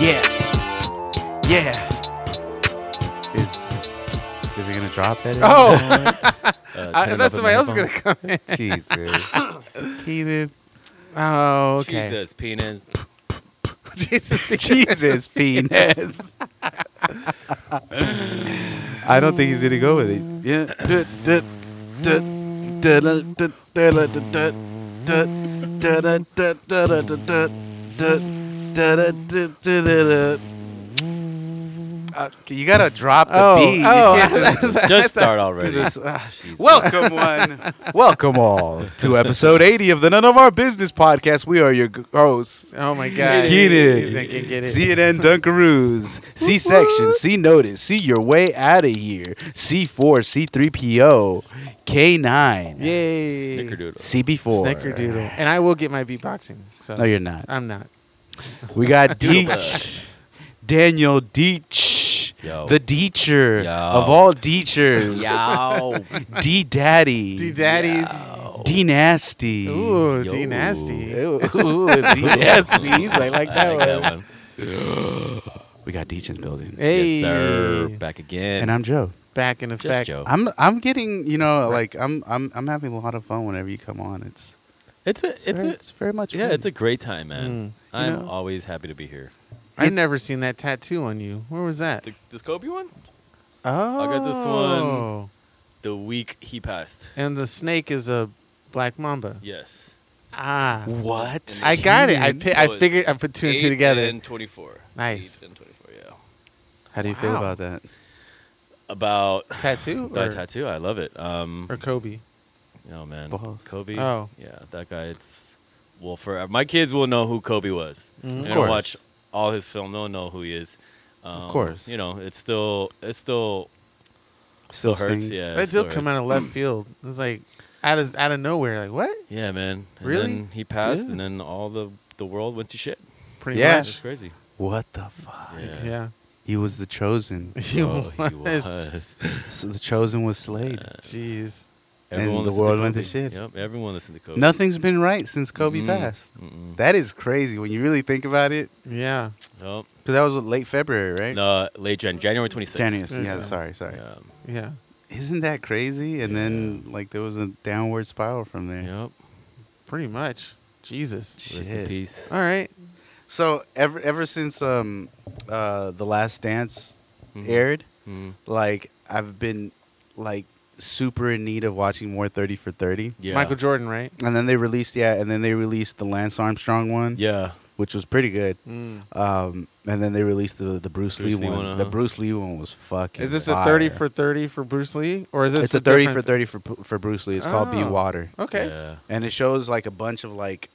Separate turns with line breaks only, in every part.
Yeah. Yeah.
Is is he gonna drop that? in?
Oh.
Uh,
I,
turn it
that's
up in
somebody
my
else
phone.
going to come in.
Jesus.
Keenan. Oh, okay.
Jesus, penis.
Jesus.
Jesus penis. I don't think he's gonna go with it. Yeah.
Du- du- du- du- du- du- du- du- du- du- du- du- du- du- du- du- du- du- du- du- du-
Uh, you gotta drop the
Oh,
beat. You
oh,
can't just
Just start
do
already.
this.
uh,
Ah,
Jesus.
Welcome one. Welcome all to episode 80 of the None of Our Business podcast. We are your g- hosts.
Oh my
Get
God!
it.
They can get it.
CNN Dunkaroos, C section, C notice, see your way out of here, C4, C3PO, K9,
Yay!
Snickerdoodle.
CB4.
Snickerdoodle. And I will get my beatboxing. So
No, you're not.
I'm not.
We got
Doodle
Deech, Daniel Deech,
Yo.
the Deecher
Yo.
of all Deechers,
Yow.
D Daddy, D,
D Daddy's.
Nasty.
Ooh, D
Yo.
Nasty.
Ooh, ooh, D Nasty. He's like, like
I
that
like that
one.
one.
We got Deech in the building,
Hey.
Yes, sir. Back again.
and I'm Joe.
Back in
Just
effect.
Joe.
I'm I'm getting you know like I'm I'm I'm having a lot of fun whenever you come on. It's
It's a, it's
it's, very,
a,
it's very much
yeah,
fun.
it's a great time,
Mm.
man. I'm
know?
always happy to be here.
I've never seen that tattoo on you. Where was that?
The, the Scobie one?
Oh.
got this one. The week he passed.
And the snake is a black mamba.
Yes.
Ah.
what
I got it. I
Keenan.
pi- I
So it's
figured I put two and two
Eight
together.
And 24.
Nice.
Eight and 24, yeah.
How do you feel
Wow.
about that?
About
tattoo or,
that tattoo. I love it. Um,
or Kobe?
Oh man,
Balls.
Kobe.
Oh.
yeah, that guy. It's well forever. My kids will know who Kobe was.
Mhm. Of
They're
course.
gonna watch all his film. They'll know who he is. Um,
course.
You know, it's still it still still hurts.
stings.
Yeah, it
that
still
did come
hurts.
out of left field. It was like out of out of nowhere. Like what?
Yeah, man. And
Really?
Then he passed,
Dude.
and then all the the world went to shit.
Pretty
Yeah.
much.
It's crazy.
What the fuck?
Yeah.
Yeah.
He was the chosen.
He
oh, he
was.
was.
So the chosen was slayed.
Uh,
Jeez.
the
listened
world went
Kobe.
to shit.
Yep, everyone listened to Kobe.
Nothing's been right since Kobe
Mm-mm,
passed.
mm-mm.
That is crazy when you really think about it.
Yeah.
Nope.
Because that was what, late February, right?
No, late Jan, January twenty sixth.
January.
Yeah,
Yeah,
yeah.
sorry, sorry.
Um,
Yeah.
Isn't that crazy? And then like there was a downward spiral from there.
yep.
Pretty much. Jesus.
Rest
Shit.
in peace.
All right.
So ever ever since um uh the Last Dance
Mhm.
aired,
Mhm.
like I've been like super in need of watching more Thirty for Thirty.
Yeah.
Michael Jordan, right?
And then they released yeah, and then they released the Lance Armstrong one,
Yeah.
which was pretty good.
Mm.
Um, and then they released the the Bruce,
Bruce
Lee
Lee
one.
one,
The
uh-huh.
Bruce Lee one was fucking.
Is this a
fire.
thirty for thirty for Bruce Lee, or is this
It's a thirty for
different-
thirty for P- for Bruce Lee. It's called Be
Oh.
Water,
Okay.
Yeah.
and it shows like a bunch of like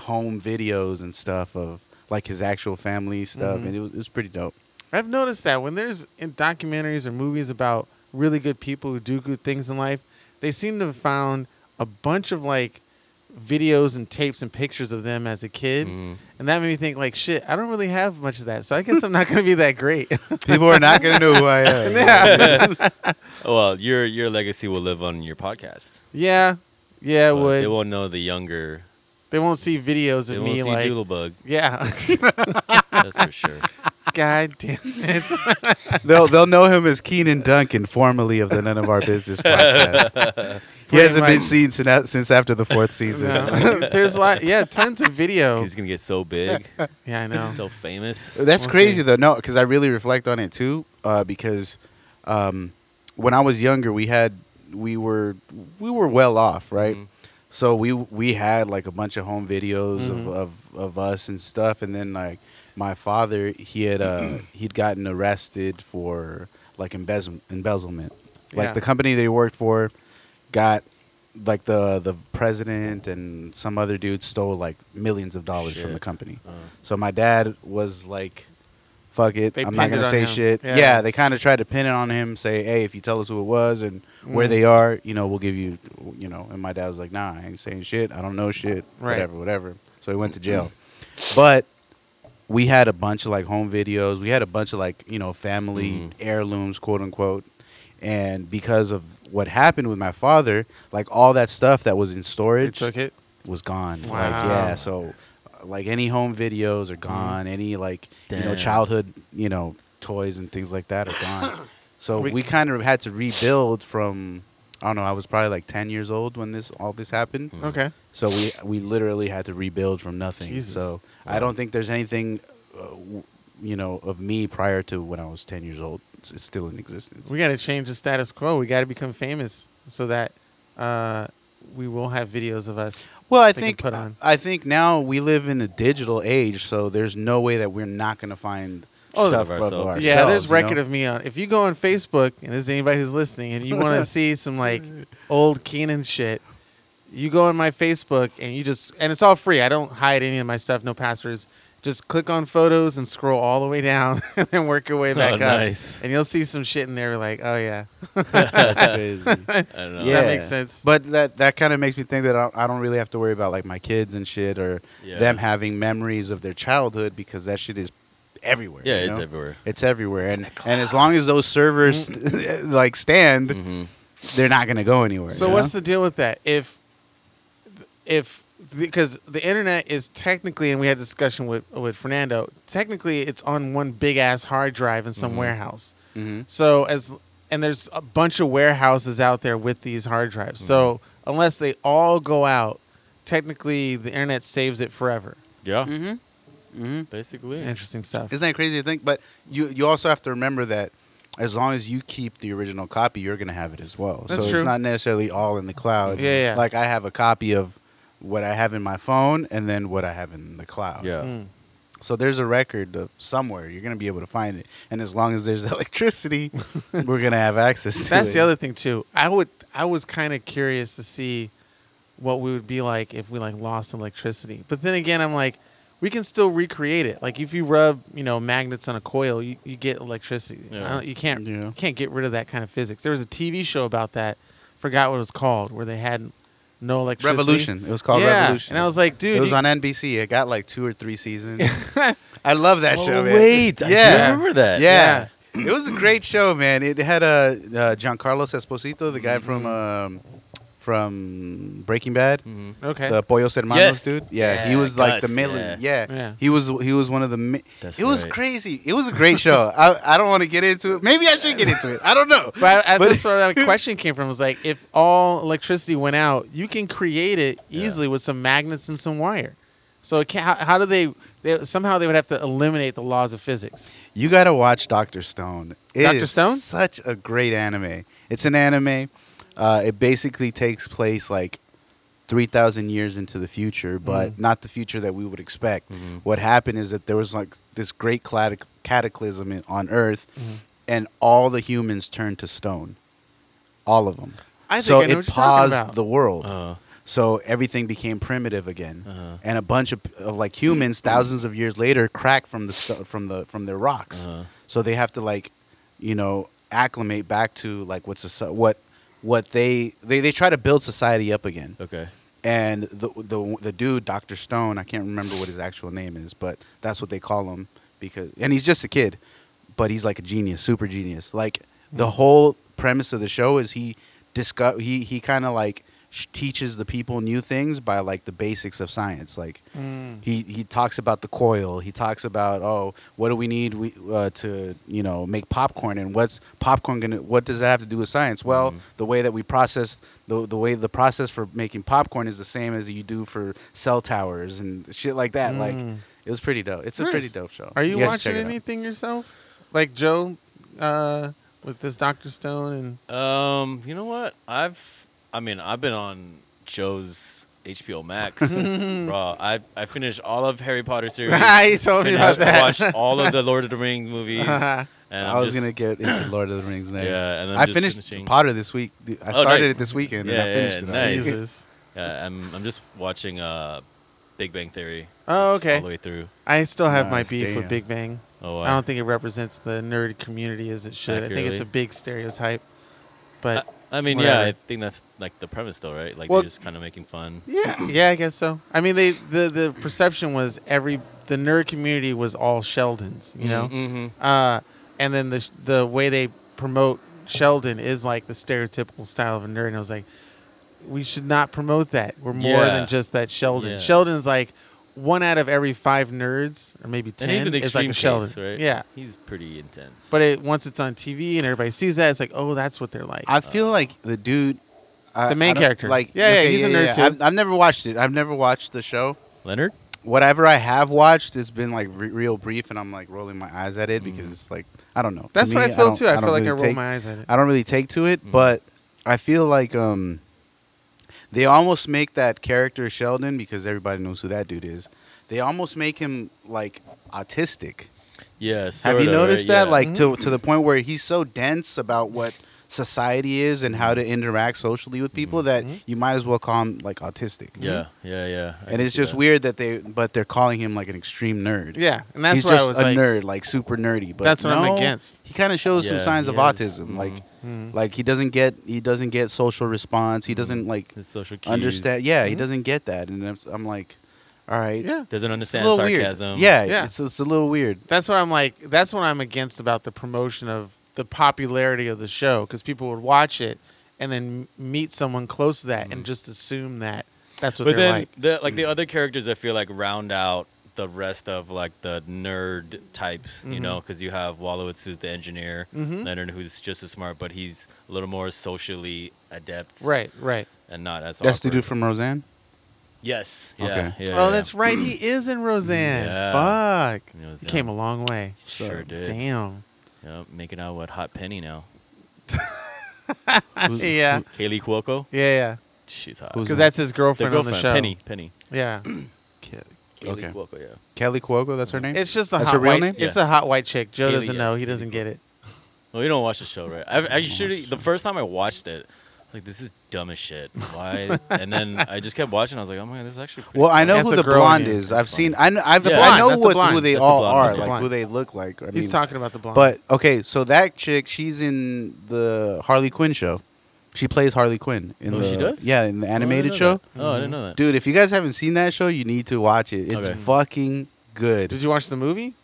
home videos and stuff of like his actual family stuff,
Mhm.
and it was, it was pretty dope.
I've noticed that when there's in documentaries or movies about really good people who do good things in life, they seem to have found a bunch of like videos and tapes and pictures of them as a kid.
Mhm.
And that made me think like shit, I don't really have much of that. So I guess I'm not gonna be that great.
People are not gonna know who I am.
Oh, well, your your legacy will live on your podcast.
yeah. Yeah, it
But
would.
They won't know the younger.
They won't see videos
They
of
won't
me
see
like
Doodlebug.
Yeah.
That's for sure.
God damn it.
They'll they'll know him as Keenan Duncan, formerly of the None of Our Business podcast. he hasn't
Pretty
been
much.
seen since since after the fourth season.
No. There's a lot yeah, tons of video.
He's gonna get so big,
Yeah, I know.
so famous.
That's
We'll
crazy
see.
though. No, because I really reflect on it too. Uh, because um, when I was younger, we had we were we were well off, right?
Mm-hmm.
Mhm.
So we we had like a bunch of home videos of,
Mhm.
of of us and stuff, and then like my father, he had uh, he'd gotten arrested for like embezzle, embezzlement, like
Yeah.
the company that he worked for got like the the president and some other dude stole like millions of dollars from
Shit.
the company.
Uh,
So my dad was like, "Fuck it,
They
I'm not
pinned it
gonna
on
say
him.
shit."
Yeah.
Yeah, they kind of tried to pin it on him, say, "Hey, if you tell us who it was and where
Mm.
they are, you know, we'll give you, you know." And my dad was like, "Nah, I ain't saying shit. I don't know shit.
Right.
Whatever, whatever." So he went to jail, but we had a bunch of like home videos. We had a bunch of like you know family
Mm.
Mhm.
heirlooms, quote unquote. And because of what happened with my father, like all that stuff that was in
They
storage,
took it.
was gone. Like
Wow. Mm-hmm.
yeah, so like any home videos are gone. Any like you know
Damn.
childhood you know toys and things like that are gone. so
We-
we kind of had to rebuild from. I don't know. I was probably like ten years old when this all this happened.
Mm.
Okay.
So we we literally had to rebuild from nothing.
Jesus.
So I don't think there's anything, uh, w- you know, of me prior to when I was ten years old. It's, it's still in existence.
We got to change the status quo. We got to become famous so that uh, we will have videos of us.
Well, I
they can
think
put on.
I think now we live in a digital age, so there's no way that we're not going to find
Oh,
stuff
of
of
ourselves.
ourselves.
yeah, there's
you know?
record of me on. If you go on Facebook, and this is anybody who's listening, and you want to see some like old Keenan shit, you go on my Facebook and you just and it's all free. I don't hide any of my stuff, no passwords. Just click on photos and scroll all the way down, and then work your way back up.
nice.
And you'll see some shit in there. Like, oh yeah,
That's crazy.
I don't know.
Yeah.
that makes sense.
But that that kind of makes me think that I, I don't really have to worry about like my kids and shit or
Yeah.
them having memories of their childhood because that shit is everywhere.
Yeah,
you
it's
know?
everywhere.
It's everywhere, and and as long as those servers like stand,
hmm
they're not gonna go anywhere.
Mm. So
you
what's
know?
the deal with that? If if because the internet is technically, and we had a discussion with with Fernando. Technically, it's on one big ass hard drive in some warehouse.
Mhm.
So as and there's a bunch of warehouses out there with these hard drives. So unless they all go out, technically the internet saves it forever.
Yeah.
Mhm.
Basically.
Interesting stuff.
Isn't that crazy to think? But you you also have to remember that as long as you keep the original copy, you're gonna have it as well.
That's
so
true.
it's not necessarily all in the cloud.
Yeah, yeah.
Like I have a copy of what I have in my phone and then what I have in the cloud.
Yeah.
Mm.
So there's a record of somewhere. You're gonna be able to find it. And as long as there's electricity, we're gonna have access to
That's
it.
the other thing too. I would I was kind of curious to see what we would be like if we like lost electricity. But then again, I'm like we can still recreate it. Like if you rub, you know, magnets on a coil, you, you get electricity. I
Yeah.
don't- you can't
Yeah.
you can't get rid of that kind of physics. There was a TV show about that. Forgot what it was called where they had no electricity.
Revolution. It was called
yeah.
Revolution.
And I was like, dude,
it was
you-
on NBC. It got like two or three seasons. I love that
Oh,
show, man.
wait. I do
yeah.
remember that.
Yeah. it was a great show, man. It had uh, uh, Giancarlo Esposito, the guy from um, from Breaking Bad,
Mhm.
okay.
the Pollos Hermanos
Yes.
dude. Yeah, he
Yeah,
was like
Gus,
the villain. Yeah.
yeah. Yeah.
he was he was one of the. Mi-
That's
it was
right.
crazy. It was a great show. I, I don't want to get into it. Maybe I should get into it. I don't know.
But I- I-
But-
that's where that question came from. Was like, if all electricity went out, you can create it
Yeah.
easily with some magnets and some wire. So it can, how, how do they, they? Somehow they would have to eliminate the laws of physics.
You gotta watch Doctor Stone. It
Dr.
is
Stone?
such a great anime. It's an anime. Uh, it basically takes place like three thousand years into the future, but
Mm-hmm.
not the future that we would expect. What happened is that there was like this great cladic- cataclysm in- on Earth,
Mm-hmm.
and all the humans turned to stone. All of them.
I think
so it
I know what you're talking
paused
about.
the world.
Uh,
So everything became primitive again,
Uh-huh. Mm-hmm.
and a bunch of, of like humans, thousands of years later, crack from the stu- from the from their rocks.
Uh-huh.
So they have to like, you know, acclimate back to like what's a, so- what what they, they they try to build society up again.
okay.
And the the the dude, Doctor Stone, I can't remember what his actual name is, but that's what they call him because, and he's just a kid, but he's like a genius, super genius. Like
Mm.
the whole premise of the show is he disco- he he kind of like sh- teaches the people new things by like the basics of science, like.
Mm.
He he talks about the coil. He talks about oh, what do we need we, uh, to you know make popcorn and what's popcorn gonna what does that have to do with science? Well,
Mm-hmm.
the way that we process the the way the process for making popcorn is the same as you do for cell towers and shit like that. Like it was pretty dope. It's a pretty
Mm. Nice.
dope show.
Are you,
guys should
watching
check it out.
anything yourself, like Joe, uh, with this Doctor Stone and
Um, you know what? I've I mean, I've been on Joe's HBO Max. Bro, I I finished all of Harry Potter series.
I told me about
finished,
that.
watched all of the Lord of the Rings movies.
Uh-huh.
And
I
I'm
was
just-
gonna get into Lord of the Rings next.
Yeah, and I'm
I
just
finished
finishing-
Potter this week. I
Oh,
started
nice.
it this weekend
Yeah,
and I
yeah,
finished
yeah,
it.
nice.
Jesus.
Yeah, uh, I'm I'm just watching uh Big Bang Theory.
Oh,
Just
okay.
All the way through.
I still have my
Nice,
beef with
damn.
Big Bang.
Oh,
I don't think it represents the nerd community as it should. I think
Accurately.
it's a big stereotype. But
I, I mean, yeah, I
whatever.
think that's like the premise, though, right? Like
Well-
they're just kind of making fun.
Yeah, yeah, I guess so. I mean, they the the perception was every the nerd community was all Sheldons, you know,
Mm-hmm.
uh, and then the sh- the way they promote Sheldon is like the stereotypical style of a nerd. And I was like, we should not promote that. We're more
Yeah.
than just that Sheldon.
Yeah.
Sheldon's like one out of every five nerds, or maybe ten,
and he's an
is
extreme
like a Sheldon.
case, right?
Yeah,
he's pretty intense.
but it once it's on TV and everybody sees that, it's like, oh, that's what they're like.
I feel like the dude, I-
The main
I don't-
character.
like
Yeah, yeah, he's a nerd too.
I've, I've never watched it. I've never watched the show.
Leonard,
Whatever I have watched, it's been like re- real brief, and I'm like rolling my eyes
Mm.
at it because it's like I don't know. To
that's
me,
what I feel
don't-
too. I,
don't
feel like
really
I roll
take-
my eyes at it.
I don't really take to
Mm.
it, but I feel like um, they almost make that character Sheldon because everybody knows who that dude is. They almost make him like autistic.
yeah.
Have
sorta,
you noticed
right?
that?
Yeah.
Like
Mm-hmm.
to to the point where he's so dense about what society is and how to
Mm-hmm.
interact socially with people that
Mm-hmm.
you might as well call him like autistic.
yeah, yeah, yeah. I
And
can
it's
see
just
that.
weird that they but they're calling him like an extreme nerd.
Yeah, and that's
he's
what I
just
was
a
like.
nerd, like super nerdy. But
That's what I'm
no,
against.
He kind of shows some
Yeah,
signs
he
of
is. Mm-hmm.
autism, like
Mhm.
Mm-hmm. like he doesn't get he doesn't get social response.
Mm-hmm.
He doesn't like
His social cues.
understand. Yeah, he
Mhm.
doesn't get that, and I'm, I'm like, all right,
Yeah,
Doesn't
it's a
understand
little
sarcasm.
weird. Yeah,
Yeah.
It's, it's a little weird.
that's what I'm like. That's what I'm against about the promotion of the popularity of the show because people would watch it and then m- meet someone close to that and just assume that that's what
Mm-hmm. but
they're
then
like. Mm.
the like the other characters I feel like round out the rest of like the nerd types,
Mm-hmm.
you know, because you have Wallowitz who's the engineer,
Mhm.
Leonard who's just as smart, but he's a little more socially adept,
Right, right.
And not as
That's the
awkward.
dude from Roseanne.
yes, yeah,
Okay.
yeah,
oh,
yeah.
that's right. He is in Roseanne.
Yeah.
Fuck.
He was
He came
young.
a long way.
sure did.
Damn.
Yep, making out with Hot Penny now.
yeah. Yeah,
Kaylee Cuoco,
yeah.
she's hot.
Who's
Because
that?
that's his
Their
girlfriend,
girlfriend,
on the show.
Penny, Penny.
Yeah.
Ke-
Kaylee
Okay.
Cuoco, yeah.
Kelly Cuoco, that's her name.
It's just a
That's
hot
her real
white.
name?
It's
Yeah.
a hot white chick. Joe
Kaylee,
doesn't
yeah.
know. He doesn't get it.
Well, you don't watch the show, right? I've actually the first time I watched it, I was like, this is dumb as shit. Why? and then I just kept watching. I was like, oh my god, this is actually. Pretty
well, I know
That's
who
the
the
girl in
blonde
you.
is.
That's
I've seen.
funny.
I know, I've,
The
I
blonde,
know
that's the
what, who
blonde,
they
that's the
all
blonde,
are,
that's the
like who
blonde.
they look like. I mean,
He's talking about the blonde.
But okay, so that chick, she's in the Harley Quinn show. She plays Harley Quinn in
Oh,
the
she does?
yeah in the
Oh, I didn't
animated
know
show.
that. Oh, I didn't know that.
Dude, if you guys haven't seen that show, you need to watch it. It's
Okay.
fucking good.
did you watch the movie?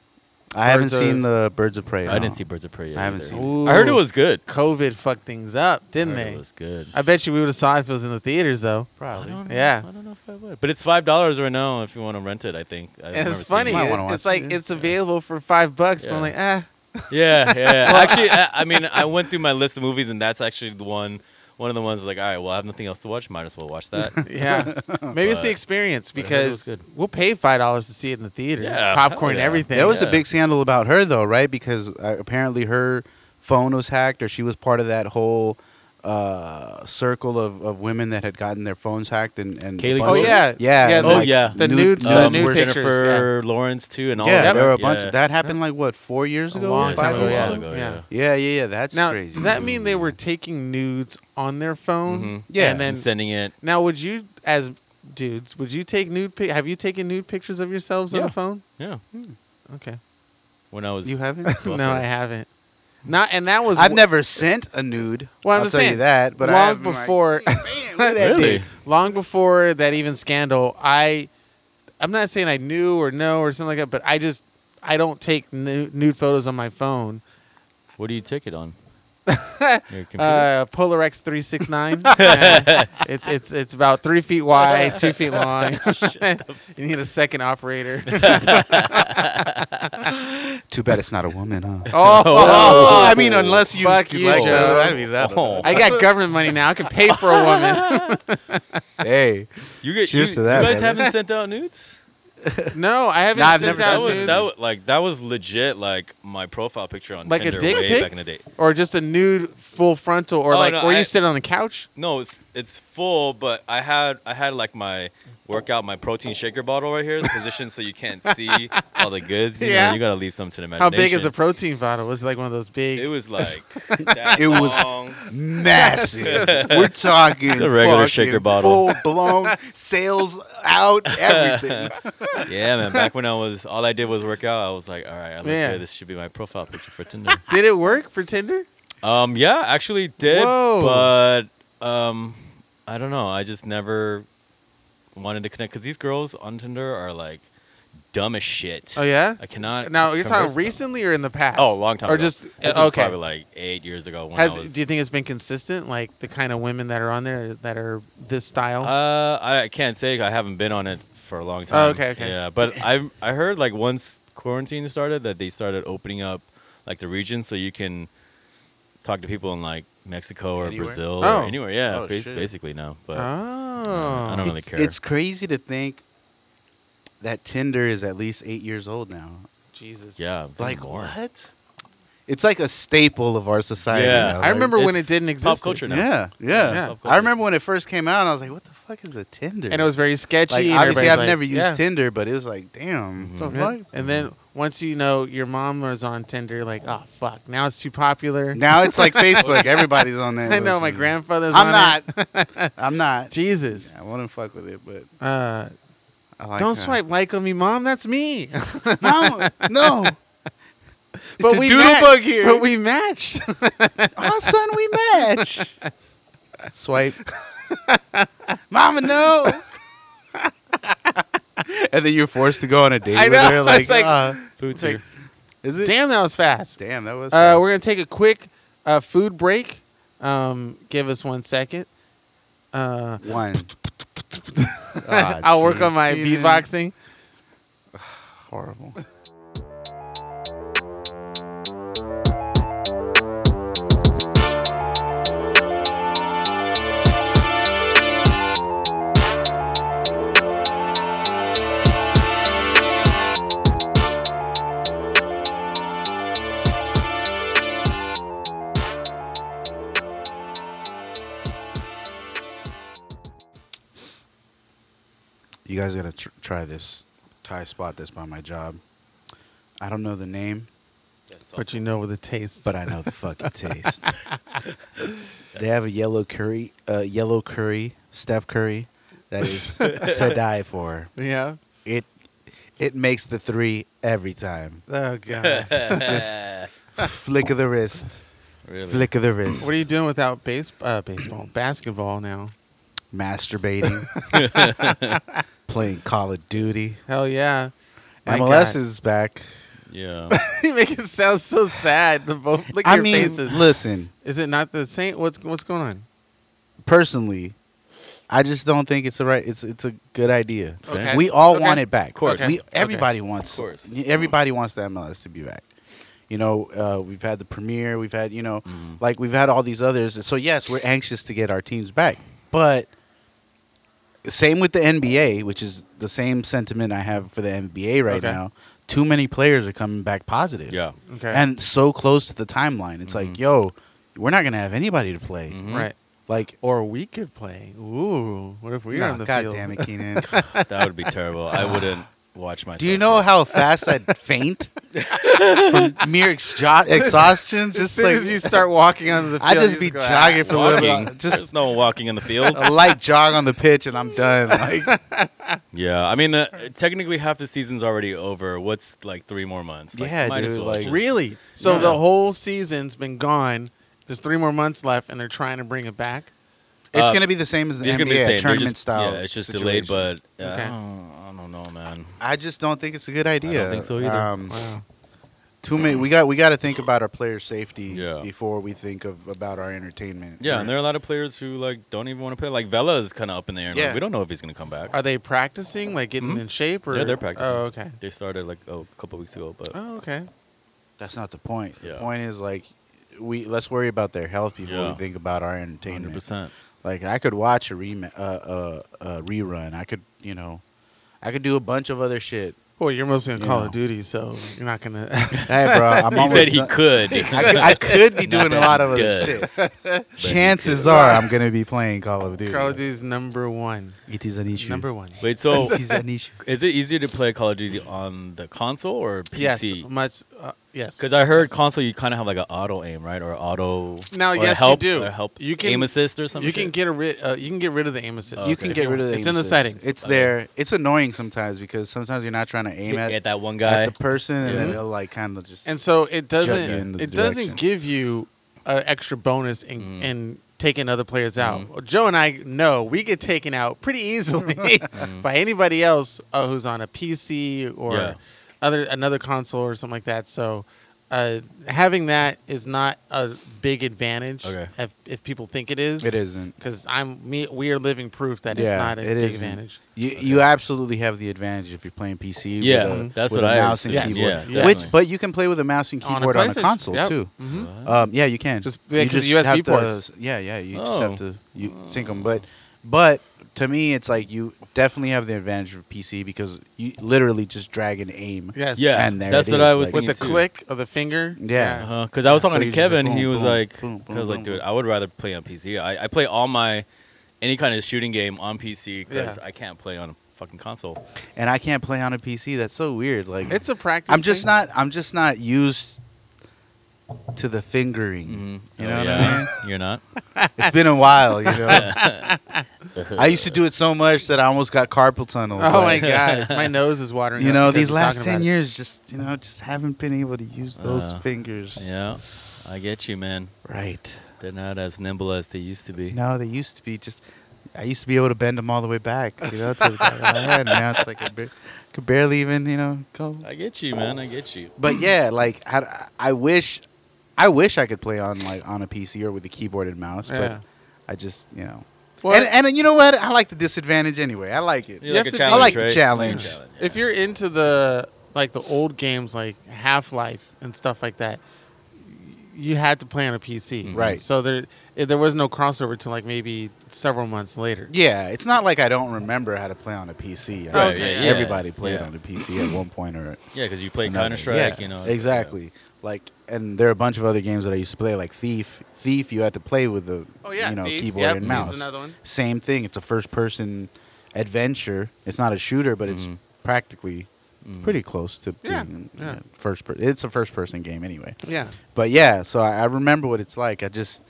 I haven't
Birds of-
seen the Birds of Prey.
I
no.
didn't see Birds of Prey. Yet
I haven't
either.
seen
it.
I heard it was good.
COVID fucked things up, didn't
I heard
they?
It was good.
I bet you we would have saw it if it was in the theaters, though.
I don't
probably.
know.
Yeah.
I don't know if I would. But it's five dollars right now if you want to rent it. I think. I
And
remember
it's
seeing
funny.
Might
it.
wanna
It's
watch
like
it.
it's available for five bucks, but
Yeah.
I'm like, ah,
Yeah, yeah. yeah. actually, I, I mean, I went through my list of movies, and that's actually the one. One of the ones like, all right, well, I have nothing else to watch. Might as well watch that.
yeah. Maybe it's
But-
the experience
but I heard it was
because
good.
we'll pay five dollars to see it in the theater,
Yeah, hell
popcorn, and
yeah.
everything.
There was
Yeah.
a big scandal about her though, right? Because uh, apparently her phone was hacked, or she was part of that whole uh, circle of, of women that had gotten their phones hacked and and
Kaylee
a
Oh
bunch of-
yeah,
yeah, and,
the,
Oh, yeah.
the
nude-
nudes,
nudes
the
Um,
nude
were-
pictures,
Jennifer Lawrence too, and all
yeah,
that.
there were a
right?
bunch.
Yeah.
Of, that happened like what four years
A
ago,
long
Yeah,
five
time ago,
years
yeah.
a while ago,
yeah.
Yeah, yeah, yeah. That's
Now,
crazy.
does that mean they were taking nudes on their phone?
Mhm.
Yeah,
Mm-hmm. and then
And sending it.
now would you, as dudes, would you take nude? Pic- have you taken nude pictures of yourselves on
Yeah.
the phone?
Yeah.
Okay,
When I was.
you haven't?
Well, fair.
no, I haven't. Not, and that was
I've never sent a nude.
Well, I'm
I'll
just
tell
saying,
you that. But I
long
have been like,
before.
"Man, look at that
Really?
dick."
long before that even scandal i i'm not saying i knew or know or something like that but i just i don't take nu- nude photos on my phone
What do you take it on? Your computer?
uh polarex 369 Yeah. it's it's it's about three feet wide two feet long you need a second operator
Too bad it's not a woman, huh?
oh,
I mean, unless you,
Fuck
you
you,
like her,
Joe.
I mean, I don't
Oh.
know.
i got government money now i can pay for a woman
hey,
you get,
cheers
you,
to that,
You guys
brother.
haven't sent out nudes?
no i haven't
Nah, I've
sent
never-
out
that was
nudes
that was, like that was legit like my profile picture on
Like a
Tinder
dick
way
pic?
back in the day.
or just a nude full frontal or
Oh,
like
no,
or you
I-
sit on the couch
No, it's it's full, but I had I had like my workout my protein shaker bottle right here, the position so you can't see all the goods. You
Yeah.
know, you gotta leave some to the
how
imagination.
big is the protein bottle? Was it like one of those big?
It was like that
It was-
long.
massive. We're talking
It's a regular shaker bottle.
full blown sales out everything.
Yeah, man. Back when I was, all I did was work out. I was like, all right, I look
Man.
good. This should be my profile picture for Tinder.
Did it work for Tinder?
um, yeah, actually did,
Whoa.
but um, I don't know. I just never wanted to connect because these girls on Tinder are like dumb as shit.
Oh yeah.
I cannot.
Now you're
converse
talking
with them.
recently or in the past?
Oh, a long time.
Or
ago.
just uh,
This was
okay.
probably like eight years ago. When
Has
I was,
do you think it's been consistent? Like the kind of women that are on there that are this style?
Uh, I I can't say I haven't been on it for a long time.
okay, okay.
Yeah, but I I heard like once quarantine started that they started opening up like the region so you can talk to people in like Mexico or
Anywhere?
Brazil
Oh.
or anywhere. Yeah,
Oh,
bas-
shit.
basically now. But
Oh.
I don't really
it's,
care.
It's crazy to think that Tinder is at least eight years old now.
Jesus.
yeah,
Like
more.
what? It's like a staple of our society.
Yeah.
now,
I
like-
remember when it
It's
didn't
pop
exist.
culture now.
Yeah, yeah.
Yeah.
Pop
I
culture.
remember when it first came out. I was like, "What the fuck is a Tinder?"
And it was very sketchy.
like,
and
obviously
everybody's
I've
like,
never used
yeah.
Tinder, but it was like, "Damn,
Mm-hmm.
what the
Yeah.
fuck."
And then once you know your mom was on Tinder, like, oh fuck, now it's too popular.
Now it's like Facebook. Everybody's on there.
I know my
Mm.
grandfather's.
I'm
on it.
not. I'm not.
Jesus.
I wouldn't fuck with it, but
Uh,
I like
don't
that.
swipe like on me, mom. That's me.
No, no.
but we
doodle
match-
bug here.
But we matched.
oh, son, we match. Swipe. Mama, no. and then you're forced to go on a date
I
with
know,
her. Like,
it's like-
uh,
Food's
like-
here.
is it?
Damn, that was fast.
Damn, that was.
Uh, we're gonna take a quick uh, food break. Um, give us one second. Uh,
one. Ah,
I'll work on
jeez.
my
Dude,
beatboxing.
Horrible. You guys gotta tr- try this Thai spot that's by my job. I don't know the name,
But you know with the taste.
but I know the fucking taste. they have a yellow curry, uh, yellow curry, Steph Curry, that is to die for.
yeah.
It it makes the three every time.
Oh god.
Just flick of the wrist,
really.
flick of the wrist.
what are you doing without base uh, baseball basketball now?
masturbating, playing Call of Duty.
Hell yeah. My
MLS
God.
is back.
Yeah.
you make it sound so sad. The both look at
I
your
mean,
faces.
listen,
Is it not the same? What's what's going on?
personally, I just don't think it's the right. It's it's a good idea.
Same.
Okay.
We all
Okay.
want it back. Of
course.
we,
Okay.
everybody wants. Of
course.
everybody wants the MLS to be back. You know, uh, we've had the premiere. We've had you know, like we've had all these others. So yes, we're anxious to get our teams back, but. Same with the NBA, which is the same sentiment I have for the NBA right
Okay.
now. Too many players are coming back positive
Yeah.
Okay.
and so close to the timeline. It's like, yo, we're not gonna have anybody to play.
Mhm.
right.
Like,
Or we could play. Ooh, what if we are
nah,
on the
God
field?
damn it, Keenan.
That would be terrible. I wouldn't watch myself.
Do you know
play.
how fast I'd faint from mere exjo- exhaustion?
As
Just
soon
like
as you start walking onto the field,
I just
you
be
go, "Ah."
jogging for a little
walking?
bit, just
There's no walking in the field.
a light jog on the pitch, and I'm done. Like,
Yeah, I mean, the, technically half the season's already over. What's like three more months? Like,
Yeah,
might as
dude,
well
like-
just-
Really? So the
Yeah.
whole season's been gone. There's three more months left, and they're trying to bring it back.
it's
Uh,
gonna be the same as the
It's gonna be the
NBA
same. They're
tournament
just,
style.
Yeah, it's just delayed,
situation.
but uh,
Okay.
I, don't, I don't know, man.
I just don't think it's a good idea.
think so either.
Um,
Wow.
too many. We got we got to think about our player safety
Yeah.
before we think of about our entertainment.
Yeah, and there are a lot of players who like don't even want to play. Like Vela is kind of up in the air.
Yeah.
Like, we don't know if he's gonna come back.
Are they practicing, like getting
Mhm.
in shape? Or
Yeah, they're practicing.
Oh, okay.
They started like oh, a couple weeks ago, but
Oh, okay.
That's not the point. The
Yeah.
point is like we let's worry about their health before
Yeah.
we think about our
100.
entertainment.
percent
Like I could watch a rem uh, uh, uh, rerun. I could you know, I could do a bunch of other shit.
Well, you're mostly on
You
Call
know.
of Duty, so you're not gonna.
Hey, bro, I'm
He
almost
said he
done-
could.
I could, I could be
Not
doing
that
a lot
he
of other
does.
shit. Chances are I'm gonna be playing Call of Duty.
Call of Duty's number one.
It is an issue.
Number one.
Wait, so
It is an issue.
is it easier to play Call of Duty on the console or
Yes,
PC?
much. Uh, yes.
Because I heard console, you kind of have like an auto aim, right, or auto.
Now,
or
yes, you
help,
do.
Or help
You can-
aim assist or something.
you can get a rid. Uh, you can get rid of the aim assist.
Oh,
You
okay.
can get rid of the.
It's
aim
in the
assist.
settings.
It's
Okay.
there. It's annoying sometimes because sometimes you're not trying to aim at,
at that one guy.
at the person, and then
Yeah.
they'll like kind of just.
And so it doesn't.
you in the
it
direction. Mm.
doesn't give you an extra bonus in in taking other players out. Joe and I know we get taken out pretty easily by anybody else uh, who's on a PC or
Yeah.
other another console or something like that. So uh, having that is not a big advantage.
Okay.
If, if people think it is,
It isn't.
because I'm me. We are living proof that it's not a
it
big
isn't.
advantage.
You, you absolutely have the advantage if you're playing PC.
Yeah,
with a,
that's
with
what
a
I
mouse and
was
thinking.
keyboard.
Yeah,
Which,
definitely.
but you can play with a mouse and keyboard on a,
PlayStation.
console
Yep.
too.
Mhm.
Um, yeah, you can.
Just- yeah,
you
'cause USB
have to-
ports.
yeah, yeah, you
Oh.
just have to you sync them. But, but to me, it's like you definitely have the advantage of PC because you literally just drag and aim.
Yes.
Yeah,
And there
that's
it
what
is,
I was
like-
With
thinking
the
too.
click of the finger.
Yeah.
Because I was
Yeah,
talking
so
to
you just
Kevin,
boom,
he was
boom,
like,
boom,
I was
boom,
like, dude,
boom.
I would rather play on PC. I, I play all my any kind of shooting game on PC because
Yeah.
I can't play on a fucking console.
And I can't play on a PC. That's so weird. Like
It's a practice.
I'm just
thing.
not. I'm just not used to the fingering.
Mm-hmm.
Mm-hmm. You know what I mean?
Oh, You're not.
It's been a while, you know. I used to do it so much that I almost got carpal tunnel.
Oh my
but,
god, my nose is watering.
You
up
know,
because
these
we're
last
talking
ten
about it.
years, just you know, just haven't been able to use those
Uh,
fingers.
Yeah, I get you, man.
Right.
They're not as nimble as they used to be.
No, they used to be just. I used to be able to bend them all the way back, you know, to the back of my head. Now it's like I bar- could barely even, you know, go.
I get you, man. I get you.
But yeah, like I, I wish, I wish I could play on like on a PC or with a keyboard and mouse,
Yeah.
but I just, you know,
Well,
and, and you know what? I like the disadvantage anyway. I like it.
You
have
like a
to- I
challenge,
like the
right?
challenge.
You like a challenge,
if you're into the like the old games like Half Life and stuff like that, you had to play on a PC,
Right.
So there eh, there was no crossover till like maybe several months later.
Yeah, it's not like I don't remember how to play on a PC. I
Right,
mean,
yeah, yeah.
Everybody played
Oh, Yeah.
on a PC at one point or
Yeah, because you play
another.
Counter Strike,
Yeah,
you know.
exactly. Like, and there are a bunch of other games that I used to play, like Thief. Thief, you had to play with the
Oh, yeah,
you know
Thief.
keyboard
Yep,
and
Thief's
mouse.
another one.
Same thing. It's a first-person adventure. It's not a shooter, but it's
Mhm.
practically
Mm-hmm.
pretty close to
Yeah,
being you
yeah.
know, first. Per- it's a first-person game anyway.
Yeah.
But yeah, so I, I remember what it's like. I just,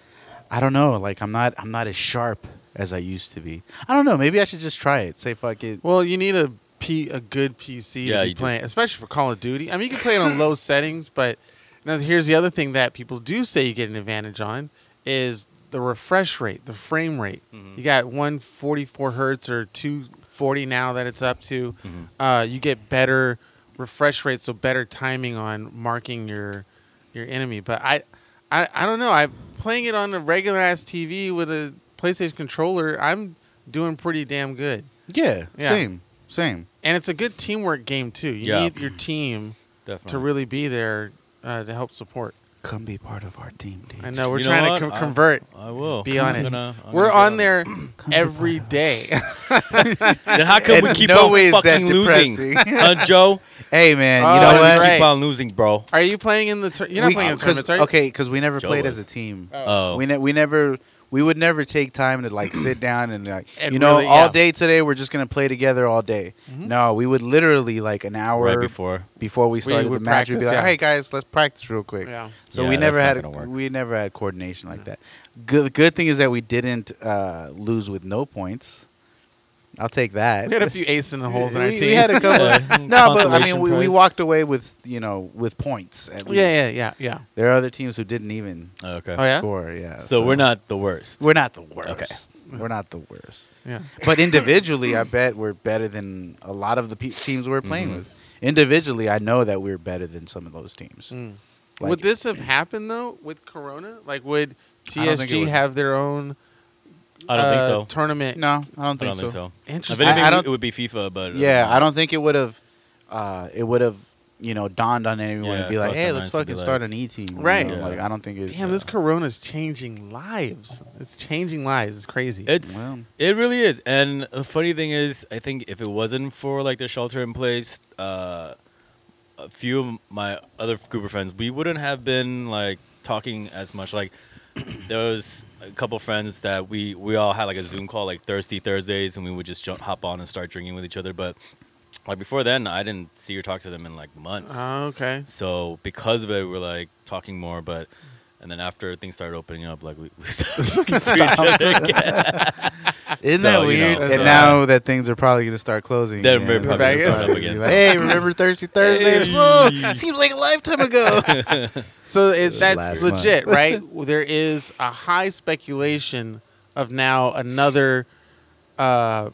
I don't know. Like I'm not, I'm not as sharp as I used to be. I don't know. Maybe I should just try it. Say fuck it.
Well, you need a P, a good PC
Yeah,
to be
you do.
playing, especially for Call of Duty. I mean, you can play it on low settings, but now here's the other thing that people do say you get an advantage on is the refresh rate, the frame rate.
Mm-hmm.
You got 144 hertz or 240 now that it's up to.
Mm-hmm.
Uh, you get better refresh rates, so better timing on marking your your enemy. But I, I, I don't know. I'm playing it on a regular ass TV with a PlayStation controller. I'm doing pretty damn good
Yeah,
Yeah.
Same. Same.
and it's a good teamwork game too. You
Yeah.
need your team
Definitely.
to really be there uh, to help support.
Come be part of our team, dude.
I know we're
You know
trying
what?
to com-
I-
convert.
I will
Be on
I'm
it.
gonna- I'm
we're
gonna be
on
it.
there every day.
Then how come we
In
keep
no way
on
is that
fucking losing,
depressing. Uh,
huh, Joe?
Hey man,
Oh,
you
Why
know
do
that's
what?
we
right.
keep on losing, bro?
Are you playing in the? Tur- you're not
We- uh,
playing in the
'cause-
tournaments, right?
Okay, because we never
Joe
played
was.
as a team.
Oh,
Uh, We ne- we never we would never take time to like sit down and like
And
you know
really-
all
yeah.
day today we're just gonna play together all day. No, we would literally like an hour
right before.
before we started
would
the match. We'd be
practice,
like,
yeah.
"All right, guys, let's practice real quick."
Yeah.
So
Yeah,
we
that's
never
not
had
gonna work.
we never had coordination like that. Good good thing is that we didn't uh, lose with no points. I'll take that.
We had a few aces in the holes in our
We-
team.
we had a couple.
Yeah.
no, but I mean,
Consolation
we, we
prize.
walked away with you know with points. At least.
yeah, yeah, yeah, yeah.
There are other teams who didn't even
Okay.
Oh, yeah?
score. Yeah.
So we're not the worst.
we're not the worst.
Okay.
We're not the worst.
yeah.
But individually, I bet we're better than a lot of the pe- teams we're playing
Mhm.
with. Individually, I know that we're better than some of those teams.
Mm.
Like-
would this have happened though with Corona? Like,
I
would
don't think it
TSG
would.
have their own?
I don't think
uh,
so.
Tournament?
No, I don't
I
think
don't
so.
think so. If
Interesting.
I-
anything,
I don't-
it would be FIFA, but uh,
Yeah, I don't think it would have. Uh, it would have, you know, dawned on anyone
Yeah,
to be like,
crossed
"Hey,
their
let's
minds to be
fucking
like-
start an E team." you
Right.
know, Like,
Yeah.
I don't think it.
Damn, this Corona is changing lives. It's changing lives. It's crazy.
It's
Wow.
it really is. And the funny thing is, I think if it wasn't for like the shelter in place, uh, a few of my other group of friends, we wouldn't have been like talking as much. Like there was a couple friends that we we all had like a Zoom call like Thirsty Thursdays, and we would just jump, hop on and start drinking with each other. But like before then, I didn't see or talk to them in like months.
Oh, okay.
So because of it, we were like talking more, but. And then after things started opening up, like we, we started talking to each other again. So, you
Isn't that
know,
weird?
that's
and
what-
now that things are probably going to start closing.
Then
again,
we're
it's
probably
like-
gonna start
up again,
Be
so-
Like, hey, remember Thursday
Hey.
Thursdays? Whoa, seems like a lifetime ago.
So it,
last
that's
month.
legit, right? there is a high speculation of now another, uh,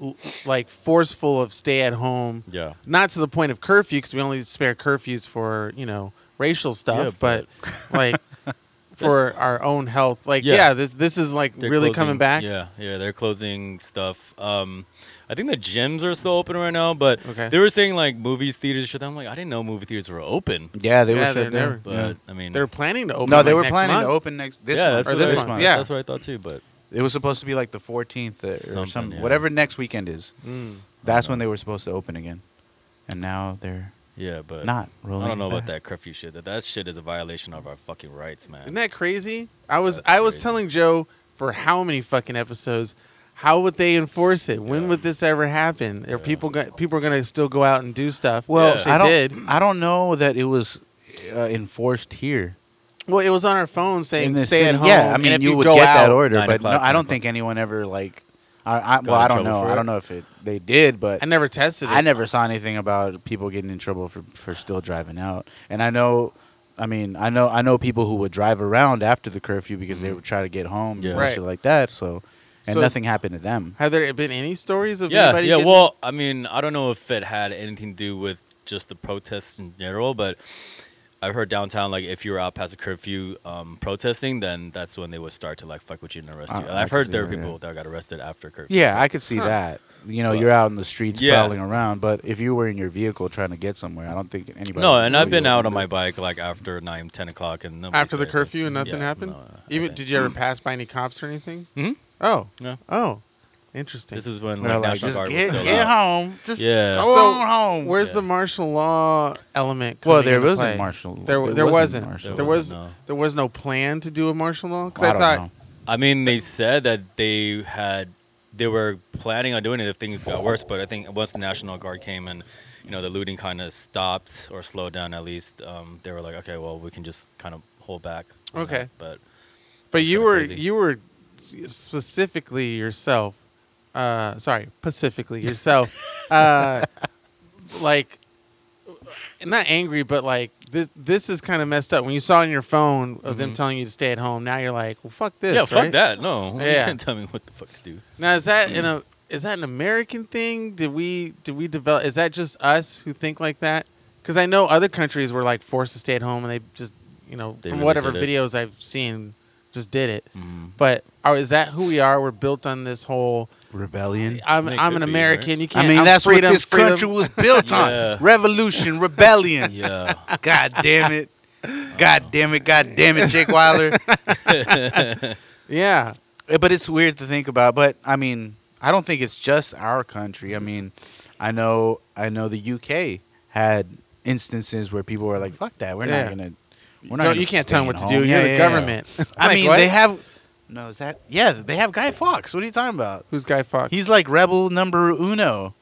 l- like forceful of stay at home.
Yeah.
Not to the point of curfew, because we only spare curfews for you know racial stuff,
Yeah,
but,
but-
like for our own health. Like yeah,
Yeah.
this this is like
They're
really
closing-
coming back.
Yeah, yeah, they're closing stuff. Um, I think the gyms are still open right now, but
Okay.
they were saying like movies, theaters, shut down. I'm like, I didn't know movie theaters were open.
Yeah, they
Yeah,
were
they're
shut
never-
down.
But I mean,
They're planning to open.
No, they
like,
were
next
planning
month.
to open next this
yeah,
month
that's
or
what
this
I-
month, yeah.
Yeah,
that's what I thought too. But
it was supposed to be like the 14th or
Something,
some
yeah.
whatever next weekend is.
Mm.
That's when they were supposed to open again, and now they're
yeah, but
not
I
rolling.
don't know about
back.
that curfew shit. That that shit is a violation of our fucking rights, man.
Isn't that crazy? I was
That's
I was
crazy.
telling Joe for how many fucking episodes, how would they enforce it? When
Yeah.
would this ever happen? Are
Yeah.
people go- people are gonna still go out and do stuff?
Well,
Yeah.
which they
I don't.
did.
I don't know that it was uh, enforced here.
Well, it was on our phone
In
saying
the
stay at
city-
home.
Yeah, I
and
mean
if
you,
you
would
go
get
out,
that order,
Nine
but no,
o'clock,
I
ten
don't
o'clock.
think anyone ever like. I, I
Got
well,
in
I don't
trouble
know.
for
I
it?
don't know if it they did, but
I never tested it.
I never saw anything about people getting in trouble for, for still driving out. And I know, I mean, I know, I know people who would drive around after the curfew because they would try to get home
Mm-hmm. Yeah.
and
Right.
shit like that. So, and
So-
nothing happened to them.
Have there been any stories of
yeah,
anybody?
yeah.
getting-
Well, I mean, I don't know if it had anything to do with just the protests in general, but I've heard downtown like if you were out past the curfew um, protesting, then that's when they would start to like fuck with you and arrest
Uh,
you.
I
I've
can
heard
see
there were
that,
people
yeah.
that got arrested after curfew.
Yeah, I could see
Huh.
that. You know,
But-
you're out in the streets
Yeah.
prowling around, but if you were in your vehicle trying to get somewhere, I don't think anybody.
No,
would
and
know
I've been
you
out
wouldn't
on my
do
bike like after nine, ten o'clock, and nobody
after
said
the
anything.
curfew and nothing
Yeah,
happened.
no, I
Even
think-
did you ever pass by any cops or anything?
Mhm.
Oh,
Yeah.
oh, interesting.
This is when
it. They're
like,
like,
National
just
Guard
get,
was still
get
out.
home. Just
Yeah.
go
So,
on home.
Where's
Yeah.
the martial law element?
well,
coming
there
into
wasn't
play?
martial.
There, there, wasn't.
martial
There
law.
was
wasn't, no.
there was no plan to do a martial law because
I,
I,
don't
thought
know.
I mean, they said that they had they were planning on doing it if things got worse, but I think once the National Guard came and you know the looting kind of stopped or slowed down at least, um, they were like, okay, well, we can just kind of hold back. on
Okay.
that." but
But you
kinda
were
crazy.
you were specifically yourself. Uh, sorry, specifically yourself. uh, like not angry, but like this this is kind of messed up. When you saw on your phone of them
Mhm.
telling you to stay at home, now you're like, well, fuck this.
yeah,
right?
fuck that. No, you
Yeah.
can't tell me what the fuck to do.
Now is that in a is that an American thing? Did we did we develop? Is that just us who think like that? Because I know other countries were like forced to stay at home, and they just you know
They
from
really
whatever
did it.
videos I've seen just did it.
Mm-hmm.
Mhm.
But are, is that who we are? We're built on this whole
Rebellion.
I'm
It
I'm
could
an
be,
American.
right?
You can't.
I mean,
I'm
that's
freedom,
what this
freedom.
country was built on:
Yeah.
revolution, rebellion.
Yeah,
God damn it! God damn it! God damn it, Jake Weiler.
Yeah,
Eh, But it's weird to think about. But I mean, I don't think it's just our country. I mean, I know, I know the UK had instances where people were like, "Fuck that! We're
Yeah.
not gonna." We're not
Don't,
gonna
you can't
stay
tell them
at
what to
home."
do. You're
Yeah,
the
yeah, yeah.
government.
I
Like,
mean,
what?
they have. No, is that? Yeah, they have Guy Fox. What are you talking about?
who's Guy Fox?
He's like rebel number uno.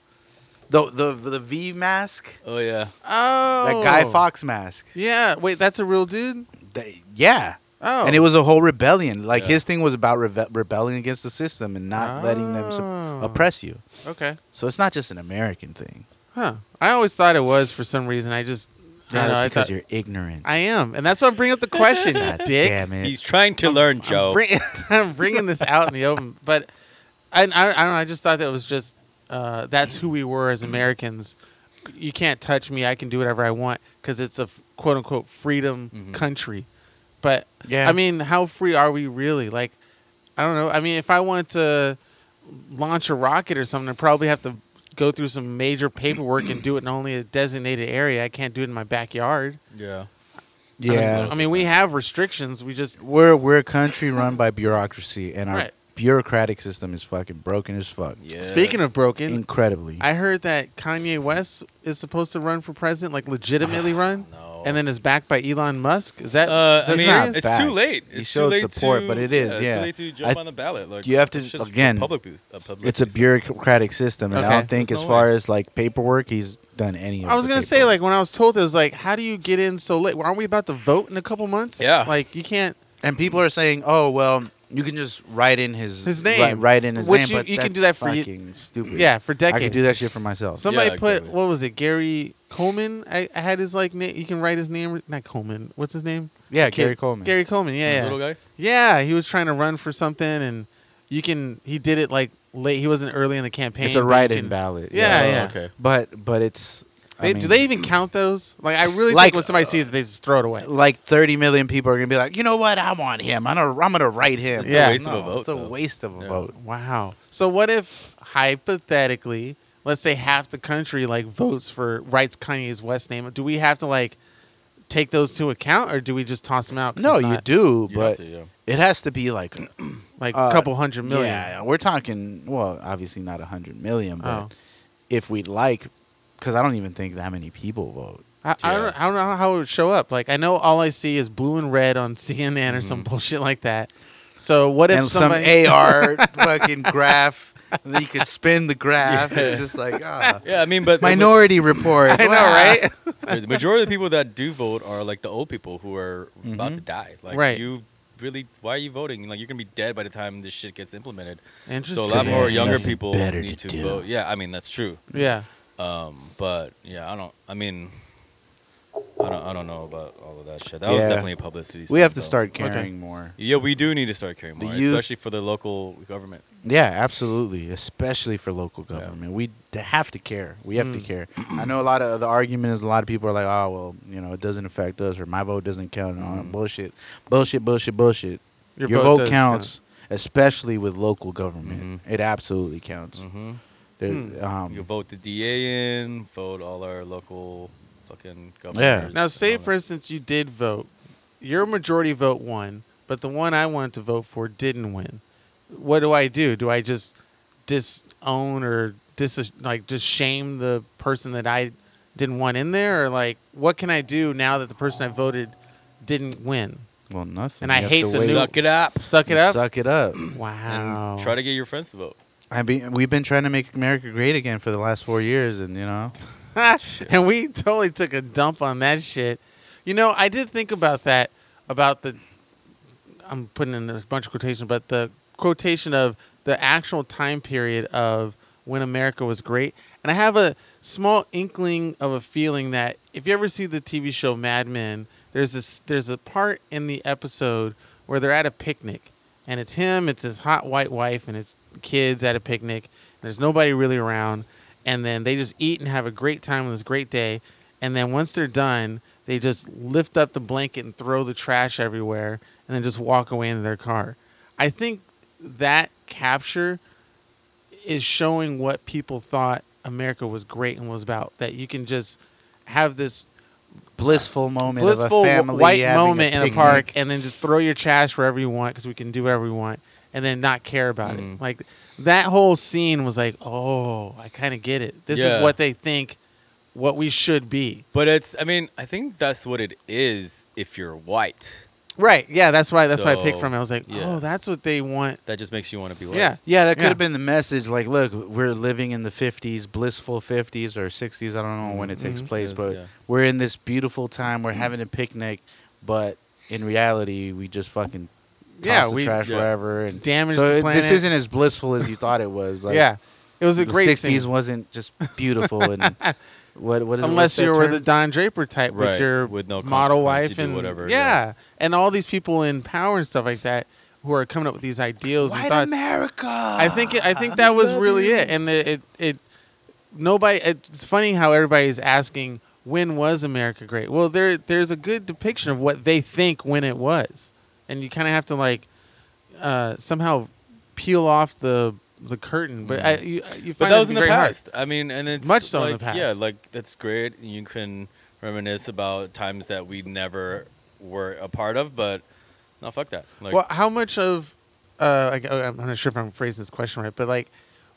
The the the V mask,
oh yeah.
oh
that Guy Fox mask.
Yeah, wait, that's a real dude.
They- yeah,
Oh,
and it was a whole rebellion. Like
Yeah.
his thing was about reve- rebelling against the system and not letting them
Oh.
sup- oppress you.
okay.
So it's not just an American thing.
Huh. I always thought it was for some reason. I just I
Yeah,
don't know,
that's
I
because
thought-
you're ignorant.
I am, and that's why I'm bringing up the question,
God
Dick.
damn it.
He's trying to learn, Joe.
I'm, bring- I'm bringing this out in the open, but I, I, I don't know. I just thought that was just uh, that's who we were as Americans. You can't touch me. I can do whatever I want because it's a f- quote unquote freedom
Mm-hmm.
Mhm.
country. But
Yeah.
I mean, how free are we really? Like, I don't know. I mean, if I want to launch a rocket or something, I probably have to go through some major paperwork and do it in only a designated area. I can't do it in my backyard.
yeah,
I mean,
yeah,
I mean, we have restrictions. We just
we're we're a country run by bureaucracy, and our
Right.
bureaucratic system is fucking broken as fuck.
yeah.
speaking of broken.
incredibly.
I heard that Kanye West is supposed to run for president, like legitimately run,
no.
and then is backed by Elon Musk. Is that?
Uh,
is that
I mean,
serious?
it's
Back.
too late.
You
It's
showed
too late
support,
to,
but it is,
It's
yeah.
too late to jump
I-
on the ballot. Like,
you have to-
it's just
again,
Public, uh,
it's a bureaucratic system, and
Okay.
I don't think,
There's
as
no
far
way.
as like paperwork, he's done any. Of
I was
the
gonna say,
paperwork.
like when I was told, it was like, how do you get in so late? Well, aren't we about to vote in a couple months?
Yeah.
like you can't
and people are saying, "Oh, well, you can just write in his
His
write-
name.
write, in his
Which
name."
you-
but
you can
that's
do that for you-
fucking stupid.
Yeah, for
I
decades.
can do that shit for myself.
Somebody
Yeah,
put
exactly.
what was it? Gary Coleman. I, I had his like name. You can write his name. Not Coleman. What's his name?
yeah,
Kid-
Gary Coleman.
Gary Coleman. Yeah, yeah.
Little guy.
Yeah, he was trying to run for something, and you can. He did it like late. He wasn't early in the campaign.
it's a
but you
write-in
can-
ballot.
Yeah,
Oh,
yeah.
Okay.
but but it's.
They, do
mean-
they even count those? Like, I really
Like,
think when somebody sees it, they just throw it away.
like 30 million people are gonna be like, you know what? I want him. I'm gonna, I'm gonna write him.
it's a Yeah. waste
of a vote,
It's a
though.
waste of a
Yeah.
vote.
Wow. So what if hypothetically, let's say half the country like votes for writes Kanye's West name? Do we have to like take those to account, or do we just toss them out? 'cause
No,
it's
you
not,
do,
You have
but
to, yeah.
it has to be like,
like
uh,
a couple hundred million.
yeah, we're talking. Well, obviously not a hundred million, but
Oh.
if we'd like, because I don't even think that many people vote.
I, I, don't, I don't know how it would show up. Like I know all I see is blue and red on CNN or some bullshit like that. So what if
Mm-hmm. and
somebody
some AR fucking graph, and then you could spin the graph. It's just like ah.
Yeah, I mean, but
Minority Report.
I know, right?
It's crazy. Majority of the people that do vote are like the old people who are about
Mm-hmm.
to die. Like
Right.
you really why are you voting? Like you're gonna be dead by the time this shit gets implemented. So a
Interesting.
lot
they
more
have
younger
nothing
people
better
need
to
to,
do.
vote. Yeah, I mean that's true.
yeah.
Um, but yeah, I don't I mean I don't I don't know about all of that shit. That was
Yeah.
definitely a publicity
We have to
stunt, though.
start
Okay.
caring more.
Yeah, we do need to start caring
The
more,
youth-
especially for the local government.
Yeah, absolutely. Especially for local government, we d- have to care. We have to
Mm.
care. I know a lot of the argument is a lot of people are like, "Oh, well, you know, it doesn't affect us, or my vote doesn't count." And all
Mm.
that bullshit, bullshit, bullshit, bullshit. Your, vote,
does
counts,
count.
especially with local government. It absolutely counts.
Mm-hmm.
There-
Mm.
um,
You vote the DA in, vote all our local fucking governors. and
Now,
all
say
that.
for instance you did vote, your majority vote won, but the one I wanted to vote for didn't win. What do I do? Do I just disown or dis like just shame the person that I didn't want in there, or like what can I do now that the person I voted didn't win?
well, nothing.
And I
You have
hate
to
the
wait.
new-
suck it up.
Suck it
You
up.
Suck it up.
Wow.
and try to get your friends to vote.
I mean, we've been trying to make America great again for the last four years, and you know,
and we totally took a dump on that shit. You know, I did think about that about the I'm putting in a bunch of quotations, but the quotation of the actual time period of when America was great. And I have a small inkling of a feeling that if you ever see the TV show Mad Men, there's this there's a part in the episode where they're at a picnic and it's him, it's his hot white wife and his kids at a picnic. There's nobody really around and then they just eat and have a great time on this great day. And then once they're done, they just lift up the blanket and throw the trash everywhere and then just walk away into their car. I think that capture is showing what people thought America was great and was about. That you can just have this
blissful moment,
blissful
of a
wh-
family
white
having
moment in a
picnic.
park and then just throw your trash wherever you want because we can do whatever we want and then not care about it.
Mhm.
Like that whole scene was like, oh, I kind of get it. This
Yeah.
is what they think what we should be.
But it's, I mean, I think that's what it is if you're white.
Right. Yeah. That's why. That's why I picked
So,
from. it. I was like,
yeah.
oh, that's what they want.
That just makes you want to be white.
Yeah.
Yeah, that could
Yeah.
have been the message. Like, look, we're living in the 50s, blissful 50s or 60s. I don't know when it takes
Mhm.
place,
Yes,
but
yeah.
we're in this beautiful time. We're having a picnic, but in reality, we just fucking toss
Yeah,
the
we-
trash
Yeah.
wherever and
Damage
So
the
it- this
planet.
isn't as blissful as you thought it was. Like,
yeah. It was a
the
great
60s
scene.
wasn't just beautiful and what what is
Unless you were
were
the Don Draper type with
Right,
your
with no
model
consequence,
wife
you do
and
whatever,
Yeah.
yeah.
and all these people in power and stuff like that who are coming up with these ideals and
white
thoughts.
America.
I think it, I think that was really it, and it it, it nobody. It's funny how everybody's asking when was America great. Well, there there's a good depiction of what they think when it was, and you kind of have to like uh, somehow peel off the the curtain. But I, you you
Mm. But
find
that was in the
to be very hard.
past. I mean, and it's
Much so in
like,
the past.
Yeah, like that's great. and You can reminisce about times that we never were a part of, but no, fuck that. Like,
well, how much of uh, like, uh, I'm not sure if I'm phrasing this question right, but like,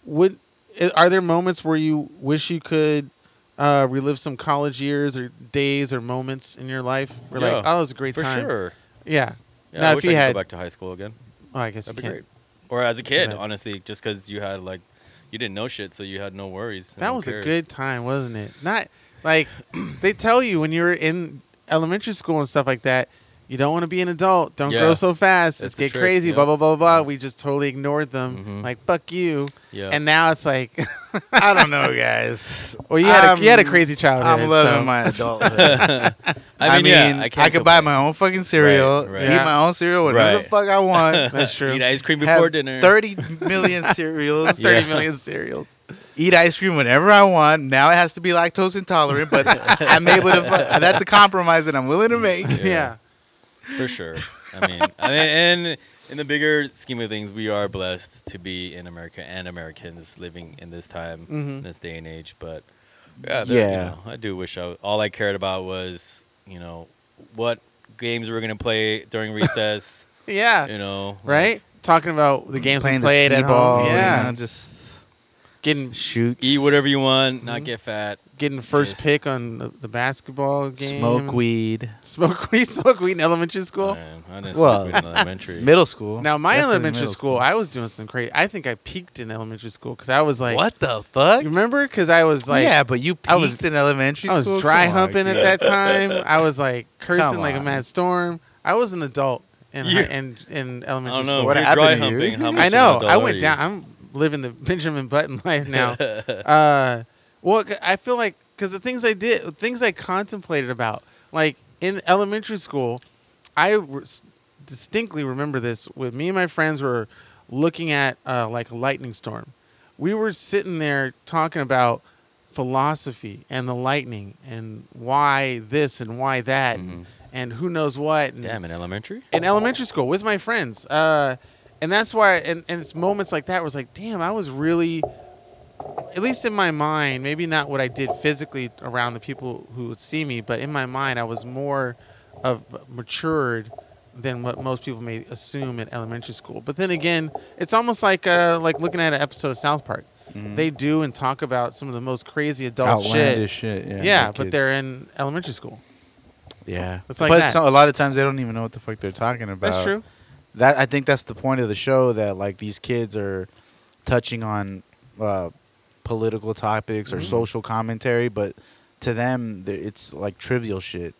would i- are there moments where you wish you could uh, relive some college years or days or moments in your life? Where
Yeah,
like, oh, it was a great
for
time.
sure.
Yeah.
Yeah,
now,
I
if
wish
you
I could
had,
go back to high school again.
oh, I guess you
That'd be
can't.
great. Or as a kid,
Right.
honestly, just because you had like, you didn't know shit, so you had no worries. and
That
no
was a
cares.
good time, wasn't it? Not like they tell you when you were in elementary school and stuff like that, you don't want to be an adult. Don't
Yeah.
grow so fast.
That's
Let's
the
get
trick,
crazy.
yeah.
Blah blah blah blah. blah. We just totally ignored them.
Mhm.
Like fuck you.
Yeah.
And now it's like,
I don't know, guys.
well, you had a, you had a
I'm-
crazy childhood.
I'm loving
so-
my adulthood.
I mean, yeah, I,
I,
can't
could buy
complain.
my own fucking cereal,
Right, right.
eat my own cereal, whatever the
Right.
fuck I want.
That's true.
Eat ice cream
have
before dinner.
Thirty million cereals.
Yeah.
Thirty million cereals.
Eat ice cream whenever I want. Now it has to be lactose intolerant, but I'm able to. fu- That's a compromise that I'm willing to make.
Yeah.
Yeah. for sure. I mean, I mean, and in the bigger scheme of things, we are blessed to be in America and Americans living in this time,
Mhm.
in this day and age. But yeah, there- you
Yeah.
know, I do wish I, all I cared about was you know what games we were gonna play during recess.
Yeah.
you know,
Uh, Right. Talking about the games we played
skee
at home.
you
Yeah.
know, just
Getting
shoot,
like, eat whatever you want, not
Mhm.
get fat.
getting first
Just-
pick on the, the basketball game.
smoke weed.
Smoke weed. Smoke weed in elementary school.
Man, I didn't
Well,
well, in elementary.
Middle school.
Now my
Definitely
elementary
middle
school, I was doing some crazy. I think I peaked in elementary school because I was like,
what the fuck?
You remember? Because I was like,
yeah, but you peaked
I was-
in elementary
I was
school.
dry
Come on,
humping
kid.
at that time. I was like
Come
cursing like a
on.
mad storm. I was an adult in
You-
hi- in, in
I
elementary
don't know.
school.
What
What you're dry
happened to you?
humping. How much
I
of an
know.
adult
I
are
went
you?
down. I'm living the Benjamin Button life now. uh, well, c- I feel like because the things I did, things I contemplated about, like in elementary school, I re- distinctly remember this. With me and my friends were looking at uh, like a lightning storm. We were sitting there talking about philosophy and the lightning and why this and why that and, and who knows what. And
Mm-hmm. Damn, in elementary.
in elementary school with my friends. Uh, and that's why, and, and it's moments like that where it's like, damn, I was really, at least in my mind, maybe not what I did physically around the people who would see me, but in my mind, I was more of matured than what most people may assume in elementary school. But then again, it's almost like uh, like looking at an episode of South Park. They do and talk about some of the most crazy adult
Mm-hmm. Outlandish
shit.
shit. Yeah,
yeah,
like
but
kids.
they're in elementary school.
yeah.
It's like
but
that.
so- a lot of times they don't even know what the fuck they're talking about.
That's true.
That I think that's the point of the show that like these kids are touching on uh, political topics or
Mhm.
social commentary, but to them th- it's like trivial shit.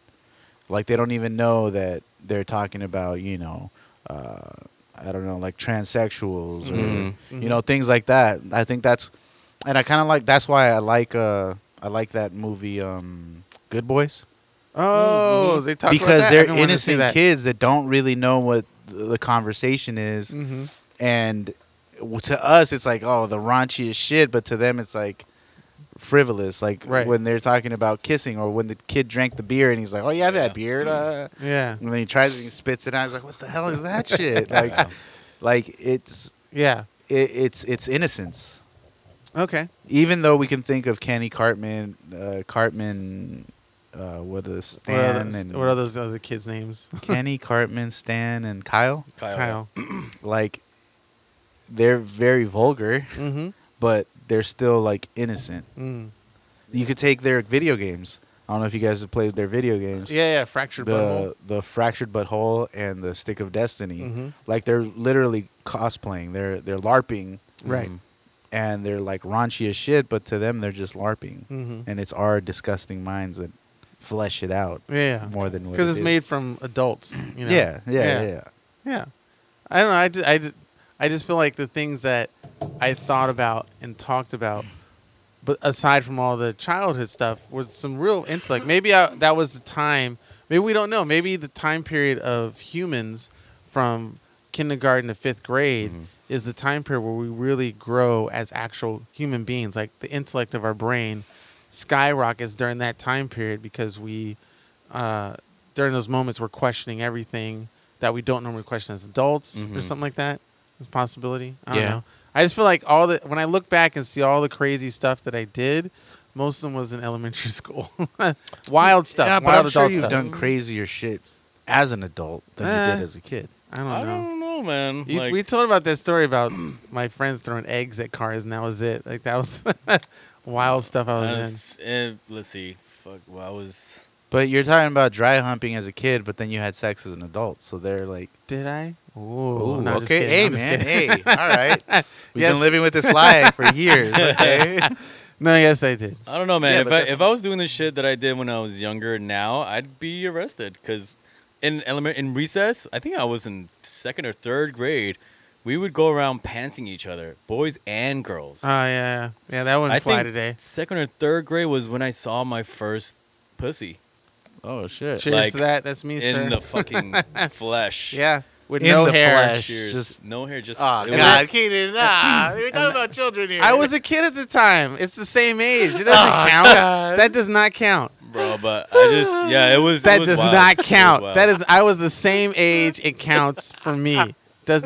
Like they don't even know that they're talking about you know. Uh, I don't know, like transsexuals or
Mm-hmm.
Mhm.
you know things like that. I think that's, and I kind of like that's why I like uh I like that movie um Good Boys
Oh, they talk
because
about that? I
they're
didn't want to see
innocent
that.
kids that don't really know what th- the conversation is,
Mm-hmm.
and w- to us it's like oh the raunchiest shit, but to them it's like frivolous. Like
Right.
when they're talking about kissing or when the kid drank the beer and he's like oh yeah I've
Yeah.
had
Mm-hmm.
beer, uh,
Yeah.
and then he tries it and he spits it out. He's like what the hell is that shit? Like, like it's
Yeah.
it, it's it's innocence.
Okay.
even though we can think of Kenny Cartman, uh, Cartman, uh, what is
What are,
Stan
those,
and
what are those other kids' names?
Kenny Cartman, Stan and Kyle,
Kyle.
Kyle.
like they're very vulgar,
mm-hmm.
but they're still like innocent.
Mm.
You could take their video games. I don't know if you guys have played their video games.
Yeah, yeah. Fractured butthole.
The the fractured butthole and the stick of destiny.
Mhm.
Like they're literally cosplaying. They're they're larping
Right.
and they're like raunchy as shit, but to them they're just larping.
Mm-hmm.
and it's our disgusting minds that flesh it out
Yeah.
more than
Because
it
it's
is.
made from adults. You know?
yeah, yeah, yeah,
Yeah. Yeah. I don't know. I just, I, ju- I just feel like the things that I thought about and talked about, but aside from all the childhood stuff, was some real intellect. Maybe I, that was the time. Maybe we don't know. Maybe the time period of humans from kindergarten to fifth grade is the time period where we really grow as actual human beings. Like the intellect of our brain skyrockets during that time period because we uh, during those moments we're questioning everything that we don't normally question as adults or
Mhm.
something like that. It's a possibility. I don't
Yeah.
know. I just feel like all the when I look back and see all the crazy stuff that I did, most of them was in elementary school. wild stuff.
Yeah, but
wild
I'm sure
adult
you've
stuff.
done crazier shit as an adult than you
Eh.
did as a kid.
I don't know.
I don't know, man.
You,
like,
we told about that story about my friends throwing eggs at cars, and that was it. Like that was wild stuff I was
I
in.
was- eh, let's see. Fuck. Well, I was.
But you're talking about dry humping as a kid, but then you had sex as an adult, so they're like,
Did I? Ooh,
Ooh,
no, I'm just
okay,
kidding.
hey
I'm just
man,
kidding.
hey, all right, we've
Yes.
been living with this lie for years. Okay,
No, yes, I did. Oh,
I don't know,
Yeah,
man.
but
if I
that's-
if I was doing the shit that I did when I was younger, now I'd be arrested because in element in recess, I think I was in second or third grade. We would go around pantsing each other, boys and girls.
Oh yeah, yeah, yeah. That wouldn't
I
fly
think
today.
Second or third grade was when I saw my first pussy
Oh shit.
Cheers
like,
to that. That's me,
in
sir.
the fucking flesh.
yeah, with
In
no
the
hair.
flesh.
Cheers.
Just-
no hair. Just
Oh
it
God,
and that's-
was-
Keenan, nah. ah, We're talking about children here.
I was a kid at the time. It's the same age. It doesn't
Oh,
count.
God.
That does not count.
bro. But I just yeah, it was. it
That
was
does
wild.
not
It was
count.
wild.
That is, I was the same age. It counts for me. Does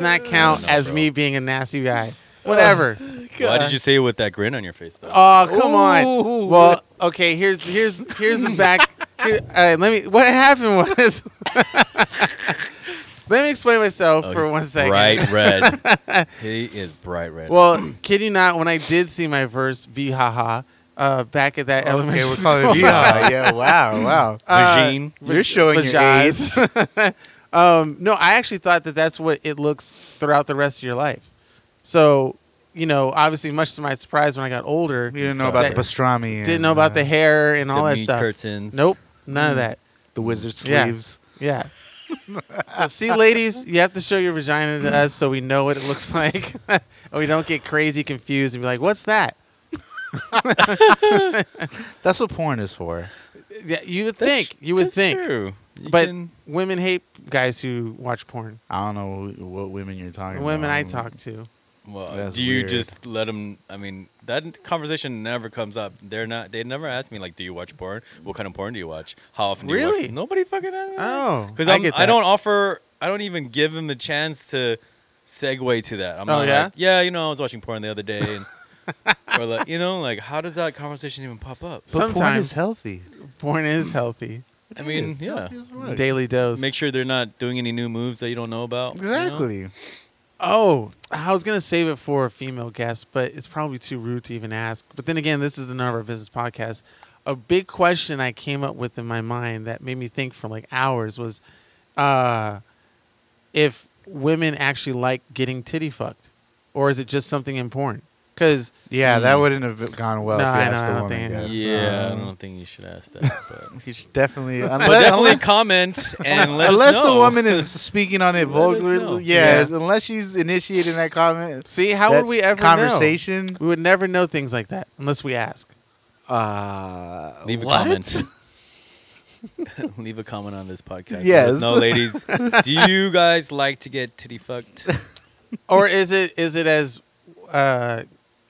not count
know,
as
bro. Oh.
me being a nasty guy. Whatever.
Why did you say it with that grin on your face though?
Oh, come
Ooh.
on. Well, okay. Here's here's here's the back. Here, all right, let me. What happened was. let me explain myself
Oh,
for
he's
one second.
Bright red. he is bright red.
Well, kid you not, when I did see my verse, V haha, uh, back at that elementary
Okay, we're
school.
calling it yeah, yeah, wow, wow.
uh,
Regine.
You're showing your age.
Vajas. um, no, I actually thought that that's what it looks throughout the rest of your life. So, you know, obviously, much to my surprise, when I got older,
You didn't know about
that-
the pastrami. and,
didn't know about the
uh,
hair and all
the
that
meat
stuff.
curtains.
Nope, none of that.
the wizard
Yeah.
Mm, sleeves.
Yeah. so, see, ladies, you have to show your vagina to us so we know what it looks like, and we don't get crazy confused and be like, "What's that?"
That's what porn is for.
Yeah, you would
That's-
think. You would
that's
think.
true. You
But
can-
women hate guys who watch porn.
I don't know wh- what women you're talking
The women
about.
I talk to.
well,
That's
do you
weird.
just let them? I mean, that conversation never comes up. They're not. They never ask me like, "Do you watch porn? What kind of porn do you watch? How often?" do you watch
Really?
it?" Nobody fucking asks. me that.
Oh,
because
I
I'm-
get
I
that.
don't offer. I don't even give him the chance to segue to that. I'm
Oh,
not
yeah?
like, yeah, you know, I was watching porn the other day, and, or like, you know, like, how does that conversation even pop up?
But porn
Sometimes.
is healthy.
Porn is healthy.
I mean,
It's
yeah,
healthy as fuck.
Daily dose.
make sure they're not doing any new moves that you don't know about. you know?
Exactly.
Oh, I was gonna save it for a female guest, but it's probably too rude to even ask. But then again, this is the None of Our Business podcast. A big question I came up with in my mind that made me think for like hours was, uh, if women actually like getting titty fucked, or is it just something in porn? Because
Yeah, that
Mm.
wouldn't have gone well
No,
if you
I
asked
don't- I
a
don't
woman.
think-
I guess.
Yeah, I
Um,
don't think you should ask that. But,
you should definitely.
but
Unless,
definitely
unless,
comment and let us
unless the
know.
woman is speaking on it
Let us know.
vulgarly, yeah,
Yeah.
Unless she's initiating that comment,
see, how
that
would we ever
conversation?
Know? We would never know things like that unless we ask.
Uh,
Leave a
what?
comment. Leave a comment on this podcast.
Yes.
No, ladies. Do you guys like to get titty fucked?
or is it is it as uh,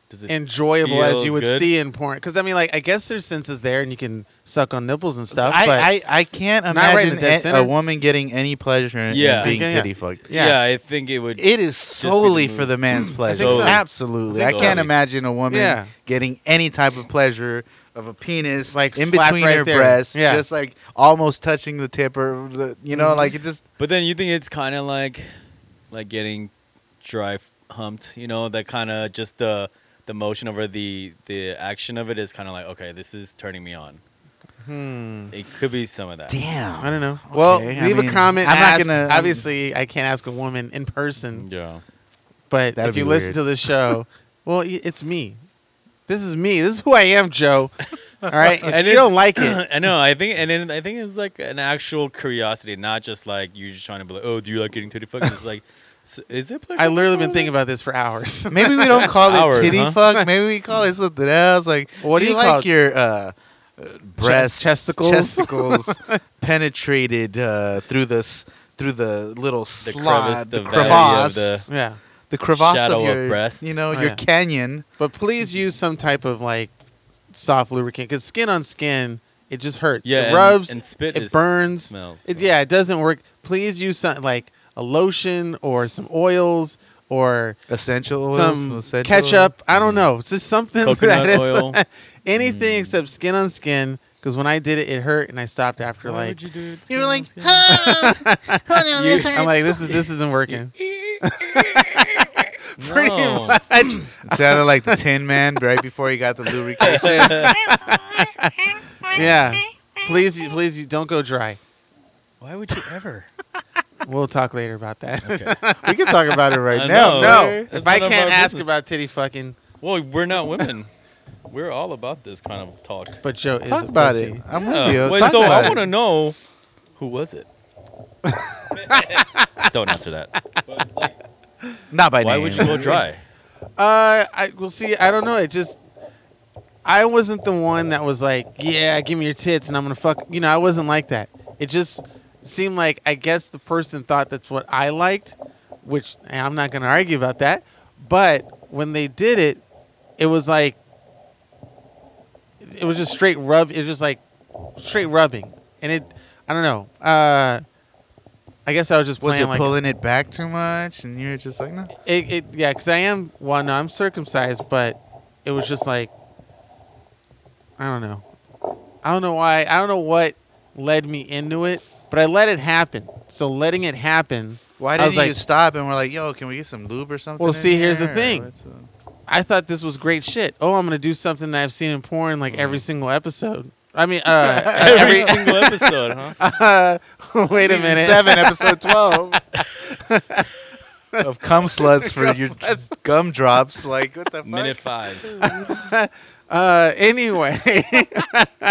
Does it
enjoyable as you
feels
would
good?
see in porn. Because I mean, like, I guess there's senses there, and you can suck on nipples and stuff. but
I, I I can't
Not right in
imagine
the dead
a-
center.
a woman getting any pleasure in, in
Yeah.
being
Yeah, yeah.
titty fucked.
yeah.
yeah. I think it would.
It is
be the
solely for
move.
the man's pleasure.
think so.
Absolutely, I
So-
can't imagine a woman
Yeah.
getting any type of pleasure of a penis
Like
in
slap
between
right
her
there.
breasts,
Yeah. Mm-hmm.
just like almost touching the tip or the, you know, like it just
but then you think it's kind of like, like getting dry f- humped. You know, that kind of just the the motion over the the action of it is kind of like okay, this is turning me on.
hmm,
It could be some of that.
damn.
I don't know. Well,
Okay, I
leave
mean,
a comment.
I'm not
ask-
gonna-
Obviously, I can't ask a woman in person,
Yeah.
but
That'd
if you
be
listen
weird.
to the show, well, y- it's me. This is me. This is who I am, Joe. All right. If
And
you
it-
don't like it,
I know. I think, and then I think it's like an actual curiosity, not just like you just trying to be like, oh, do you like getting titty fucked? It's like, s- is it?
I literally been thinking about this for hours.
Maybe we don't call
Hours,
it titty
huh?
fuck. Maybe we call it something else. Like,
What do you call
like
it?
your uh, uh, breasts,
chesticles?
chesticles penetrated uh, through the s- through the little slot,
crevice,
the,
the valley of
crevasse,
the-
the,
yeah.
crevasse
shadow
of
of
your
breast.
You know,
Oh,
your
yeah.
canyon.
But please use some type of like soft lubricant because skin on skin, it just hurts.
Yeah,
it
and-
rubs,
and spit
it
is-
burns,
smells,
It,
so.
yeah, it doesn't work. Please use some like a lotion or some oils or
Essential oils,
some
essential
ketchup. I don't know. It's just something
Mm. Coconut
that is
oil. Mm.
anything except skin on skin. Because when I did it, it hurt, and I stopped after
Why
like
would you do it?
You were like,
Skin on skin?
"Ah, hold on,
You-
this hurts.
I'm like this is this isn't working. pretty
No.
It sounded like the Tin Man right before he got the lubrication.
Yeah, please you- please you don't go dry.
Why would you ever?
We'll talk later about that.
Okay.
we can talk about it right
I
now.
know.
no,
That's
if I
none of
can't
our
ask
business.
about titty fucking,
Well, we're not women. We're all about this kind of talk.
but Joe is
Talk
a
about
pussy.
it. I'm
Yeah.
with you.
Wait,
Talk
so
about
I
it.
want to know who was it? Don't answer that. But, like,
Not by
why
name.
would you go dry?
Uh, I well, see, I don't know. It just, I wasn't the one that was like, yeah, give me your tits and I'm gonna fuck. You know, I wasn't like that. It just seemed like I guess the person thought that's what I liked, which and I'm not gonna argue about that. But when they did it, it was like, it was just straight rub. It was just like straight rubbing, and it, I don't know. Uh, I guess I was just
Was
playing
it
like
pulling it back too much, and you're just like, no?
it, it yeah, because I am well, no, I'm circumcised, but it was just like I don't know, I don't know why, I don't know what led me into it, but I let it happen. So letting it happen,
Why
I
didn't
was like-
you stop and we're like, yo, can we get some lube or something?
Well,
in
see, here's the
here?" Or
thing.
what's up?
I thought this was great shit. Oh, I'm gonna do something that I've seen in porn like every single episode. I mean, uh,
Every
every.
single episode, huh?
Uh, wait a
Season
minute.
Seven, episode twelve. of cum sluts for your gumdrops. Like what the fuck?
Minute five.
Uh, anyway,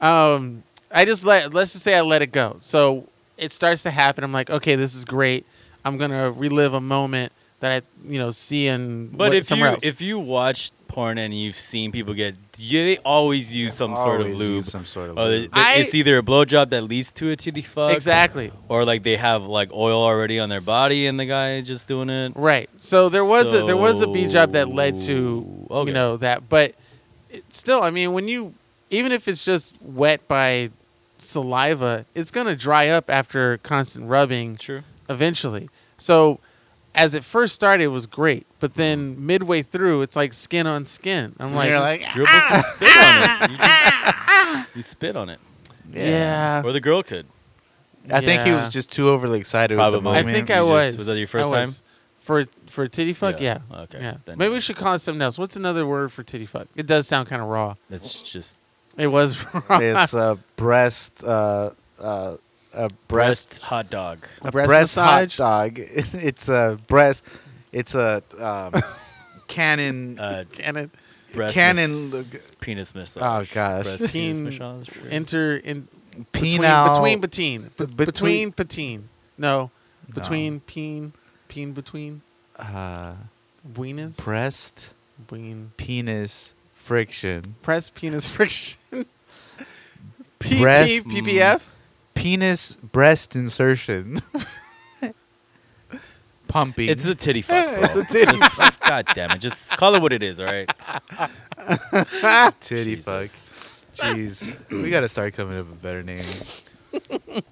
um, I just let let's just say I let it go. So it starts to happen. I'm like, okay, this is great. I'm gonna relive a moment that I, you know, see in
But
what-
if you
somewhere else.
if you watch porn and you've seen people get, yeah, they always use some sort of
Always
lube.
use Some sort of
Or they-
lube.
they-
I-
it's either a blowjob that leads to a titty fuck,
exactly
or like they have like oil already on their body and the guy is just doing it.
right. So there was a, there was a B job that led to
So, okay.
you know that, but it, still, I mean, when you even if it's just wet by saliva, it's gonna dry up after constant rubbing.
True.
eventually. So as it first started, it was great, but then midway through, it's like skin on skin. I'm
So
like,
you're like,
Dribble some
Ah,
spit on it. You, just- you spit on it,
yeah.
or the girl could.
I think he
yeah.
was just too overly excited with the
Probably.
I
moment.
think
He
I
just-
was.
was that your
I
first
was. For for titty fuck, yeah.
Yeah. Okay.
Yeah.
Then-
Maybe we should call it something else. What's another word for titty fuck? It does sound kind of raw.
That's just
It was raw.
It's a breast, uh, uh, a breast,
breast hot dog.
A
a
breast
breast,
massage?
hot dog. It's a breast. It's a um, cannon.
Uh,
and it
breast
Cannon
mas-
look-
penis massage.
Oh, gosh.
Breast penis
Teen-
massage. sure.
enter in
penile-
between between between
between-
between between no
No.
between peen peen between
uh,
weenus
breast
ween
penis friction.
press penis friction. P-
Breast-
P- PPF?
Mm. Penis breast insertion. Pumping.
It's a titty fuck, bro.
It's a titty
Just- God damn it. Just call it what it is, all right?
titty fuck. Jeez, we gotta start coming up with better names.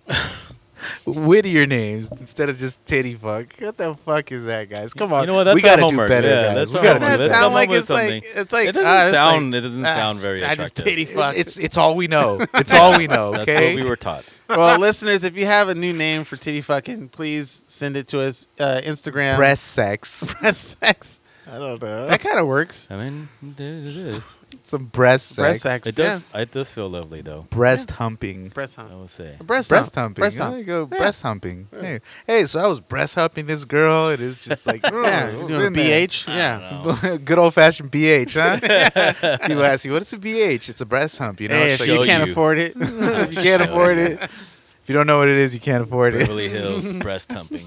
Wittier names instead of just titty fuck. What the fuck is that, guys? Come on,
You know what? That's
we gotta
our homework.
do better,
yeah,
guys.
that's
we
our
gotta
homework.
do
That
Let's
better.
sound
come up
like
with
it's like-
something.
it's like,
it doesn't
ah, it's
sound. it doesn't
ah,
sound very
I
attractive.
just titty fucked.
It's it's all we know. It's all we know.
That's
okay,
what we were taught.
well, listeners, if you have a new name for titty fucking, please send it to us. Uh, Instagram.
breast sex.
Breast sex.
I don't know.
That kind of works.
I mean, it it is.
Some breast sex.
Breast sex.
It does. It does feel lovely, though.
Breast humping.
Breast
I
hump.
will say.
Breast,
Oh. Breast
hump.
humping.
Breast
There
hump.
you go.
Yeah.
Breast humping. Hey. hey, so I was breast humping this girl, and it was just like,
Yeah,
it
you're
was
doing a
Oh, in there.
BH. Yeah.
Oh.
Good old fashioned BH, huh? People ask you, what is a BH? It's a breast hump, you know?
hey,
It's
if
like,
show
you can't
you.
afford it,
if you can't afford it. If you don't know what it is, you can't afford it.
Beverly Hills breast humping.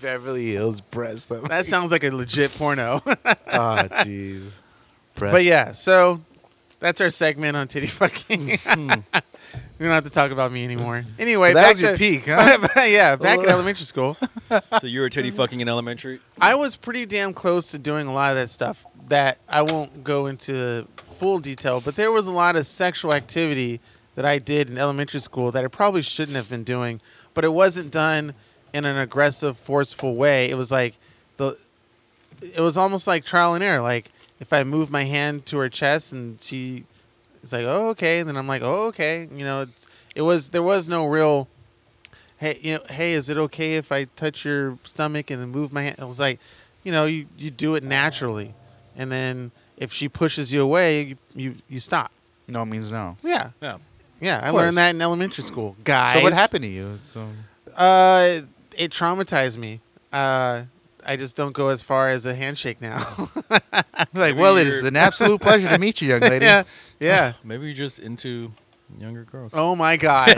Beverly Hills breast hump.
that sounds like a legit porno.
oh, jeez.
but yeah, so that's our segment on titty fucking. we don't have to talk about me anymore. Anyway,
So
back
that was your
to-
peak, huh?
yeah, back in elementary school.
so you were titty fucking in elementary?
I was pretty damn close to doing a lot of that stuff that I won't go into full detail, but there was a lot of sexual activity that I did in elementary school that I probably shouldn't have been doing, but it wasn't done in an aggressive, forceful way. It was like the it was almost like trial and error. Like if I move my hand to her chest and she it's like, "Oh, okay." And then I'm like, "Oh, okay." You know, it, it was there was no real hey, you know, hey, is it okay if I touch your stomach and then move my hand? I was like, you know, you, you do it naturally, and then if she pushes you away, you you, you stop.
No means no.
Yeah,
Yeah.
yeah. I
course.
learned that in elementary school, guys.
So what happened to you? So
Uh, it traumatized me. Uh, I just don't go as far as a handshake now.
like,
Maybe
well, it
you're-
is an absolute pleasure to meet you, young lady.
yeah, yeah.
Maybe you're just into younger girls.
Oh my god.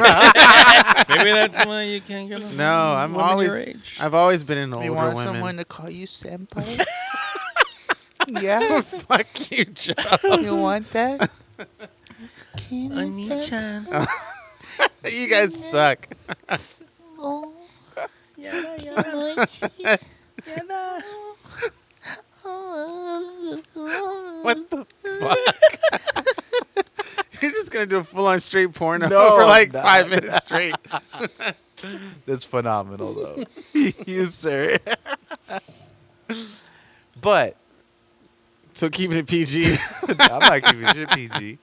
Maybe that's why you can't get a
no, I'm
woman
always
your age.
I've always been into older
you want
women.
someone to call you senpai? yeah,
Fuck you, Joe.
you want that? Can I senpai?
uh, you guys suck.
Oh. Mochi. Oh.
What the fuck? You're just gonna do a full on straight porno
No,
for like
I'm not.
five minutes straight.
That's phenomenal, though. you sir. but
So keeping it PG.
I'm not keeping shit PG.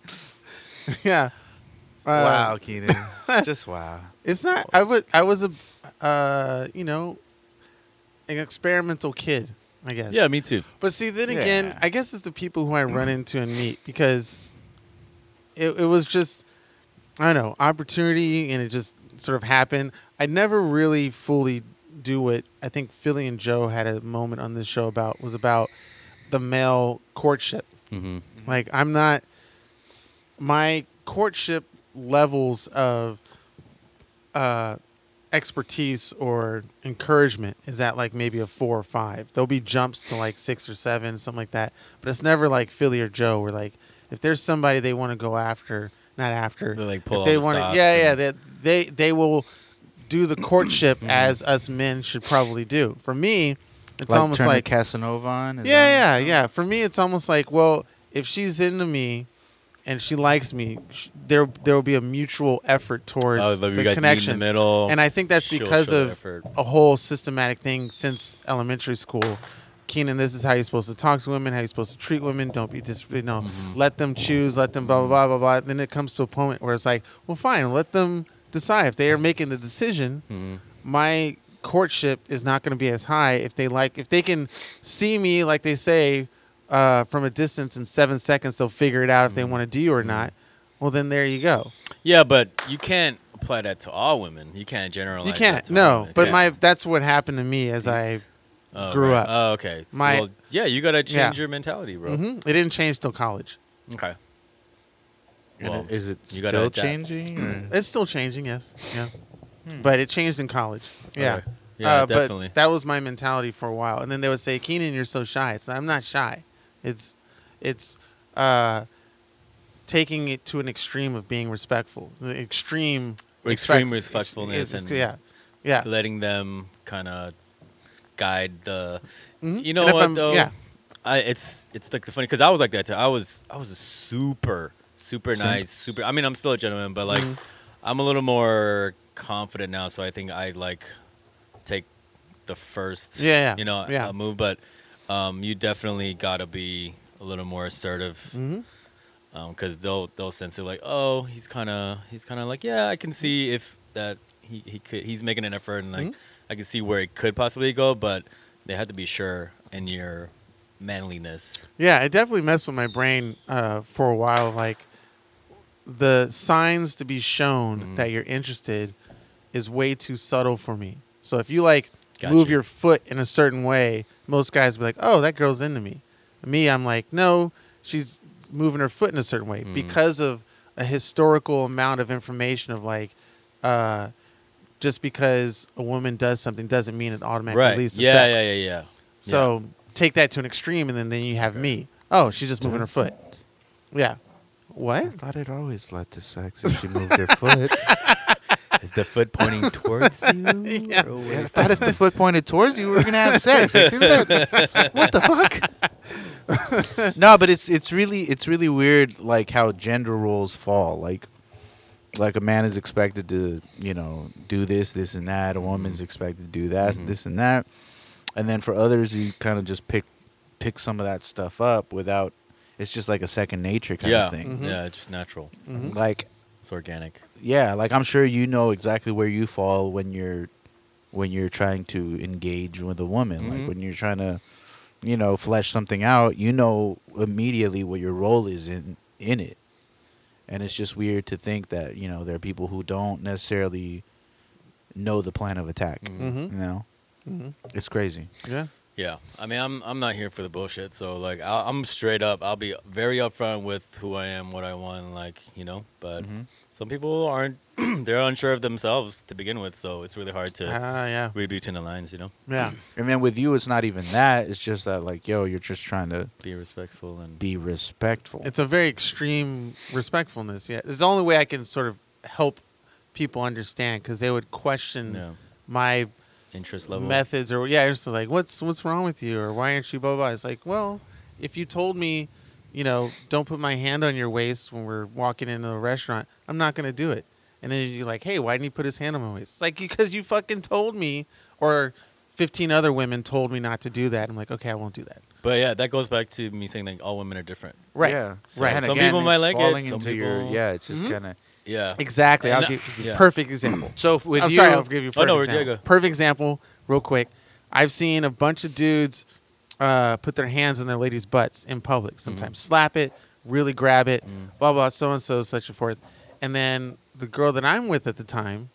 yeah. Uh,
wow, Keenan. Just wow.
It's not. I was. I was a, uh, you know, an experimental kid. I guess.
Yeah, me too.
But see, then again,
Yeah.
I guess it's the people who I run into and meet because it, it was just, I don't know, opportunity and it just sort of happened. I never really fully do what I think Philly and Joe had a moment on this show about was about the male courtship.
Mm-hmm.
Like, I'm not, my courtship levels of uh, expertise or encouragement is at like maybe a four or five. There'll be jumps to like six or seven, something like that. But it's never like Philly or Joe where like if there's somebody they want to go after, not after.
They, like, pull
if
all
they
the
wanna-
stops
yeah, yeah.
and-
They, they they will do the courtship as us men should probably do. For me, it's
like
almost
turn the
like
Casanova on. Is that-
yeah, yeah,
um,
yeah. For me, it's almost like, well, if she's into me and she likes me, sh- there there will be a mutual effort towards
Oh,
the
you guys meet in
connection.
the middle.
and I think that's
She'll
because
show
of
effort.
a whole systematic thing since elementary school. Keenan, this is how you're supposed to talk to women, how you're supposed to treat women. Don't be dis, you know,
Mm-hmm.
let them choose, let them blah blah blah blah blah. Then it comes to a point where it's like, well, fine, let them decide if they are making the decision
Mhm.
my courtship is not going to be as high if they like if they can see me like they say uh, from a distance in seven seconds they'll figure it out if they
Mm.
want to do you or not well then there you go
Yeah, but you can't apply that to all women. You can't generalize.
you
that
can't
to all
no
women.
but my
Yes.
that's what happened to me as i
Oh,
grew
right.
up.
Oh, okay.
My-
well, yeah, you gotta change
Yeah. Mm-hmm.
your mentality, bro.
Mhm. it didn't change till college
Okay.
And
Well,
is it
you gotta
still
adapt.
changing? or-
it's still changing yes yeah but it changed in college yeah
Hmm. Okay. Yeah,
Uh,
definitely.
But that was my mentality for a while, and then they would say, "Keenan, you're so shy." It's I'm not shy. It's it's uh, taking it to an extreme of being respectful. The extreme
Extreme
respect-
respectfulness
it's- it's-
and-
yeah, yeah.
Letting them kind of guide the.
Mhm.
You know
And if
what
I'm-
though?
Yeah,
I it's it's like the funny because I was like that too. I was I was a super super nice super. I mean I'm still a gentleman, but like
Mhm.
I'm a little more confident now. So I think I like take the first
Yeah, yeah,
you know
yeah.
uh, move. But um, you definitely gotta be a little more assertive
hmm
because they'll they'll sense it like oh he's kind of he's kind of like yeah I can see if that he he could he's making an effort and like
Mhm.
I can see where it could possibly go, but they have to be sure in your manliness.
yeah. It definitely messed with my brain uh, for a while. Like the signs to be shown
Mhm.
that you're interested is way too subtle for me. So if you like move
Gotcha.
your foot in a certain way, most guys be like, "Oh, that girl's into me." Me, I'm like, "No, she's moving her foot in a certain way
Mhm.
because of a historical amount of information of like uh just because a woman does something doesn't mean it automatically leads to
yeah,
sex.
yeah, yeah, yeah.
So take that to an extreme, and then, then you have me. Oh, she's just moving her foot. Yeah. What?
thought it always led to sex if she moved her foot.
Is the foot pointing towards you?
Yeah.
or
I
away?
thought if the foot pointed towards you, we were gonna have sex. Like, isn't that- what the fuck? no, but it's it's really it's really weird, like how gender roles fall. Like, like a man is expected to you know do this, this, and that. A woman's expected to do that, this, and that. And then for others, you kind of just pick pick some of that stuff up without. It's just like a second nature kind
yeah,
of thing.
Mhm.
yeah, it's just natural.
Mhm.
Like
It's organic.
yeah like i'm sure you know exactly where you fall when you're when you're trying to engage with a woman
Mhm.
like when you're trying to you know flesh something out you know immediately what your role is in in it and it's just weird to think that you know there are people who don't necessarily know the plan of attack
Mhm.
Mm-hmm.
you know
Mm-hmm.
it's crazy
Yeah.
Yeah, I mean, I'm I'm not here for the bullshit. So like, i I'm straight up. I'll be very upfront with who I am, what I want, like you know. But
Mm-hmm.
some people aren't. they're unsure of themselves to begin with, so it's really hard
Uh-huh.
to
Ah, yeah,
read between the lines. You know,
yeah.
And then with you, it's not even that. It's just that, like, yo, you're just trying to
be respectful and
be respectful.
It's a very extreme respectfulness. Yeah, it's the only way I can sort of help people understand because they would question
yeah,
my
interest level.
methods or yeah, it's like what's what's wrong with you or why aren't you blah blah. It's like well, if you told me, you know, don't put my hand on your waist when we're walking into a restaurant, I'm not gonna do it. And then you're like, hey, why didn't he put his hand on my waist? It's like because you fucking told me or. 15 other women told me not to do that. I'm like, okay, I won't do that.
But yeah, that goes back to me saying like all women are different.
Right.
Yeah.
So
And
some
again,
people might
it's
like it,
falling
some
into your-
people- Mm-hmm.
yeah, it's just
Mhm.
kind of.
Yeah,
Exactly. I'll
And
give
that-
you
yeah.
perfect example.
So if, with
I'm
you,
sorry, I'll give you
Oh,
a perfect
no, we're-
example.
yeah, go.
Perfect example, real quick. I've seen a bunch of dudes uh, put their hands on their ladies' butts in
Mm-hmm.
public. Sometimes slap it, really grab it,
Mm.
blah blah, so and so, such and forth. And then the girl that I'm with at the time,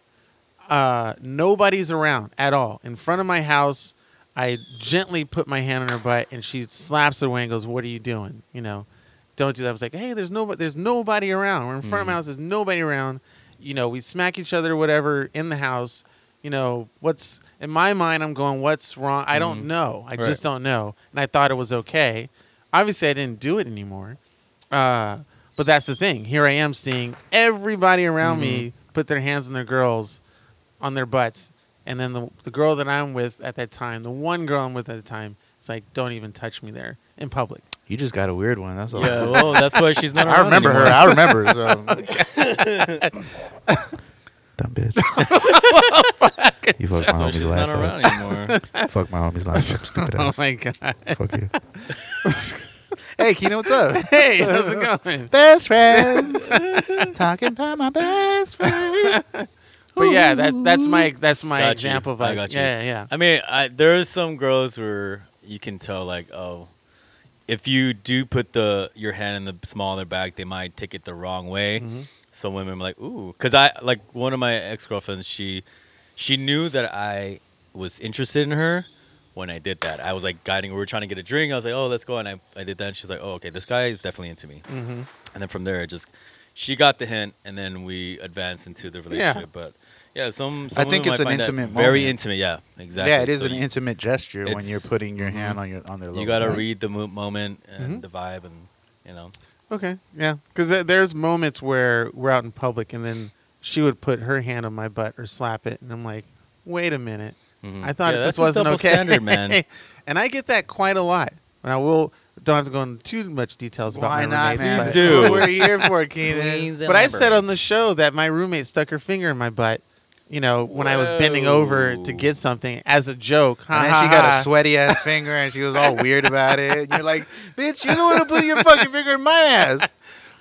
uh, nobody's around at all. In front of my house, I gently put my hand on her butt, and she slaps it away and goes, "What are you doing? You know, don't do that." I was like, "Hey, there's nobody. There's nobody around. We're in front of my house. There's nobody around. You know, we smack each other, whatever, in the house. You know, what's in my mind? I'm going, what's wrong? I don't know. I
Right.
just don't know. And I thought it was okay. Obviously, I didn't do it anymore. Uh, but that's the thing. Here I am seeing everybody around me put their hands on their girls, on their butts, and then the the girl that I'm with at that time, the one girl I'm with at the time, it's like, don't even touch me there in public.
you just got a weird one. That's all.
yeah. Well, that's why she's not.
I
around
remember her.
anymore.
I remember. So. Dumb bitch. you fucked my
So she's not around Oh anymore.
Fuck my homie's life up, stupid ass.
Oh my god!
Fuck you.
Hey, Keenan, what's up?
Hey, how's it going?
Best friends. Talking about my best friend.
But yeah, that that's my that's my
Got you.
example of
I
like,
got you.
yeah, yeah.
I mean, I, there are some girls where you can tell, like, oh, if you do put the your hand in the small of their back, they might take it the wrong way. Some women are like, ooh, because I like one of my ex girlfriends. She she knew that I was interested in her when I did that. I was like guiding. We were trying to get a drink. I was like, oh, let's go, and I I did that. And she's like, oh, okay, this guy is definitely into me.
Mhm.
And then from there, it just she got the hint, and then we advanced into the relationship. But yeah, some, some
I think
women might
it's an
find that
intimate
very
moment.
intimate. Yeah, exactly.
Yeah, it is
So
an
you-
intimate gesture when you're
it's- Mm-hmm.
putting your hand on your on their.
You
lower
gotta
back.
read the mo- moment and
Mm-hmm.
Mhm.
the vibe, and you know.
Okay, yeah, because th- there's moments where we're out in public, and then she would put her hand on my butt or slap it, and I'm like, wait a minute,
Mm-hmm.
Mhm.
I thought
Yeah,
this
that's a
wasn't
double
okay.
standard, man.
and I get that quite a lot. And I will don't have to go into too much details about
Why
my
not,
roommates,
man?
but-
Please do.
That's what We're here for Keenan.
But I said on the show that my roommate stuck her finger in my butt, you know, when I was bending over to
Whoa.
get something as a joke. Ha,
And then
ha,
she got
ha.
a sweaty ass finger, and she was all weird about it. And you're like, "Bitch, you're the one who put your fucking finger in my ass."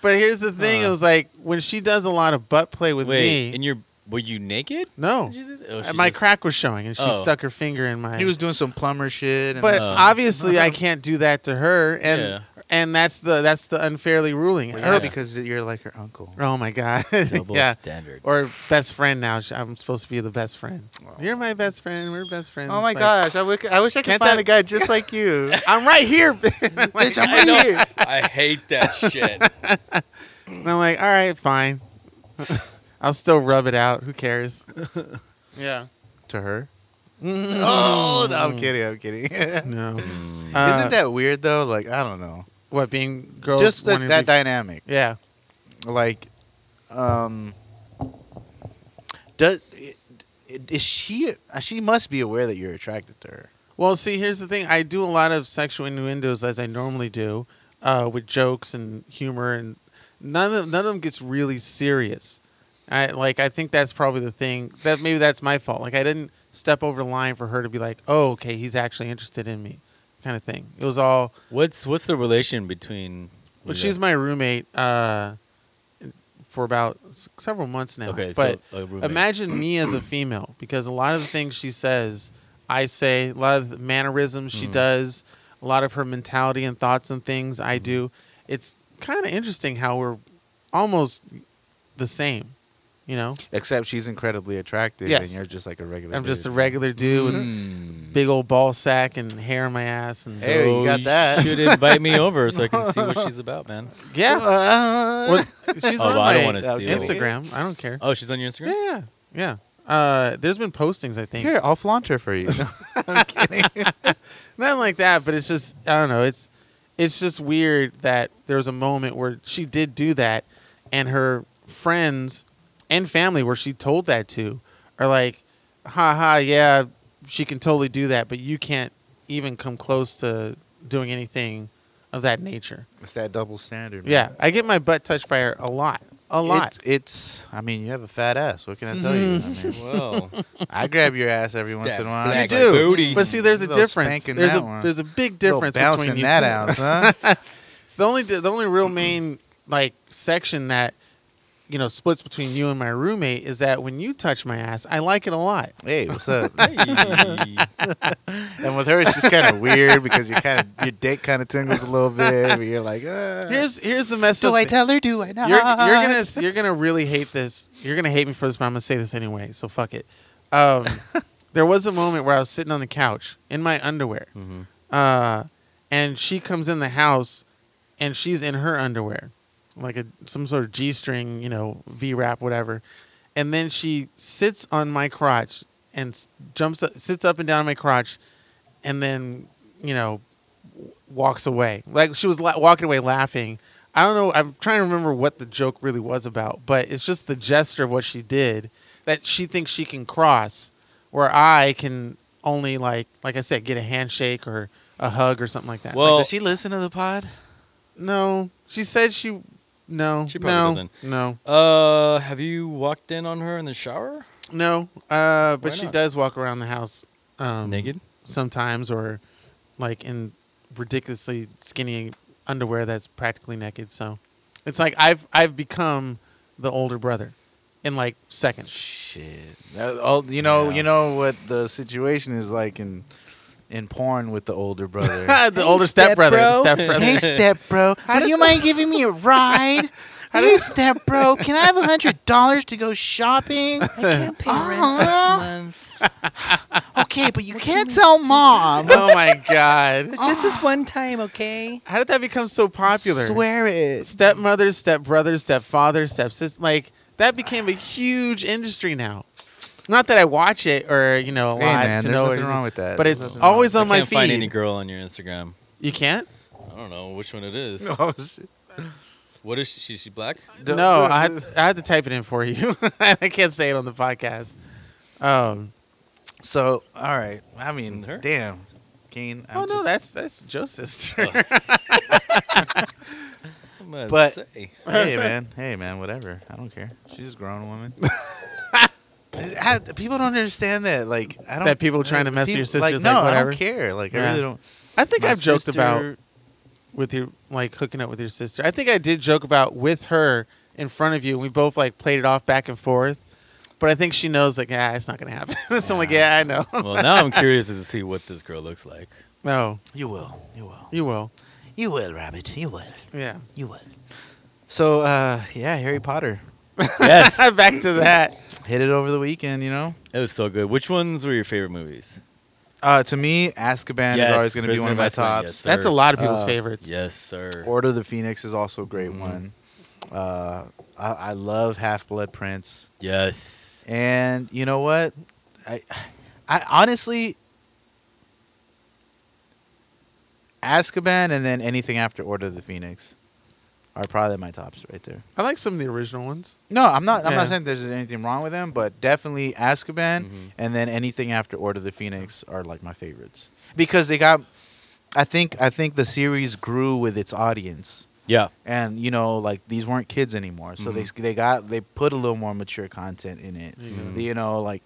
But here's the thing: it was like when she does a lot of butt play with
wait,
me.
and you're were you naked?
no,
Did you do that? Oh,
And
she
my
just-
crack was showing, and she
Oh.
stuck her finger in my.
He was doing some plumber shit. And
but
Uh.
obviously, I can't do that to her, and
Yeah.
and that's the that's the unfairly ruling.
Well,
Her-
yeah,
Yeah.
because you're like her uncle.
Oh my god,
double
yeah.
standards.
Or best friend now. She- I'm supposed to be the best friend. You're my best friend. We're best friends.
Oh my
Like,
gosh, I, wish I wish I could
Can't
find
that-
a guy just like you.
I'm right here. bitch. Like,
Bitch, I'm
I
right
know.
here.
I hate that shit.
and I'm like, all right, fine. I'll still rub it out. Who cares? yeah.
To her. oh, no, I'm kidding. Uh, I'm kidding.
No. Uh,
Isn't that weird though? Like I don't know.
what being girls?
Just that,
wanting to
that
be-
dynamic.
yeah.
Like, um, does i- i- is she? She must be aware that you're attracted to her.
Well, see, here's the thing. I do a lot of sexual innuendos as I normally do, uh, with jokes and humor, and none of none of them gets really serious. I like. I think that's probably the thing that maybe that's my fault. Like I didn't step over the line for her to be like, "Oh, okay, he's actually interested in me," kind of thing. It was all.
What's what's the relation between?
Well,
you
she's
guys?
my roommate uh, for about s- several months now.
okay.
but
so a roommate.
Imagine me as a female because a lot of the things she says, I say, a lot of the mannerisms
Mm.
she does, a lot of her mentality and thoughts and things I
Mm-hmm.
do. It's kind of interesting how we're almost the same. You know,
Except she's incredibly attractive,
Yes.
and you're just like a regular.
I'm just a
dude.
regular dude
Mm-hmm. Hmm.
with big old ball sack and hair in my ass. And
Hey, you got that.
should invite me over so I can see what she's about, man.
yeah,
Uh,
Well, she's
Oh,
on
I don't
my
want to steal.
Instagram. I don't care.
Oh, she's on your Instagram.
Yeah, yeah. Uh, there's been postings. I think
Here, I'll flaunt her for you.
nothing like that, but it's just I don't know. It's it's just weird that there was a moment where she did do that, and her friends and family where she told that to are like, "Ha ha, yeah, she can totally do that, but you can't even come close to doing anything of that nature."
it's that double standard. man.
Yeah, I get my butt touched by her a lot, a lot. Mm-hmm.
It's, it's. I mean, you have a fat ass. What can I tell you? I mean,
Well,
I grab your ass every once in a while.
You
Like,
do,
booty.
but see, there's a
Little
difference.
spanking
There's
that
a
one.
there's a big
little
different
bouncing
between you
that
two.
ass, huh?
the only the only real
Mm-hmm.
main like section that you know splits between you and my roommate is that when you touch my ass, I like it a lot.
hey, what's up?
Hey.
And with her, it's just kind of weird because you kind of your dick kind of tingles a little bit, but you're like, ah.
Here's here's the mess.
Uh, Do
up
I
thing.
tell her? Do I not?
You're, you're gonna you're gonna really hate this. You're gonna hate me for this, but I'm gonna say this anyway. So fuck it. Um, there was a moment where I was sitting on the couch in my underwear,
Mm-hmm.
uh, and she comes in the house, and she's in her underwear, like a some sort of g-string, you know, v-wrap, whatever. And then she sits on my crotch and s- jumps, up, sits up and down on my crotch, and then you know walks away. Like she was la- walking away laughing. I don't know. I'm trying to remember what the joke really was about, but it's just the gesture of what she did that she thinks she can cross, where I can only like, like I said, get a handshake or a hug or something like that.
Well,
Does she listen to the pod?
Like, no, she said she, no,
She probably
no,
doesn't.
no,
uh, have you walked in on her in the shower?
no. Uh, but
Why
she
not?
does walk around the house um,
Naked?
sometimes, or like in ridiculously skinny underwear that's practically naked. So it's like I've I've become the older brother in like seconds.
Shit. That- all- you know,
Yeah.
you know what the situation is like in in porn with the older brother.
Ah, the older stepbrother, the
stepbro.
stepbrother.
Hey, step bro, would you mind giving me a ride? Hey, step bro, can I have a hundred dollars to go shopping? I can't pay okay, but you can't tell mom.
oh my god!
Just this one time, okay?
How did that become so popular?
Swear it.
Stepmother, stepbrother, stepfather, stepsister. Like that became a huge industry now. Not that I watch it or you know a lot
Hey man,
to
there's
know
nothing
it is-
wrong with that.
but
There's
it's
nothing wrong
always on
I
my
can't find any
feed.
girl on your Instagram.
You can't?
I don't know which one it is.
with- Oh, shit.
What is she? She, she black?
No, I had, I had to type it in for you. I can't say it on the podcast. Um,
So, all right. I mean,
Her?
damn, Kane. I'm
oh no,
just-
that's that's Joe's sister.
What am I
But-
say?
hey man, hey man, whatever. I don't care. She's a grown woman. I, people don't understand that. Like, I don't.
That people trying to mess with your
people-
sisters,
no,
like, whatever.
I don't care. Like,
Yeah.
I really don't.
I think
My
I've joked about
sister-
with your like hooking up with your sister. I think I did joke about with her in front of you. We both like played it off back and forth, but I think she knows like ah, it's not gonna happen. so I'm like, yeah, I know.
Well, now I'm curious to see what this girl looks like.
no,
You will. You will.
you will.
You will, Rabbit. You will.
Yeah.
You will.
So, uh, yeah, Harry Potter
Yes, it
back to that.
hit it over the weekend. You know,
was so good. Which ones were your favorite movies?
uh, to me, Azkaban
Yes,
is always going to be
Prisoner
one
of
of my
Azkaban,
tops.
yes.
That's a lot of people's
Uh,
favorites.
Yes, sir.
Order of the Phoenix is also a great
Mm-hmm.
one. Uh, I, I love Half Blood Prince,
yes.
and you know what? I, I honestly, Azkaban, and then anything after Order of the Phoenix, are probably my tops right there.
I like some of the original ones.
No, I'm not. I'm
Yeah. Mm-hmm.
not saying there's anything wrong with them, but definitely Azkaban
Mhm.
and then anything after Order of the Phoenix are like my favorites because they got. I think I think the series grew with its audience,
Yeah.
and you know, like these weren't kids anymore, so
Mm-hmm.
they they got they put a little more mature content in it. You know, like,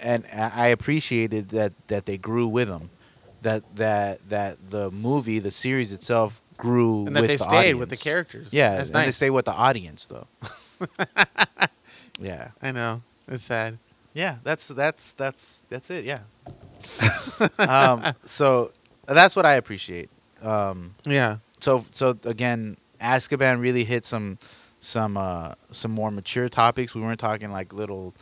and I I appreciated that that they grew with them, that that that the movie, the series itself grew
And that
with
they
the
stayed with the
audience.
characters.
Yeah,
That's
and they
nice.
stay with the audience though. yeah,
I know. It's sad.
yeah. That's that's that's that's it. Yeah. um, so that's what I appreciate. Um,
Yeah.
so so again, Azkaban really hit some some uh some more mature topics. We weren't talking like little.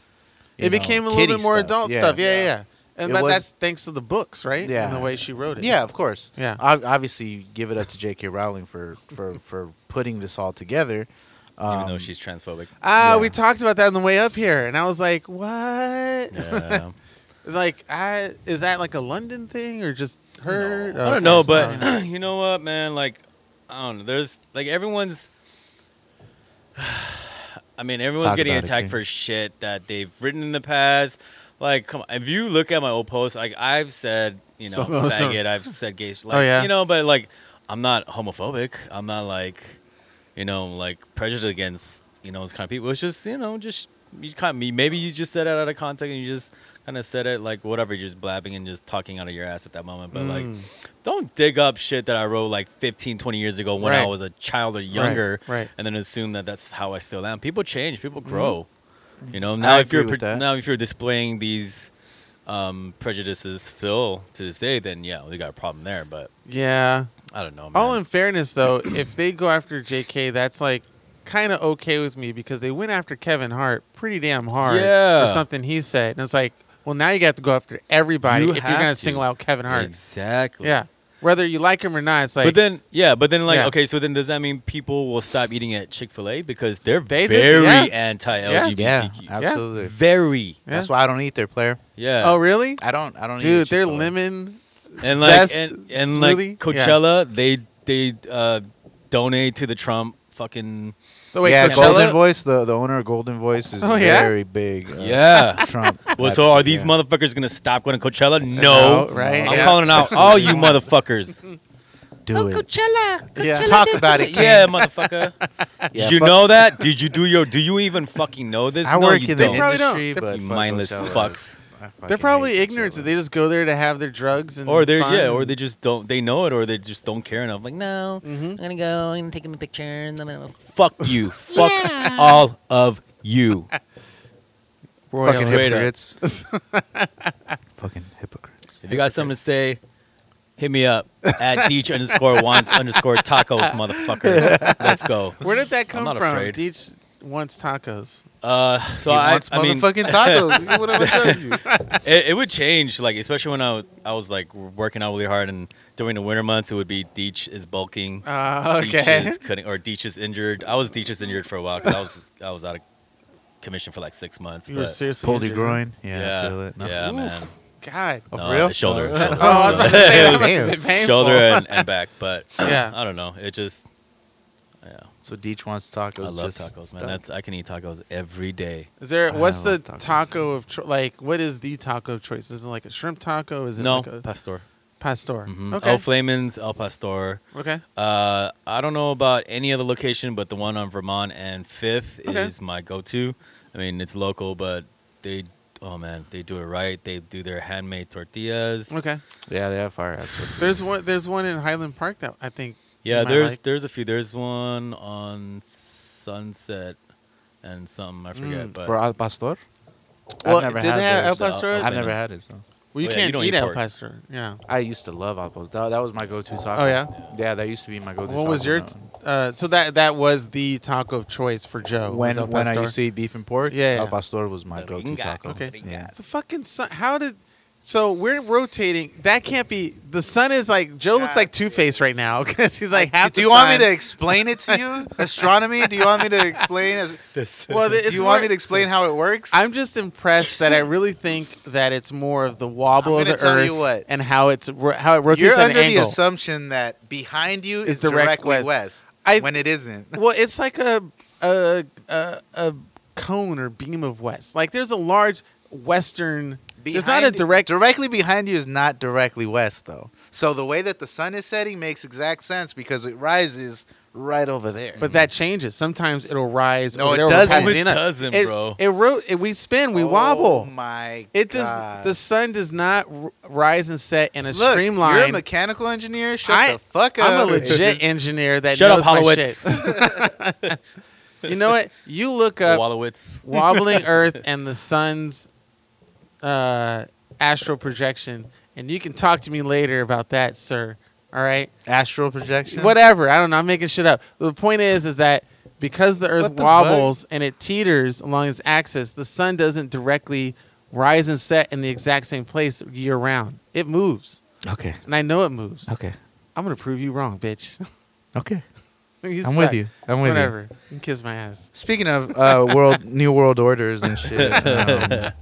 you
It
know,
became a little
kiddie
bit more
stuff.
adult
Yeah.
stuff. Yeah, yeah. yeah. And
It
but
was-
that's thanks to the books, right?
Yeah.
And the way she wrote it.
Yeah, of course.
Yeah.
Ob- obviously, you give it up to J.K. Rowling for for for putting this all together.
even
Um,
though she's transphobic.
Ah,
Yeah.
we talked about that on the way up here, and I was like, "What?
Yeah.
like, I is that like a London thing or just her?"
I
Okay,
don't know,
so-
but you know what, man? Like, I don't know. There's like everyone's. I mean, everyone's
Talk
getting
about it,
attacked
Jay.
for shit that they've written in the past. Like, come on. If you look at my old posts, like I've said, you know,
Some-
faggot.
some-
I've said gay. sh- Like,
yeah.
You know, but like, I'm not homophobic. I'm not like, you know, like prejudiced against you know those kind of people. It's just you know, just you kind of, maybe you just said it out of context and you just kind of said it like whatever, you're just blabbing and just talking out of your ass at that moment. But like,
Mm.
don't dig up shit that I wrote like 15, 20 years ago when I
Right.
was a child or younger,
right. Mm-hmm.
and then assume that that's how I still am. People change, people grow. You know, now if
agree
you're
with
pro-
that.
now if you're displaying these um, prejudices still to this day, then yeah, we got a problem there. But
yeah.
I don't know, man.
All in fairness, though, if they go after J.K., that's like kind of okay with me because they went after Kevin Hart pretty damn hard
Yeah.
for something he said, and it's like, well, now you got to go after everybody
You
if you're
have
gonna
to.
single out Kevin Hart.
exactly.
Yeah, whether you like him or not, it's like.
but then, yeah, but then, like,
Yeah.
okay, so then does that mean people will stop eating at Chick Fil A because they're
They did-
very
yeah.
anti-LGBTQ?
Yeah, absolutely.
Very,
Yeah.
That's why I don't eat their player.
yeah.
oh really?
I don't. I don't.
Dude,
eat
they're
Chick-fil-A.
lemon.
and like
Zest
and, and
smoothie?
like
Yeah.
Coachella, they they uh, donate to the Trump fucking
The way
yeah,
Coachella.
Golden Voice. The the owner of Golden Voice is
Oh, yeah?
very big. Uh,
yeah.
Trump.
Well, so are these
Yeah.
motherfuckers gonna stop going to Coachella? No,
No, right?
Oh, I'm
yeah.
calling out all you motherfuckers.
do it?
Yeah.
Talk about it.
yeah, motherfucker.
Yeah,
Did you
fuck-
know that? Did you do your? Do you even fucking know this?
I
no,
work
you
in the
don't.
They probably don't.
industry,
They're
but
you
fuck
mindless
Coachella.
fucks.
I fucking
They're probably
hate
ignorant. So
Coachella.
they just go there to have their drugs and
Mm-hmm. Or they're
fun
yeah, or
and-
they just don't. They know it, or they just don't care enough. Like no,
Mhm.
Mm-hmm.
I'm gonna go and take him a picture, and then I'm gonna fuck you, fuck all of you.
Royal.
fucking
Straight up.
hypocrites. fucking hypocrites.
If you got something to say, hit me up at Deech underscore wants underscore tacos, motherfucker. Let's go.
Where did that come
not
from?
afraid.
Deech wants tacos.
Uh, so
he
I,
wants
I mean,
motherfucking tacos. Look at what I'm telling you.
it, it would change, like especially when I was, I was like working out really hard, and during the winter months, it would be Deech is
Oh,
bulking,
Uh,
Deech
okay.
is cutting, or Deech is injured. I was Deech is injured for a while. 'cause I was I was out of commission for like six months.
You were
But,
seriously
Pulled your
injured.
groin. Yeah,
yeah,
I feel it. No.
yeah, man.
God.
Oh, for
No,
real?
the Shoulder, shoulder.
Oh, I was about to say that must have been painful.
shoulder and, and back, but
Yeah.
I don't know. It just yeah.
So Deech wants tacos.
I love
just
tacos,
stuff.
man. That's I can eat tacos every day.
Is there?
I
What's the
love tacos.
taco of cho- like? What is the taco of choice? Is it like a shrimp taco? Is it
no,
like a
pastor.
pastor?
hmm
Okay.
El Flamens, El Pastor.
okay.
Uh, I don't know about any other location, but the one on Vermont and Fifth
Okay.
is my go-to. I mean, it's local, but they oh man, they do it right. They do their handmade tortillas.
Okay.
Yeah, they have fire assholes.
There's one. There's one in Highland Park that I think.
Yeah,
you might
there's
like.
there's a few. There's one on Sunset and something I forget,
Mm.
but
For Al Pastor?
Well,
I've never
did
had
they have El
theirs.
Pastor?
Al-
I've
Wait,
never
no.
had it. So.
Well, you
Oh, yeah, you
can't
don't
eat,
eat
El
pork.
Pastor. Yeah.
I used to love Al Pastor. That, that was my go-to taco.
Oh yeah.
Yeah, that used to be my go-to.
What was
taco
your?
now.
T- uh, so that that was the taco of choice for Joe. was
when
El
when I
Pastor.
used to eat beef and pork?
Yeah,
Al
yeah.
Pastor was my go-to
Ringa.
taco.
Okay.
Yeah.
the fucking sun. How did? So we're rotating. That can't be. The sun is like Joe looks like Two Face right now because he's like half.
Do
the
you want me to
sun.
explain it to you? Astronomy? Do you want me to explain? as-
Well,
Do
it's
you want me
more-
to explain how it works?
I'm just impressed that I really think that it's more of the wobble
I'm
of
gonna
the
tell
earth
you what.
and how it's ro- how it rotates
You're
at
under
an
the
angle.
assumption that behind you
It's
is
direct
directly
west.
west,
I-
when it isn't.
well, it's like a a, a a cone or beam of west. Like there's a large western. there's not a
Behind-
direct.
directly behind you is not directly west though. So the way that the sun is setting makes exact sense because it rises right over there.
But that changes. Sometimes it'll rise.
No,
over
it
there, over
doesn't.
Pasadena.
It doesn't,
it,
bro.
It, ro- it we spin. We
Oh
wobble.
My
It does.
God.
The sun does not r- rise and set in a
Look,
streamline.
You're a mechanical engineer. Shut
I-
the fuck up.
I'm a legit engineer that
Shut up,
knows my
Hollowitz.
shit. you know what? You look up
Wallowitz.
wobbling Earth and the sun's uh, astral projection, and you can talk to me later about that, sir. All right?
astral projection.
Whatever. I don't know. I'm making shit up. The point is, is that because the Earth
What the
wobbles and it teeters along its axis, the sun doesn't directly rise and set in the exact same place year round. It moves,
Okay.
and I know it moves.
Okay.
I'm gonna prove you wrong, bitch.
Okay.
You
I'm with
suck.
you. I'm with you.
Whatever. You. can kiss my ass.
Speaking of uh, world new world orders and shit, um,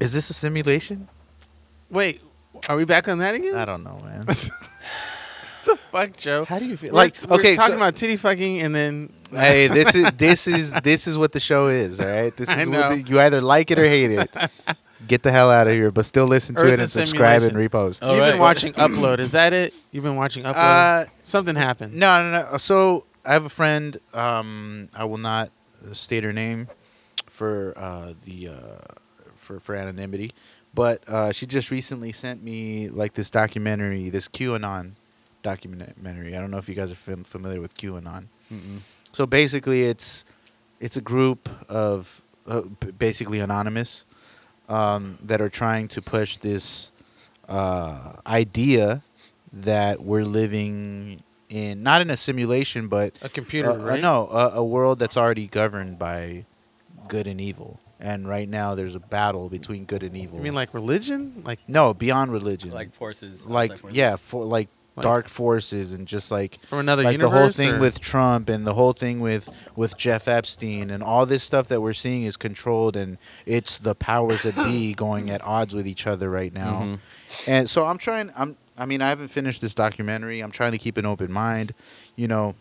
is this a simulation?
Wait, are we back on that again?
I don't know, man.
Fuck, Joe.
How do you feel?
We're-
Like,
we're
okay,
talking
so-
about titty fucking, and then
hey, this is this is this is what the show is. All right, this
I
is
know.
what the, you either like it or hate it. Get the hell out of here, but still listen to
Earth
it and
is
subscribe
simulation.
and repost.
All
you've
right.
been watching Upload. Is that it? You've been watching Upload.
Uh,
Something happened.
No, no, no. So I have a friend. Um, I will not uh, state her name for uh, the uh, for for anonymity, but uh, she just recently sent me like this documentary, this QAnon documentary. I don't know if you guys are fam- familiar with QAnon. So basically, it's it's a group of uh, b- basically anonymous um, that are trying to push this uh, idea that we're living in not in a simulation, but
A computer,
uh, uh,
right?
no, a, a world that's already governed by good and evil. And right now, there's a battle between good and evil.
You mean like religion? Like
no, beyond religion,
like forces.
like
outside forces.
yeah, for like,
Like-
dark forces and just like
from another
like
universe?
the whole thing
or-
with Trump and the whole thing with with Jeff Epstein and all this stuff that we're seeing is controlled and it's the powers that be going at odds with each other right now.
Mhm.
Mm-hmm.
And so I'm trying I'm I mean I haven't finished this documentary. I'm trying to keep an open mind. You know,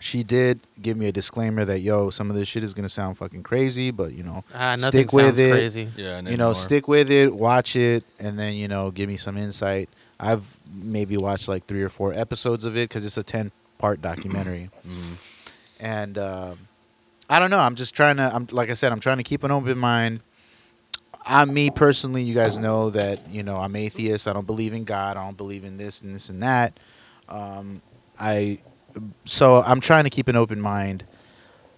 she did give me a disclaimer that yo, some of this shit is going to sound fucking crazy, but you know,
Ah, nothing
stick with
sounds
it
crazy.
Yeah, and
you know,
anymore.
stick with it, watch it, and then you know, give me some insight. I've maybe watched like three or four episodes of it because it's a ten-part documentary, and um I don't know. I'm just trying to. I'm like I said, I'm trying to keep an open mind. I'm me personally. You guys know that you know I'm atheist. I don't believe in God. I don't believe in this and this and that. Um, I so I'm trying to keep an open mind.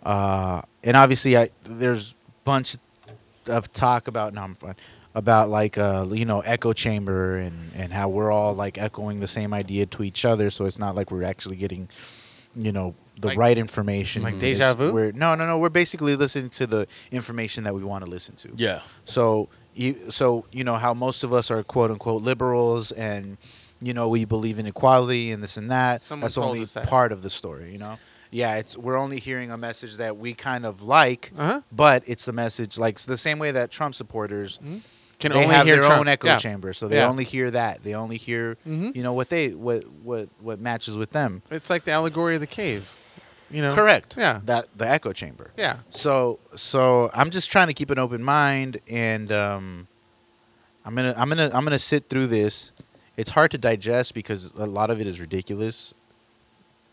Uh, and obviously, I there's bunch of talk about no, I'm fine. About like uh, you know echo chamber and and how we're all like echoing the same idea to each other, so it's not like we're actually getting, you know, the
Like-
right information.
like deja
It's-
vu?
We're, no, no, no. We're basically listening to the information that we want to listen to.
Yeah.
So you so you know how most of us are quote unquote liberals and you know we believe in equality and this and that.
Someone
That's
told
only
us that.
part of the story, you know. Yeah, it's we're only hearing a message that we kind of like,
Uh-huh.
but it's the message like it's the same way that Trump supporters
Can
they
only
have
hear
their
Trump.
own echo
Yeah.
chamber, so they
Yeah.
only hear that. They only hear
Mhm.
you know what they what what what matches with them.
It's like the allegory of the cave. You know.
Correct.
Yeah.
That the echo chamber.
Yeah.
So so I'm just trying to keep an open mind and um I'm going to I'm going to I'm going to sit through this. It's hard to digest because a lot of it is ridiculous.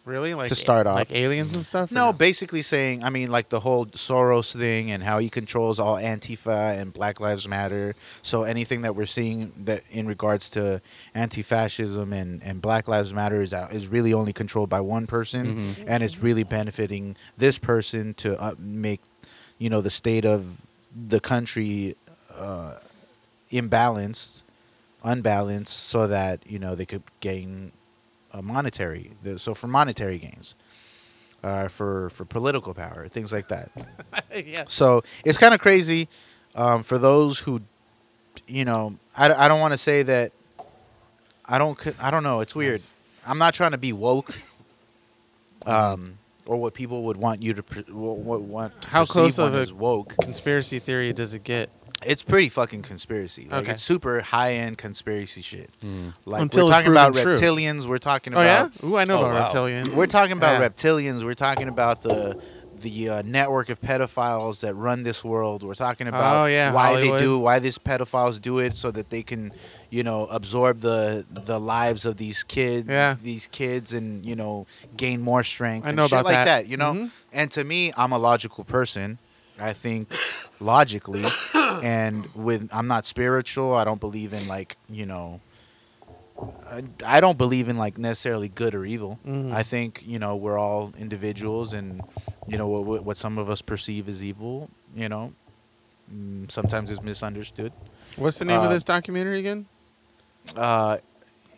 Really? Like
To start off.
like aliens and stuff. or
No, basically saying, I mean, like the whole Soros thing and how he controls all Antifa and Black Lives Matter. So anything that we're seeing that in regards to anti-fascism and, and Black Lives Matter is out, is really only controlled by one person, and it's really benefiting this person to uh, make, you know, the state of the country uh, imbalanced, unbalanced, so that you know they could gain a monetary. the- So for monetary gains uh, for for political power, things like that.
yeah.
So it's kind of crazy um, for those who, you know, I, I don't want to say that. I don't c- I don't know. It's weird.
Nice.
I'm not trying to be woke. Um, or what people would want you to pre- what want to
How
perceive
close of
one
a-
as woke.
Conspiracy theory does it get
It's pretty fucking conspiracy. Like
Okay.
it's super high end conspiracy shit. Like
Until
we're
it's
talking about
proven true.
reptilians. We're talking
Oh
about
yeah. Ooh, I know
Oh,
about
wow.
reptilians.
we're talking about
Yeah.
reptilians. We're talking about the the uh, network of pedophiles that run this world. We're talking about
Oh, yeah,
why
Hollywood.
they do why these pedophiles do it so that they can, you know, absorb the the lives of these kids,
Yeah.
these kids, and you know, gain more strength.
I
and
know
shit
about
like
that.
that. You know,
Mhm.
and to me, I'm a logical person. I think logically, and with I'm not spiritual. I don't believe in like you know I, I don't believe in like necessarily good or evil.
Mhm.
I think you know we're all individuals, and you know what- what what some of us perceive as evil, you know, mm, sometimes is misunderstood.
What's the name
uh,
of this documentary again?
Uh,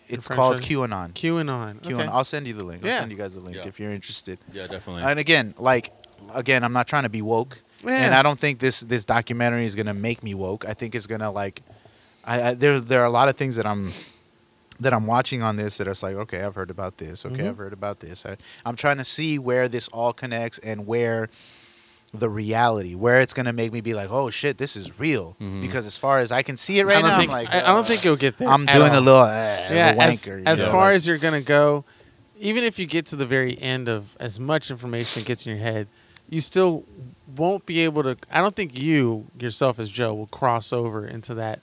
It's
French
called
fries?
QAnon.
QAnon.
QAnon.
Okay.
I'll send you the link. I'll
Yeah.
send you guys the link
Yeah.
if you're interested.
Yeah, definitely.
And again, like again, I'm not trying to be woke, and
Yeah.
I don't think this this documentary is gonna make me woke. I think it's gonna like, I, I there there are a lot of things that I'm that I'm watching on this that it's like, okay, I've heard about this.
Mm-hmm.
Okay, I've heard about this. I, I'm trying to see where this all connects and where the reality where it's gonna make me be like, oh shit, this is real. Because as far as I can see it right
Mm-hmm. I don't
now,
think
I'm like,
I, I
uh,
don't think you'll get there.
I'm
at
doing
all.
a little uh,
yeah,
the
as,
wanker. you
as
know,
far
like-
as you're gonna go, even if you get to the very end of as much information that gets in your head, you still won't be able to. I don't think you yourself as Joe will cross over into that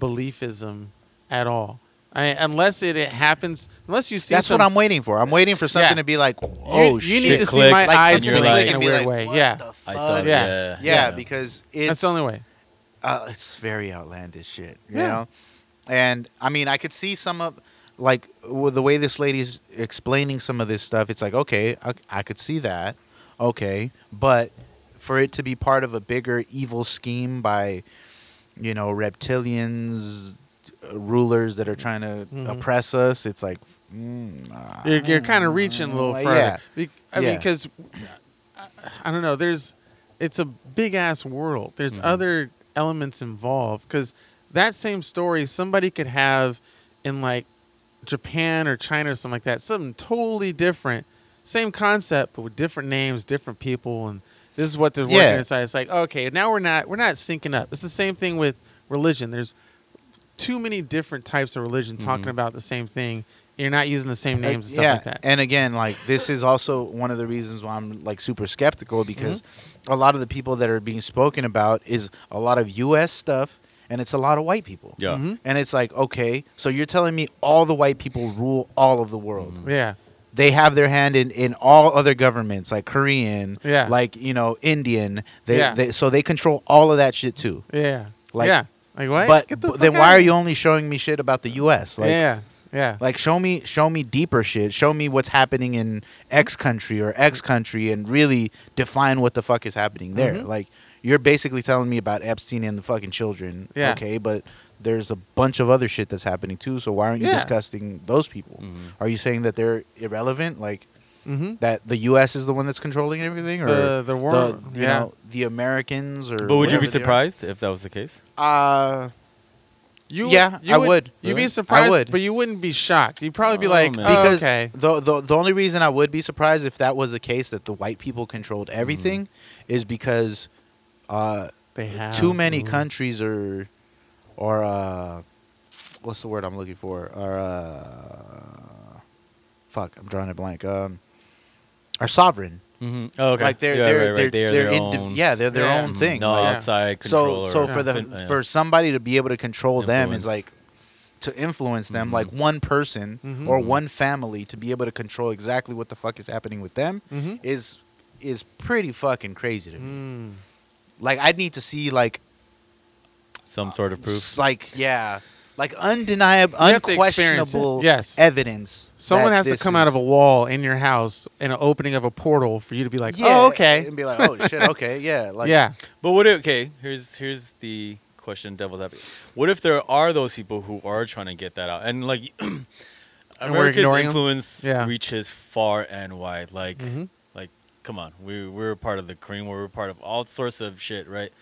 beliefism at all. I, unless it, it happens, unless you see
that's what
some-
I'm waiting for. I'm waiting for something
Yeah.
to be like,
You,
oh
you
shit.
need to
Shit
see my
clicked, like,
eyes
and you're
blink
like-
in a
Be
weird
like,
way.
what
Yeah,
the f-
I saw
fuck?
it.
Yeah.
Yeah,
yeah, because it's
that's the only way.
Uh, it's very outlandish shit, you
Yeah.
know. And I mean, I could see some of like with the way this lady's explaining some of this stuff. It's like, okay, I, I could see that, okay, but for it to be part of a bigger evil scheme by, you know, reptilians, uh, rulers that are trying to
Mm-hmm.
oppress us, it's like, mm, nah.
You're, you're kind of reaching a little
Mm, Yeah.
further. Be- I mean,
Yeah.
because I, I don't know. There's, it's a big ass world. There's
Mm-hmm.
other elements involved because that same story somebody could have in like Japan or China or something like that. Something totally different. Same concept, but with different names, different people, and this is what they're working
Yeah.
inside. It's like okay, now we're not we're not syncing up. It's the same thing with religion. There's too many different types of religion
Mm-hmm.
talking about the same thing. You're not using the
Uh,
same names and stuff like that.
And again, like this is also one of the reasons why I'm like super skeptical because
Mm-hmm.
a lot of the people that are being spoken about is a lot of US stuff and it's a lot of white people.
Yeah.
Mm-hmm.
Mhm.
And it's like, okay, so you're telling me all the white people rule all of the world.
yeah,
They have their hand in, in all other governments, like Korean,
Yeah.
like, you know, Indian. They,
Yeah.
they so they control all of that shit too.
yeah,
Like-
yeah. Like what?
But,
Get the
but then
fuck
why
out.
are you only showing me shit about the US? Like
yeah, yeah.
like show me show me deeper shit. Show me what's happening in X country or X country and really define what the fuck is happening there.
Mm-hmm.
Like you're basically telling me about Epstein and the fucking children.
Yeah.
Okay, but there's a bunch of other shit that's happening too. So why aren't you
Yeah.
discussing those people? Are you saying that they're irrelevant? Like
mm-hmm.
that the US is the one that's controlling everything or
The- the world,
you
yeah.
know, the Americans or
But would you
whatever
be
they are?
surprised if that was the case?
Uh
You
Yeah,
you
I would.
You'd
Really? I
be surprised,
would.
but you wouldn't be shocked. You'd probably be
Oh,
like,
man.
oh,
because
okay,
the, the the only reason I would be surprised if that was the case that the white people controlled
Mm.
everything is because uh,
they have
Oh.
too many
Ooh.
countries are or uh, what's the word I'm looking for are uh, fuck I'm drawing a blank um, are sovereign
Mm-hmm. Oh, okay.
like they're
Yeah,
they're
right, right.
they're,
They are
they're
their
indiv-
own-
yeah they're their
Yeah.
own
Mhm.
thing
No
like,
outside
so
control.
so
or-
for the
Yeah.
for somebody to be able to control them
Influence.
is like to influence them
Mm-hmm.
Mhm.
like one person
Mhm.
or one family to be able to control exactly what the fuck is happening with them
Mhm.
is is pretty fucking crazy to me.
Mm.
Like I'd need to see like
some sort of proof.
s- like yeah, like undeniable
have to experience it.
unquestionable
Yes.
evidence.
Someone
that
has to
this
come out
is-
of a wall in your house and an opening of a portal for you to be like,
yeah,
oh, okay,
and be like, "Oh shit, okay, yeah." Like
yeah,
But what? If, okay, here's here's the question, devil's advocate. What if there are those people who are trying to get that out, and like
we're
America's
ignoring 'em?
influence
Yeah.
reaches far and wide. Like,
Mm-hmm.
Mhm.
like, come on, we we're part of the Korean War, we're part of all sorts of shit, right?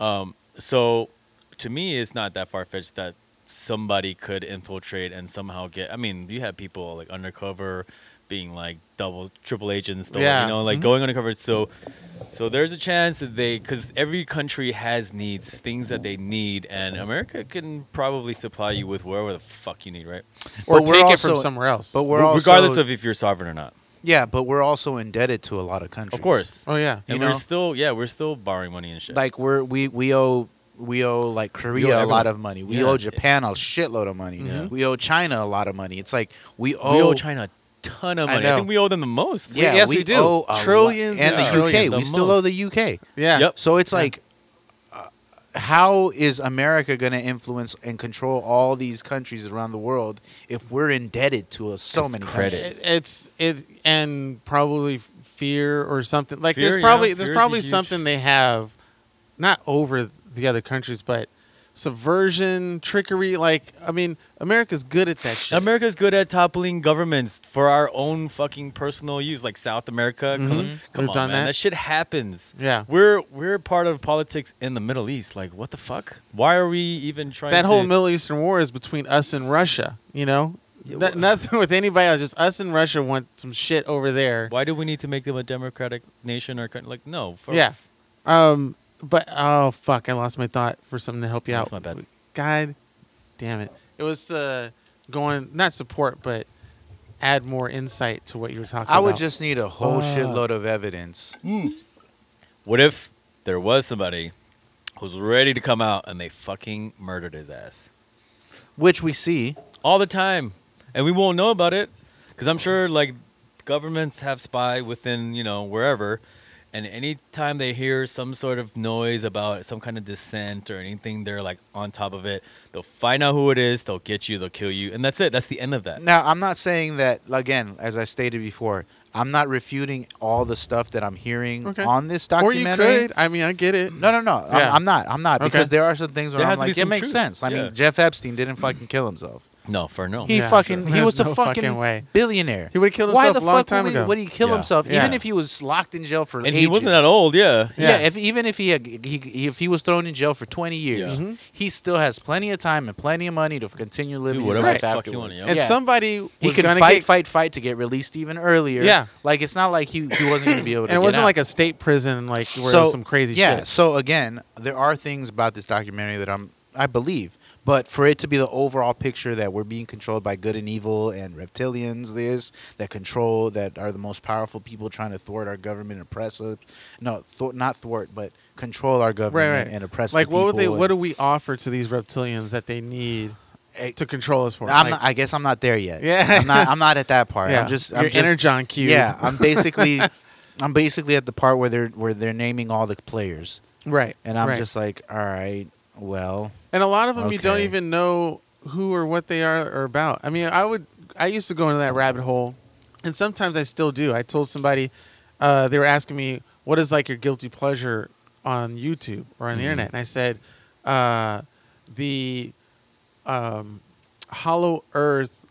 Um, so to me, it's not that far fetched that somebody could infiltrate and somehow get. I mean, you have people like undercover, being like double, triple agents, double,
Yeah.
you know,
Mm-hmm.
like
Mhm.
going undercover. So, so there's a chance that they, because every country has needs, things that they need, and America can probably supply you with wherever the fuck you need, right?
or
But we're
take it
also-
from somewhere else.
but we're
Re-
also
regardless of if you're sovereign or not.
yeah, but we're also indebted to a lot of countries.
Of course.
oh yeah,
And
Uh, you
we're
know?
still, yeah, we're still borrowing money and shit.
like we're we we owe we owe like Korea a
everyone.
lot of money. We
Yeah.
owe Japan a shitload of money.
Yeah.
We owe China a lot of money. It's like we owe,
we owe China a ton of
I
money. I,
know.
think we owe them the most.
Yeah,
yes,
we,
we do.
owe a lot-
Trillions
and
and
the
trillions,
UK.
the
we still
most.
owe the UK.
yeah,
Yep.
So it's like, uh, how is America going to influence and control all these countries around the world if we're indebted to uh, so
That's
many
credit.
countries?
It- it's it and probably fear or something like
Fear,
there's
yeah.
probably
Fear
there's
is a
probably
huge-
something they have not over the other countries but subversion, trickery. Like, I mean, America's good at that shit.
America's good at toppling governments for our own fucking personal use, like South America. Come- Come,
Mm-hmm. We've
on,
done
man,
that.
that. shit happens.
Yeah.
we're we're part of politics in the Middle East. Like, what the fuck? Why are we even trying?
that whole
to-
Middle Eastern war is between us and Russia. You know,
Yeah,
No-
wha-
nothing with anybody else. Just us and Russia want some shit over there.
Why do we need to make them a democratic nation or country? Like, no. For,
Yeah. Um. But oh fuck, I lost my thought for something to help you
That's
out.
my bad.
God, damn it! It was uh, going not support, but add more insight to what you were talking about.
I would just need a whole
Fuck.
shitload of evidence.
What if there was somebody who's ready to come out and they fucking murdered his ass
Which we see.
all the time, and we won't know about it because I'm sure like governments have spy within you know wherever. And anytime they hear some sort of noise about some kind of dissent or anything, they're like on top of it. They'll find out who it is. They'll get you. They'll kill you, and that's it. That's the end of that.
Now, I'm not saying that, again, as I stated before, I'm not refuting all the stuff that I'm hearing
Okay.
on this
or you
documentary.
could. I mean, I get it.
No, no, no.
Yeah.
I'm, I'm not. I'm not. Because
Okay.
there are some things where
There
I'm
has to be
like, it
some
makes
truth.
sense. I
Yeah.
mean, Jeff Epstein didn't fucking kill himself.
No, for no.
He
Yeah,
fucking
sure.
he
There's
was
no
a
fucking
fucking,
way.
billionaire.
He would've killed
Why
himself
the
a long
fuck
time
would he,
ago.
Would he kill
Yeah.
himself?
Yeah.
Even if he was locked in jail for
and he wasn't
ages.
that old. Yeah.
Yeah.
Yeah.
if even if he, had, he he- if he was thrown in jail for 20 years,
Yeah.
he still has plenty of time and plenty of money to continue living his
whatever the
life
fuck you
afterwards.
want, yeah.
And
Yeah.
somebody was
he can
gonna
fight,
get-
fight, fight to get released even earlier.
Yeah.
like it's not like he, he wasn't going to be able to.
and it
get
wasn't
out.
like a state prison, like where it was some crazy
yeah,
shit.
So again, there are things about this documentary that I'm I believe, but for it to be the overall picture that we're being controlled by good and evil and reptilians, this that control that are the most powerful people trying to thwart our government, and oppress us. No, th- not thwart, but control our government
right, right.
and oppress.
like,
the
what would they?
people
What
and-
do we offer to these reptilians that they need
Eh,
to control us for?
I'm
Like,
not, I guess I'm not there yet.
Yeah.
I'm not. I'm not at that part.
yeah,
I'm just.
your
I'm just,
energon cube.
Yeah, I'm basically. I'm basically at the part where they're where they're naming all the players,
right.
and I'm
right.
just like, all right, well,
And a lot of them you don't
Okay.
even know who or what they are or about. I mean, I would I used to go into that rabbit hole, and sometimes I still do. I told somebody uh, they were asking me what is like your guilty pleasure on YouTube or on the internet, and I said uh, the um, hollow earth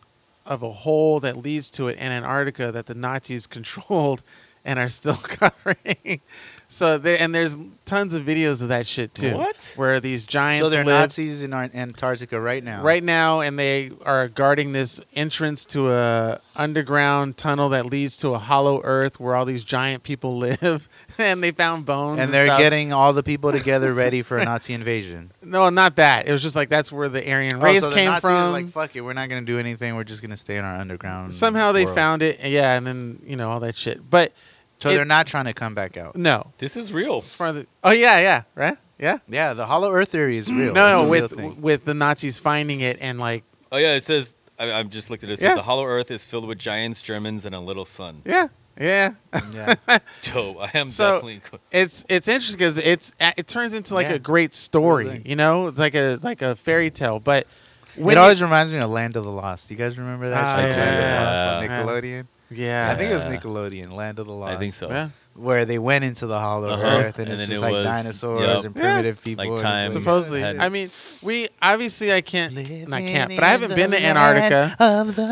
of a hole that leads to it in Antarctica that the Nazis controlled and are still covering. so there and there's tons of videos of that shit too.
What?
Where these giants
so they're
live
Nazis in Ar- Antarctica right now.
right now and they are guarding this entrance to a underground tunnel that leads to a hollow earth where all these giant people live and they found bones
and they're
stuff.
getting all the people together ready for a Nazi invasion.
no not that it was just like that's where the aryan
Oh,
race
so the
came
Nazis are
from
Like, fuck it, we're not gonna do anything. We're just gonna stay in our underground.
somehow they
world."
found it and yeah and then you know all that shit but
So
it-
they're not trying to come back out.
no
This is real.
For the- oh yeah yeah right yeah
Yeah, the Hollow Earth theory is real.
no, no
It's a real
with
thing.
with the nazis finding it and like
Oh yeah, it says I, I've just looked at it. It says
Yeah.
the Hollow Earth is filled with giants, Germans, and a little sun.
yeah yeah
yeah.
Dope. I am
So-
definitely. co-
it's it's interesting because it's it turns into like
Yeah.
a great story,
thing.
you know, it's like a like a fairy tale. But when
it always reminds me of Land of the Lost. You guys remember that?
Ah,
show?
yeah.
Land of the
Yeah.
Lost, on Nickelodeon.
yeah,
I think it was
Yeah.
Nickelodeon. Land of the Lost.
I think so.
yeah.
Where they went into the Hollow
Uh-huh.
Earth, and,
And
it's
then
just
it
like
was-
dinosaurs
yep.
and
Yeah.
primitive people.
Like
and it's
time.
supposedly.
Had-
I mean, we obviously I can't, and I can't, but I
in
haven't been
the
to Antarctica,
land Of the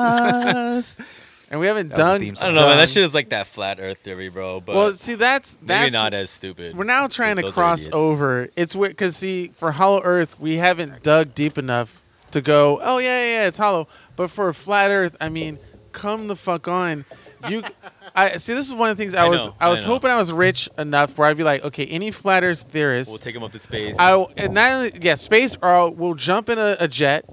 lost.
and we haven't
That was the
done.
theme song.
I don't know, man.
done-
That shit is like that flat Earth theory, bro. But
well, see, that's
maybe
that's
not as stupid.
we're now trying to
Those are
cross
idiots.
over. It's weird because see, for Hollow Earth, we haven't dug deep enough to go. Oh yeah, yeah, yeah, it's hollow. But for flat Earth, I mean, come the fuck on. You, I see. This is one of the things I,
I
was.
know,
I
I
was
know.
hoping I was rich enough where I'd be like, okay, any flat Earth theorist,
We'll take them up to space.
I w- and not only, yeah, space or I'll- we'll jump in a, a jet,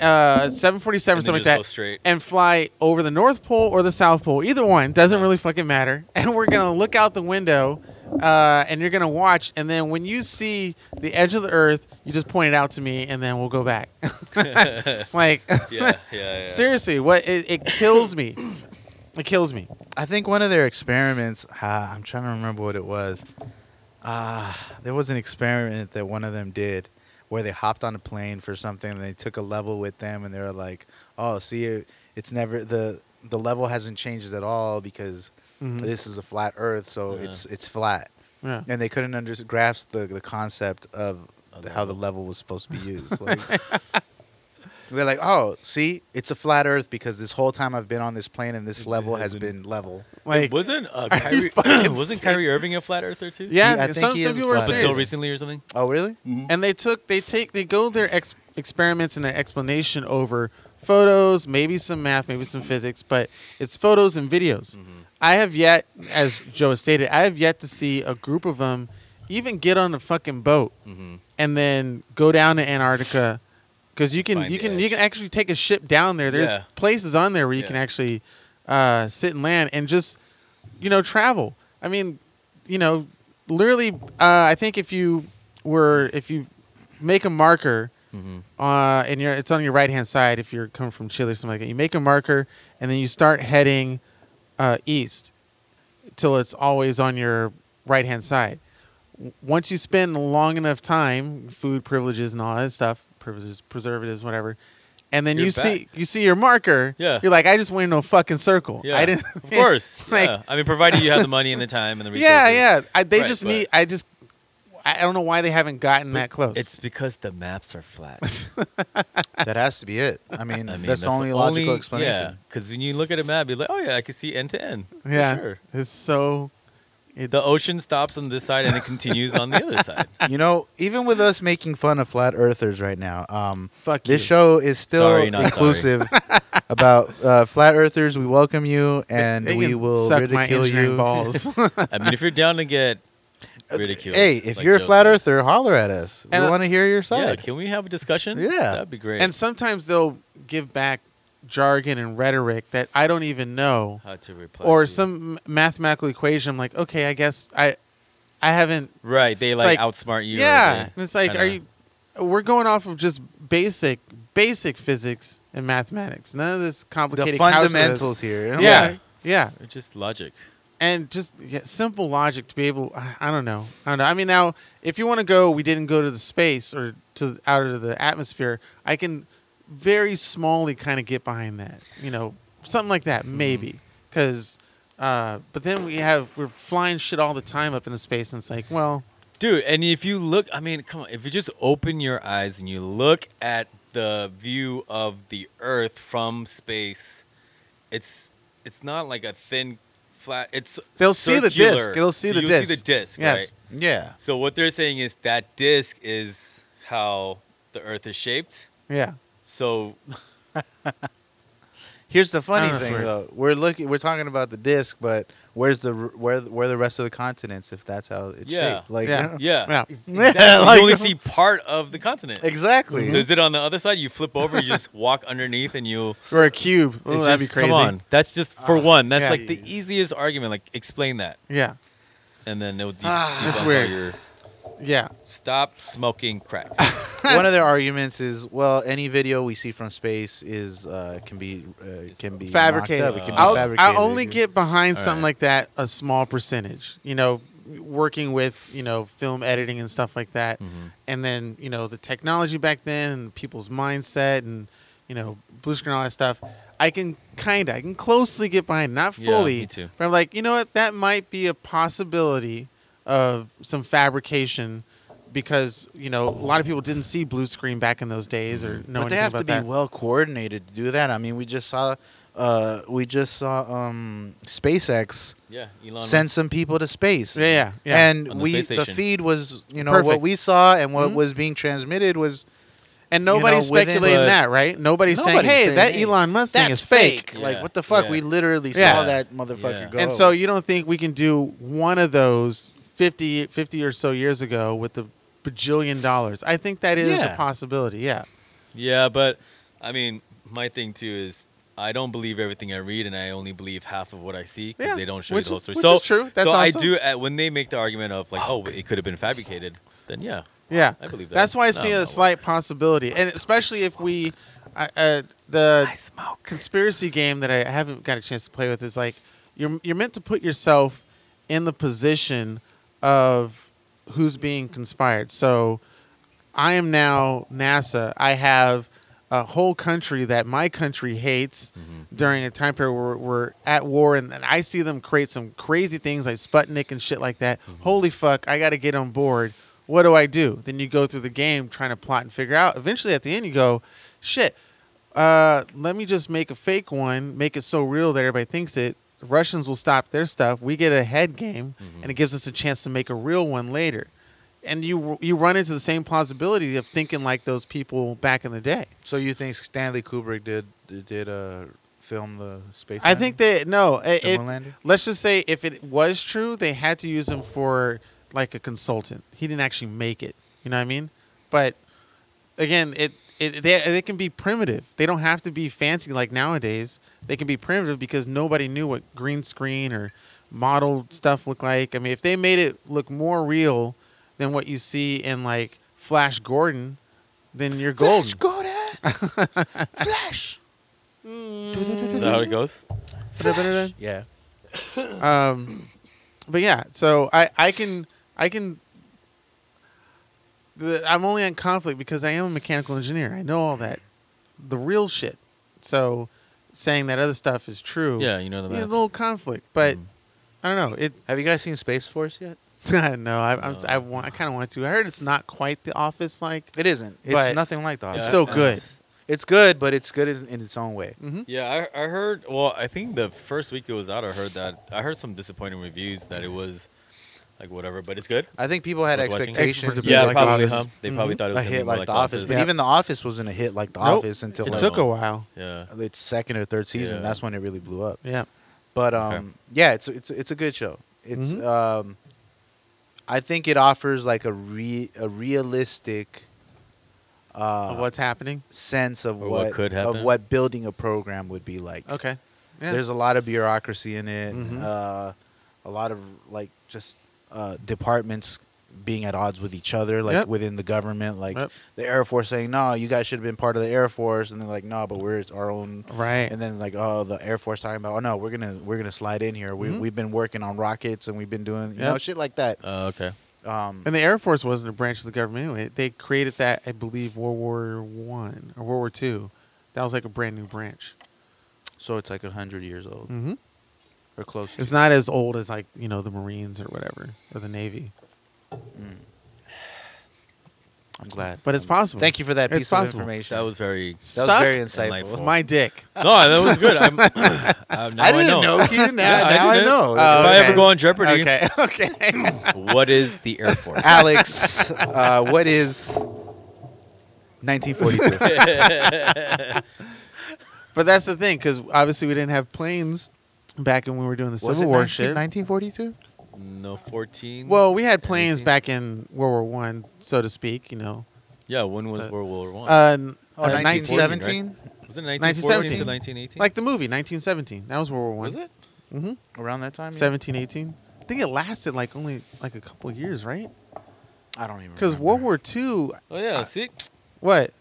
uh, seven forty seven,
And then
something like
just go
that,
straight.
and fly over the North Pole or the South Pole. Either one doesn't really fucking matter. And we're gonna look out the window, uh, and you're gonna watch. And then when you see the edge of the Earth, you just point it out to me, and then we'll go back. like
yeah, yeah, yeah.
seriously, what it, it kills me. It kills me.
I think one of their experiments, ah, I'm trying to remember what it was. Ah, there was an experiment that one of them did where they hopped on a plane for something and they took a level with them and they were like, "Oh, see it, it's never the the level hasn't changed at all because
Mm.
this is a flat earth, so
Yeah.
it's it's flat."
Mm-hmm. Yeah.
And they couldn't under- grasp the, the concept of
Other
how the level was supposed to be used. Like, they're like, oh, see, it's a flat Earth because this whole time I've been on this plane and this level has been level.
Like,
Wasn't uh,
you
Kyrie,
fucking
wasn't Kyrie Irving a flat earther too?
He- I
yeah,
think
some,
he
some
is a
people are
flat earther.
until
serious.
recently or something.
Oh, really?
and they took they take they go their ex- experiments and their explanation over photos maybe some math maybe some physics but it's photos and videos i have yet as joe has stated i have yet to see a group of them even get on a fucking boat
Mm-hmm.
and then go down to antarctica because you can
Find
you
the
can you
edge.
can actually take a ship down there there's
Yeah.
places on there where you
Yeah.
can actually uh, sit and land and just you know, travel. I mean, you know, literally, uh, I think if you were, if you make a marker, uh, and you're, it's on your right hand side if you're coming from Chile or something like that, you make a marker and then you start heading uh, east till it's always on your right hand side. W- Once you spend long enough time, food privileges and all that stuff, privileges, preservatives, whatever, and then
You're
you see
back.
you see your marker.
Yeah.
you're like, I just went in a fucking circle.
Yeah,
I didn't.
Of course.
like-
yeah. I mean, provided you have the money and the time and the resources.
Yeah, yeah. I, they
Right,
just
but-
need. I just. I I don't know why they haven't gotten that close.
It's because the maps are flat.
that has to be it. I mean,
I mean,
that's, the only logical
Yeah,
explanation.
because when you look at a map, you're like, oh yeah, I can see end to end. for
yeah.
sure.
It's so.
The ocean stops on this side and it continues on the other side.
You know, even with us making fun of flat earthers right now, um,
Fuck
this
you.
show is still
Sorry, not
inclusive about uh, flat earthers. We welcome you and
They
we
can
will
suck my
ridicule
engineering
you.
balls.
I mean, if you're down to get ridiculed,
Hey, if
like
you're a
Joe
flat
said,
earther, holler at us.
And,
we
uh,
want to hear your
yeah,
side.
can we have a discussion?
Yeah.
that'd be great.
and sometimes they'll give back jargon and rhetoric that I don't even know,
how to reply
or
to-
some m- mathematical equation. I'm like, okay, I guess I, I haven't.
right? They like,
like-
outsmart you. or
yeah,
they
and it's like,
kinda-
are you? We're going off of just basic, basic physics and mathematics. None of this complicated
The
couch to this.
fundamentals here. you know?
Yeah, yeah.
It's just logic.
and just yeah, simple logic to be able I, I don't know i don't know i mean now if you want to go we didn't go to the space or to out of the atmosphere i can very smallly kind of get behind that you know something like that
Mm-hmm.
maybe because uh, but then we have we're flying shit all the time up in the space and it's like well
Dude, and if you look, I mean, come on, if you just open your eyes and you look at the view of the Earth from space, it's it's not like a thin flat. It's
They'll see the disc.
circular.
They'll see the
You'll
disc.
See the disc,
Yes.
right?
Yeah.
So what they're saying is that disc is how the Earth is shaped.
yeah
So
Here's the
I don't know
funny
if
thing,
we're-
though. We're looking. We're talking about the disc, but where's the r- where the- where the rest of the continents? If that's how it's
Yeah.
shaped, like
Yeah.
yeah,
yeah
Exactly.
like-
you only see part of the continent.
exactly.
So is it on the other side? You flip over, you just walk underneath, and you.
or a cube oh
It's
that'd be
just-
crazy Ah,
Come on, that's just for one. That's
yeah.
like the easiest argument. Like explain that,
yeah
and then it'll de-
Ah, that's
debunk all
weird.
your-
yeah
stop smoking crack.
One of their arguments is, well, any video we see from space is uh, can be uh, can be
fabricated.
mocked up, It can be
I'll,
fabricated.
I'll only get behind
All
something
right.
like that a small percentage. You know, working with you know film editing and stuff like that,
Mm-hmm.
and then you know the technology back then and people's mindset and you know blue screen all that stuff. I can kind of, I can closely get behind, not
Yeah,
fully,
me too.
but I'm like, you know what, that might be a possibility of some fabrication because you know a lot of people didn't see blue screen back in those days or know
Mm-hmm. but they
anything
have
about
to be
that.
well coordinated to do that. I mean, we just saw uh, we just saw um, SpaceX
yeah, Elon.
send some people to space.
yeah, yeah, yeah.
And
On the
we
space
the
station.
feed was you know
Perfect.
what we saw and what
Mhm.
was being transmitted was
And
you know,
nobody's
within-
speculating
But-
that, right? Nobody's, saying,
Nobody's
"Hey,
saying,
that
"Hey,
Elon Musk thing is fake."
Yeah,
Like what the fuck?
yeah.
We literally
Yeah.
saw that motherfucker
Yeah.
go.
And so you don't think we can do one of those 50, 50 or so years ago with the bajillion dollars? I think that is
Yeah.
a possibility. Yeah,
Yeah, but I mean, my thing too is I don't believe everything I read, and I only believe half of what I see because
Yeah,
they don't show
which
you the whole story.
is- which
so
is true. That's
so I
awesome.
do uh, when they make the argument of like, oh, it could have been fabricated. Then yeah,
yeah.
I believe that.
That's why I
No,
see
no,
a slight possibility, and especially if we, I- uh, the
I smoke.
conspiracy game that I haven't got a chance to play with is like you're you're meant to put yourself in the position of who's being conspired. So I am now NASA. I have a whole country that my country hates during a time period where we're at war, and, and I see them create some crazy things like Sputnik and shit like that. Holy fuck! I got to get on board. what do I do? Then you go through the game trying to plot and figure out. Eventually, at the end, you go, shit, uh, let me just make a fake one, make it so real that everybody thinks it. The Russians will stop their stuff. We get a head game, and it gives us a chance to make a real one later. And you you run into the same plausibility of thinking like those people back in the day.
So you think Stanley Kubrick did did uh film the space?
I think that no, it,
The
it-
moon landing?
let's just say if it was true, they had to use him for like a consultant. He didn't actually make it. You know what I mean? But again, it it they, they can be primitive. They don't have to be fancy like nowadays. They can be primitive because nobody knew what green screen or model stuff looked like. I mean, if they made it look more real than what you see in like Flash Gordon, then you're golden.
Is that how it goes?
yeah.
um, but yeah, so I, I can I can. The, I'm only on conflict because I am a mechanical engineer. I know all that, the real shit. So, saying that other stuff is true,
Yeah, you know the
yeah, a
math.
little conflict. But I don't know. It
Have you guys seen Space Force yet?
no, I I'm,
No.
I want I kind of want to. I heard it's not quite the office like.
It isn't. It's
But-
nothing like the.
Yeah,
It's
Office.
still
I-
good.
It's good, but it's good in, in its own way.
hmm
Yeah, I, I heard. Well, I think the first week it was out, I heard that I heard some disappointing reviews that it was like whatever, but it's good.
I think people had
Worth watching.
expectations.
Experts
of
Yeah,
Yeah,
like The
probably.
Office.
huh? They probably
Mhm.
thought it
a
was gonna be
hit
more
like, the office, but
Yeah.
even the office wasn't a hit like the
Nope.
office until
It
like,
took a while.
Yeah,
its second or third season.
Yeah.
That's when it really blew up.
Yeah,
But um,
Okay.
yeah, it's it's it's a good show. It's
Mhm.
um, I think it offers like a re a realistic uh
of what's happening?
sense of
Or
what,
what could
of
happen.
what building a program would be like.
Okay. Yeah.
There's a lot of bureaucracy in it.
Mhm.
Uh, a lot of like just uh, departments being at odds with each other, like
Yep.
within the government, like
Yep.
the Air Force saying, "No, you guys should have been part of the Air Force," and they're like, "No, but we're our own."
right.
And then like, oh, the Air Force talking about, "Oh no, we're gonna we're gonna slide in here. We
Mhm.
we've been working on rockets and we've been doing you
Yep.
know shit like that."
uh, okay.
Um,
And the Air Force wasn't a branch of the government anyway. They created that, I believe, World War One or World War Two. That was like a brand new branch.
so it's like hundred years old
hmm
or close. to
It's not as old as like you know the Marines or whatever or the Navy,
I'm glad.
but it's possible.
Um, Thank you for that
It's
piece
possible.
of information.
That was very.
that
Suck
was very insightful.
Enlightful.
my dick.
No, that was good. I'm, uh, now I
didn't
know.
know, Keaton. Now-
Yeah,
now I
didn't.
know.
If
Oh,
I
okay.
ever go on Jeopardy,
Okay, okay.
what is the Air Force?
Alex, uh, what is 1942?
but that's the thing, because obviously we didn't have planes back when we were doing the Civil War shit.
1942?
no, fourteen.
Well, we had planes
Anything?
back in World War One, so to speak. You know,
yeah. When was
uh,
World War One?
uh, n-
Oh,
uh,
1917?
1917?
was it nineteen fourteen to
1917.
nineteen eighteen?
like the movie, 1917. That was World War One.
was it?
Mm-hmm.
Around that time? yeah.
17, 18. I think it lasted like only like a couple of years, right?
I don't even
Because World War Two,
Oh yeah. See,
what?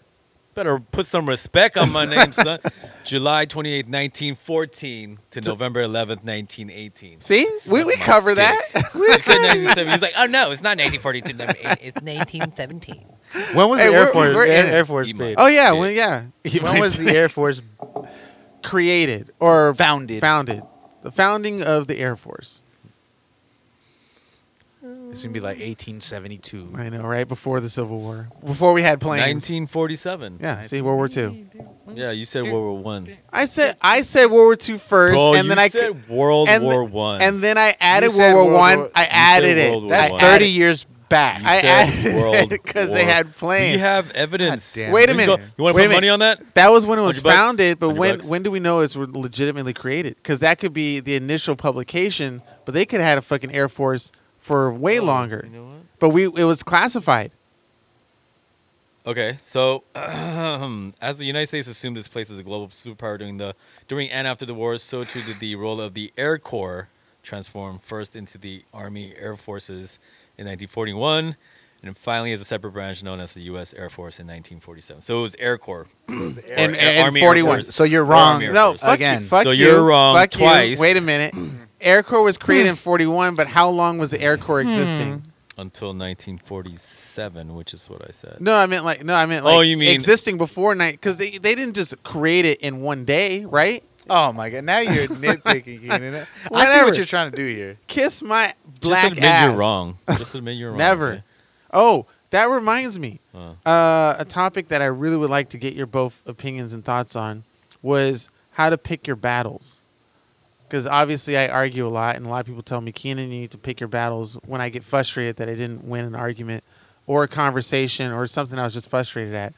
better put some respect on my name, son. July twenty eighth, nineteen fourteen to November eleventh, nineteen eighteen.
See, we, we cover that.
He said 1970. He's like, oh no, it's not 1942. no, it- It's
1917.
When was
Hey,
the
we're-
Air Force,
we're in
Air,
it.
Air Force
You
paid?
might.
oh yeah, when yeah,
When was the Air Force
created or
founded?
founded? The founding of the Air Force.
It's going to be like 1872.
I know, right before the Civil War, before we had planes.
1947.
Yeah, see World War Two.
Yeah, you said World War One.
I said I said World War Two first,
Bro,
and
you
then I c-
said World
and
War
th-
One.
and then I added
said
World
World
War One.
War-
I
you said World
added it.
War
That's
I
One.
30
added-
years back.
I
said
added
World
because
War.
they had
we
planes.
have evidence.
damn.
Wait a
We can go-
minute.
You want to
Wait a
put money
minute.
on that?
That was when it
100
was
bucks?
founded, but
100
when
bucks?
when do we know it's re- legitimately created? Because that could be the initial publication, but they could have had a fucking Air Force for way longer.
Oh, You know what?
But we it was classified.
Okay, so as the United States assumed its place as a global superpower during the during and after the war, so too did the role of the Air Corps transform first into the Army Air Forces in 1941, and finally as a separate branch known as the U.S. Air Force in 1947. So it was Air Corps.
And,
Air-
and
Army Air
41.
Force.
So you're
Or
wrong.
Air
No,
Force.
fuck
Again.
You, fuck
So
you,
you're wrong
fuck you.
twice. Hmm.
Wait a minute. Air Corps was created in 41, but how long was the Air Corps existing?
Until 1947, which is what I said.
No, I meant like no, I meant like
Oh, you mean-
existing before night because they, they didn't just create it in one day, right?
Oh my God. Now you're nitpicking, Keenan. I see
Whatever.
what you're trying to do here.
Kiss my black
Just admit
ass.
you're wrong. Just admit you're wrong.
Never.
okay?
Oh, that reminds me.
Uh.
Uh, a topic that I really would like to get your both opinions and thoughts on was how to pick your battles. Because obviously, I argue a lot, and a lot of people tell me, Keenan, you need to pick your battles when I get frustrated that I didn't win an argument or a conversation or something I was just frustrated at.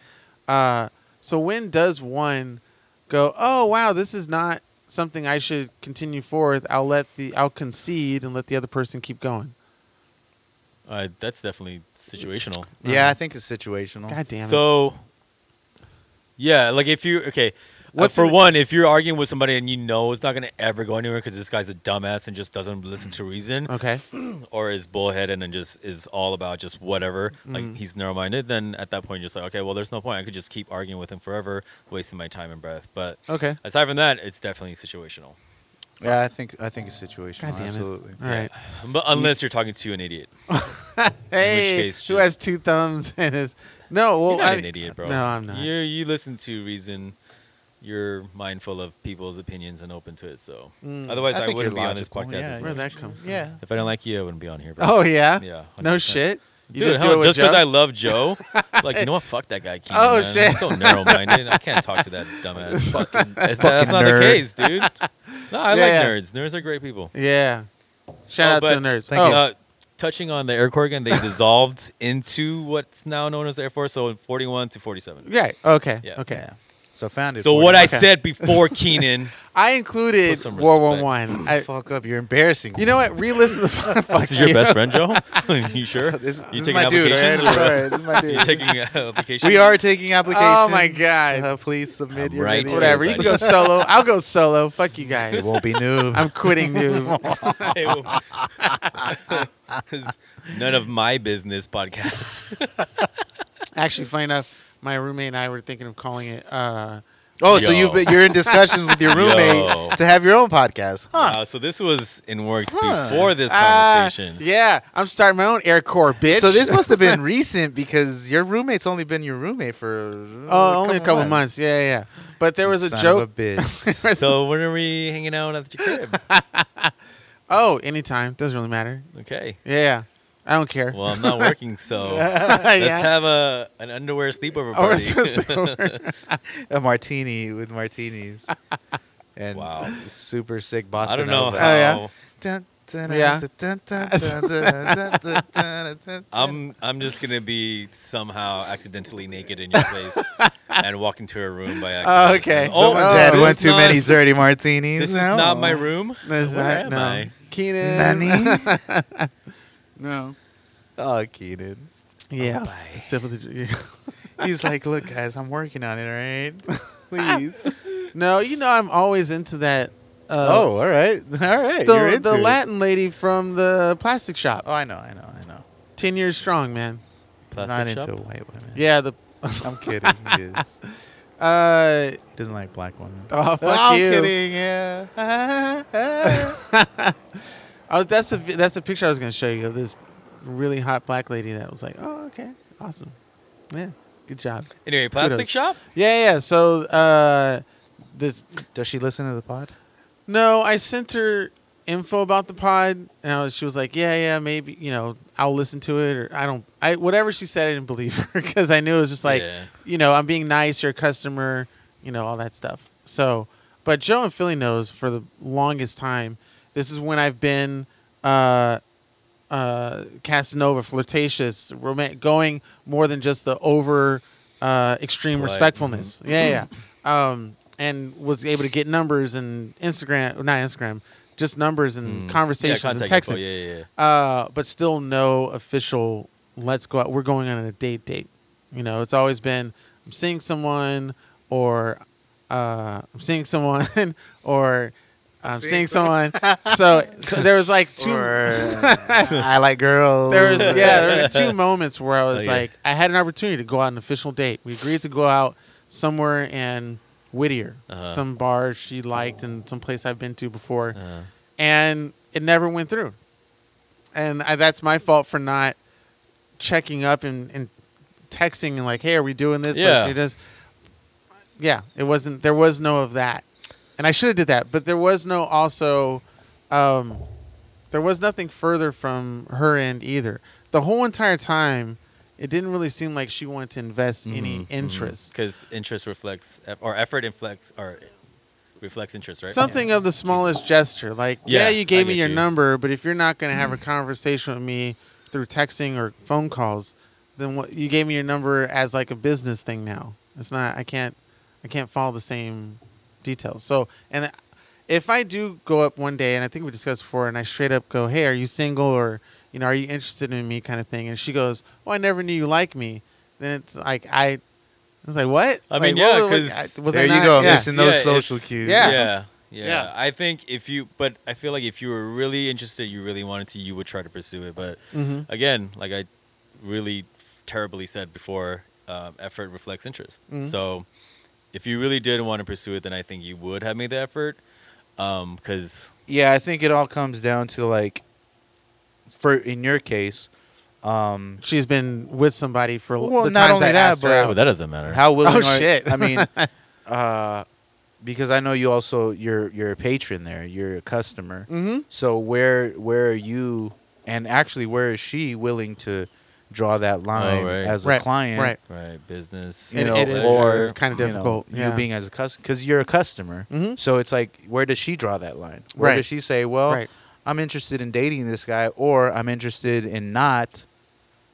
Uh, so, when does one go, oh, wow, this is not something I should continue forth? I'll let the, I'll concede and let the other person keep going.
Uh, that's definitely situational.
Yeah, I think it's situational.
God damn it.
so, yeah, like if you okay, uh,
What's
for
in the-
one, if you're arguing with somebody and you know it's not gonna ever go anywhere because this guy's a dumbass and just doesn't listen to reason,
okay.
or is bullheaded and just is all about just whatever, like
Mm.
he's narrow-minded, then at that point you're just like, okay, well, there's no point. I could just keep arguing with him forever, wasting my time and breath. But
Okay.
aside from that, it's definitely situational.
Yeah, I think I think it's situational.
God damn it.
absolutely.
All right.
But unless you're talking to an idiot,
Hey,
case,
who
just-
has two thumbs and is no? Well,
you're not
I,
an idiot, bro.
No, I'm not.
You you listen to reason. You're mindful of people's opinions and open to it. So
Mm,
otherwise,
I
I,
think
wouldn't be
you're
on this
logical,
podcast.
yeah,
Where'd that come? From?
Yeah.
If I didn't like you, I wouldn't be on here. Bro.
Oh yeah.
Yeah, 100%.
No shit. You
Dude,
just
hell,
do it with
just because
Joe?
I love Joe, like you know what? Fuck that guy. Keenan,
Oh,
man.
shit.
He's so narrow-minded. I can't talk to that dumbass. fucking, that's that's
fucking
not the
nerd.
case, dude. No, I
Yeah,
like
yeah.
nerds. Nerds are great people.
Yeah. Shout
Oh,
out to the
but-
nerds.
Thank
oh,
you.
Uh, touching on the Air Corps again, they dissolved into what's now known as the Air Force. So in 41 to 47.
right. Okay.
Yeah.
Okay.
Yeah. So founded.
So
40.
what I
Okay.
said before Keenan,
I
Put
included
some
War One
respect.
One.
I, fuck up. You're embarrassing.
You know what? Re-listen. To, fuck
this is your
you.
best friend, Joe. you sure?
This,
you
this
taking
is my dude. all
applications?
right? All
or-
right, this is my
you
dude.
taking uh, applications?
We are taking applications.
my God.
Uh, please submit
I'm
your
right
videos.
Whatever. You can go solo. I'll go solo. Fuck you
It
guys.
won't be new.
I'm quitting, dude.
It's None of my business podcast.
Actually, funny enough, my roommate and I were thinking of calling it. uh
oh, so
Yo.
you've been, you're in discussions with your roommate
Yo.
to have your own podcast, huh?
Wow, Uh, so this was in works
Huh.
before this
ah,
conversation.
yeah, I'm starting my own Air Corps, bitch.
So this must have been recent because your roommate's only been your roommate for uh,
Oh, only a couple months. Yeah, yeah. yeah. But there was a
Son of
joke.
bitch.
So when are we hanging out at your crib?
oh, anytime doesn't really matter.
Okay.
Yeah, yeah. I don't care.
Well, I'm not working, so let's
yeah.
have a an underwear sleepover
Oh,
I was
party.
just-
a martini with martinis. And
Wow.
super sick bossa
I don't know
nova.
how.
yeah.
Dun, dun,
Yeah.
dun, dun, dun, dun, dun, dun, dun.
I'm I'm just gonna be somehow accidentally naked in your place and walk into a room by accident.
Oh, okay.
Oh,
Someone's
Dad
this
had
one
is
too
not-
many dirty martinis.
This is
No.
not my room.
That's
Where
not-
am
no.
I?
Keenan.
Nanny.
No.
oh, Keenan.
Yeah.
bye.
Sip of the ju-
He's like, look, guys, I'm working on it, all right? Please.
no, you know I'm always into that. Uh,
oh, all right. All right. You're
the
into
the
it.
Latin lady from the plastic shop.
Oh, I know, I know, I know.
Ten years strong, man.
He's
Plastic
not
shop?
into white women.
Yeah. The
I'm kidding. He is.
uh.
Doesn't like black women.
Oh fuck
I'm
you.
kidding. Yeah.
I was, that's the vi- that's the picture I was gonna show you of this really hot black lady that was like, oh okay, awesome, yeah, good job.
Anyway, plastic
Kudos.
shop.
Yeah, yeah. So uh, this
Does she listen to the pod?
no, I sent her info about the pod, and I was, she was like, yeah, yeah, maybe you know, I'll listen to it, or I don't, I whatever she said, I didn't believe her because I knew it was just like,
Yeah.
you know, I'm being nice, you're a customer, you know, all that stuff. So, but Joe and Philly knows for the longest time, this is when I've been. Uh, uh, Casanova, flirtatious, romantic, going more than just the over uh,
Polite.
extreme
Mm-hmm.
respectfulness. Yeah, yeah. Um, and was able to get numbers and Instagram, not Instagram, just numbers
Mm.
and conversations
yeah,
and
contact info.
texting.
Yeah, yeah, yeah.
Uh, but still no official. Let's go out. We're going on a date. Date. You know, it's always been I'm seeing someone, or uh, I'm seeing someone, or I'm seeing, someone. so, so there was like two.
I like girls.
There
Oh.
was yeah, there was two moments where I was
yeah.
like, I had an opportunity to go out on an official date. We agreed to go out somewhere in Whittier,
Uh-huh.
some bar she liked and some place I've been to before,
Uh,
and it never went through. And I, that's my fault for not checking up and, and texting and like, hey, are we doing this? Let's
Yeah.
do this. Yeah, it wasn't. There was no of that, and I should have did that, but there was no also. Um, there was nothing further from her end either. The whole entire time, it didn't really seem like she wanted to invest any interest.
because interest reflects eff- or effort inflects or reflects interest, right?
Something of the smallest gesture, like yeah,
Yeah,
you
I
gave me
get
your
you.
number, but if you're not going to
Mm.
have a conversation with me through texting or phone calls, then what you gave me your number as like a business thing now. It's not I can't I can't follow the same details. So and if I do go up one day and I think we discussed before and I straight up go, "Hey, are you single or you know, are you interested in me?" kind of thing and she goes, "Well, I never knew you liked me." Then it's like I I was like, "What?"
I mean,
Like, what
yeah,
was-
'cause
was I
there you
not-
go.
yeah.
Missing those
Yeah,
social
it's-
cues.
Yeah.
Yeah. yeah. Yeah.
Yeah.
I think if you, but I feel like if you were really interested, you really wanted to, you would try to pursue it. But
Mhm.
again, like I really terribly said before, um, effort reflects interest.
Mhm.
So if you really did want to pursue it, then I think you would have made the effort. um, Because
Yeah, I think it all comes down to like, for in your case, um,
she's been with somebody for
Well,
the
not
times
only
I
that,
asked her
but-
out.
that doesn't matter.
how willing
Oh,
are
shit.
I mean, uh, because I know you also you're you're a patron there, you're a customer.
Mm-hmm.
So where where are you and actually where is she willing to draw
Oh,
that line
right.
as a
Right,
client?
right.
right? Business.
You
It-
know,
it is
or
it's kind of
you know,
difficult. yeah.
You being as a customer because you're a customer.
Mhm.
So it's like where does she draw that line? Where
Right.
does she say, well,
Right.
I'm interested in dating this guy, or I'm interested in not,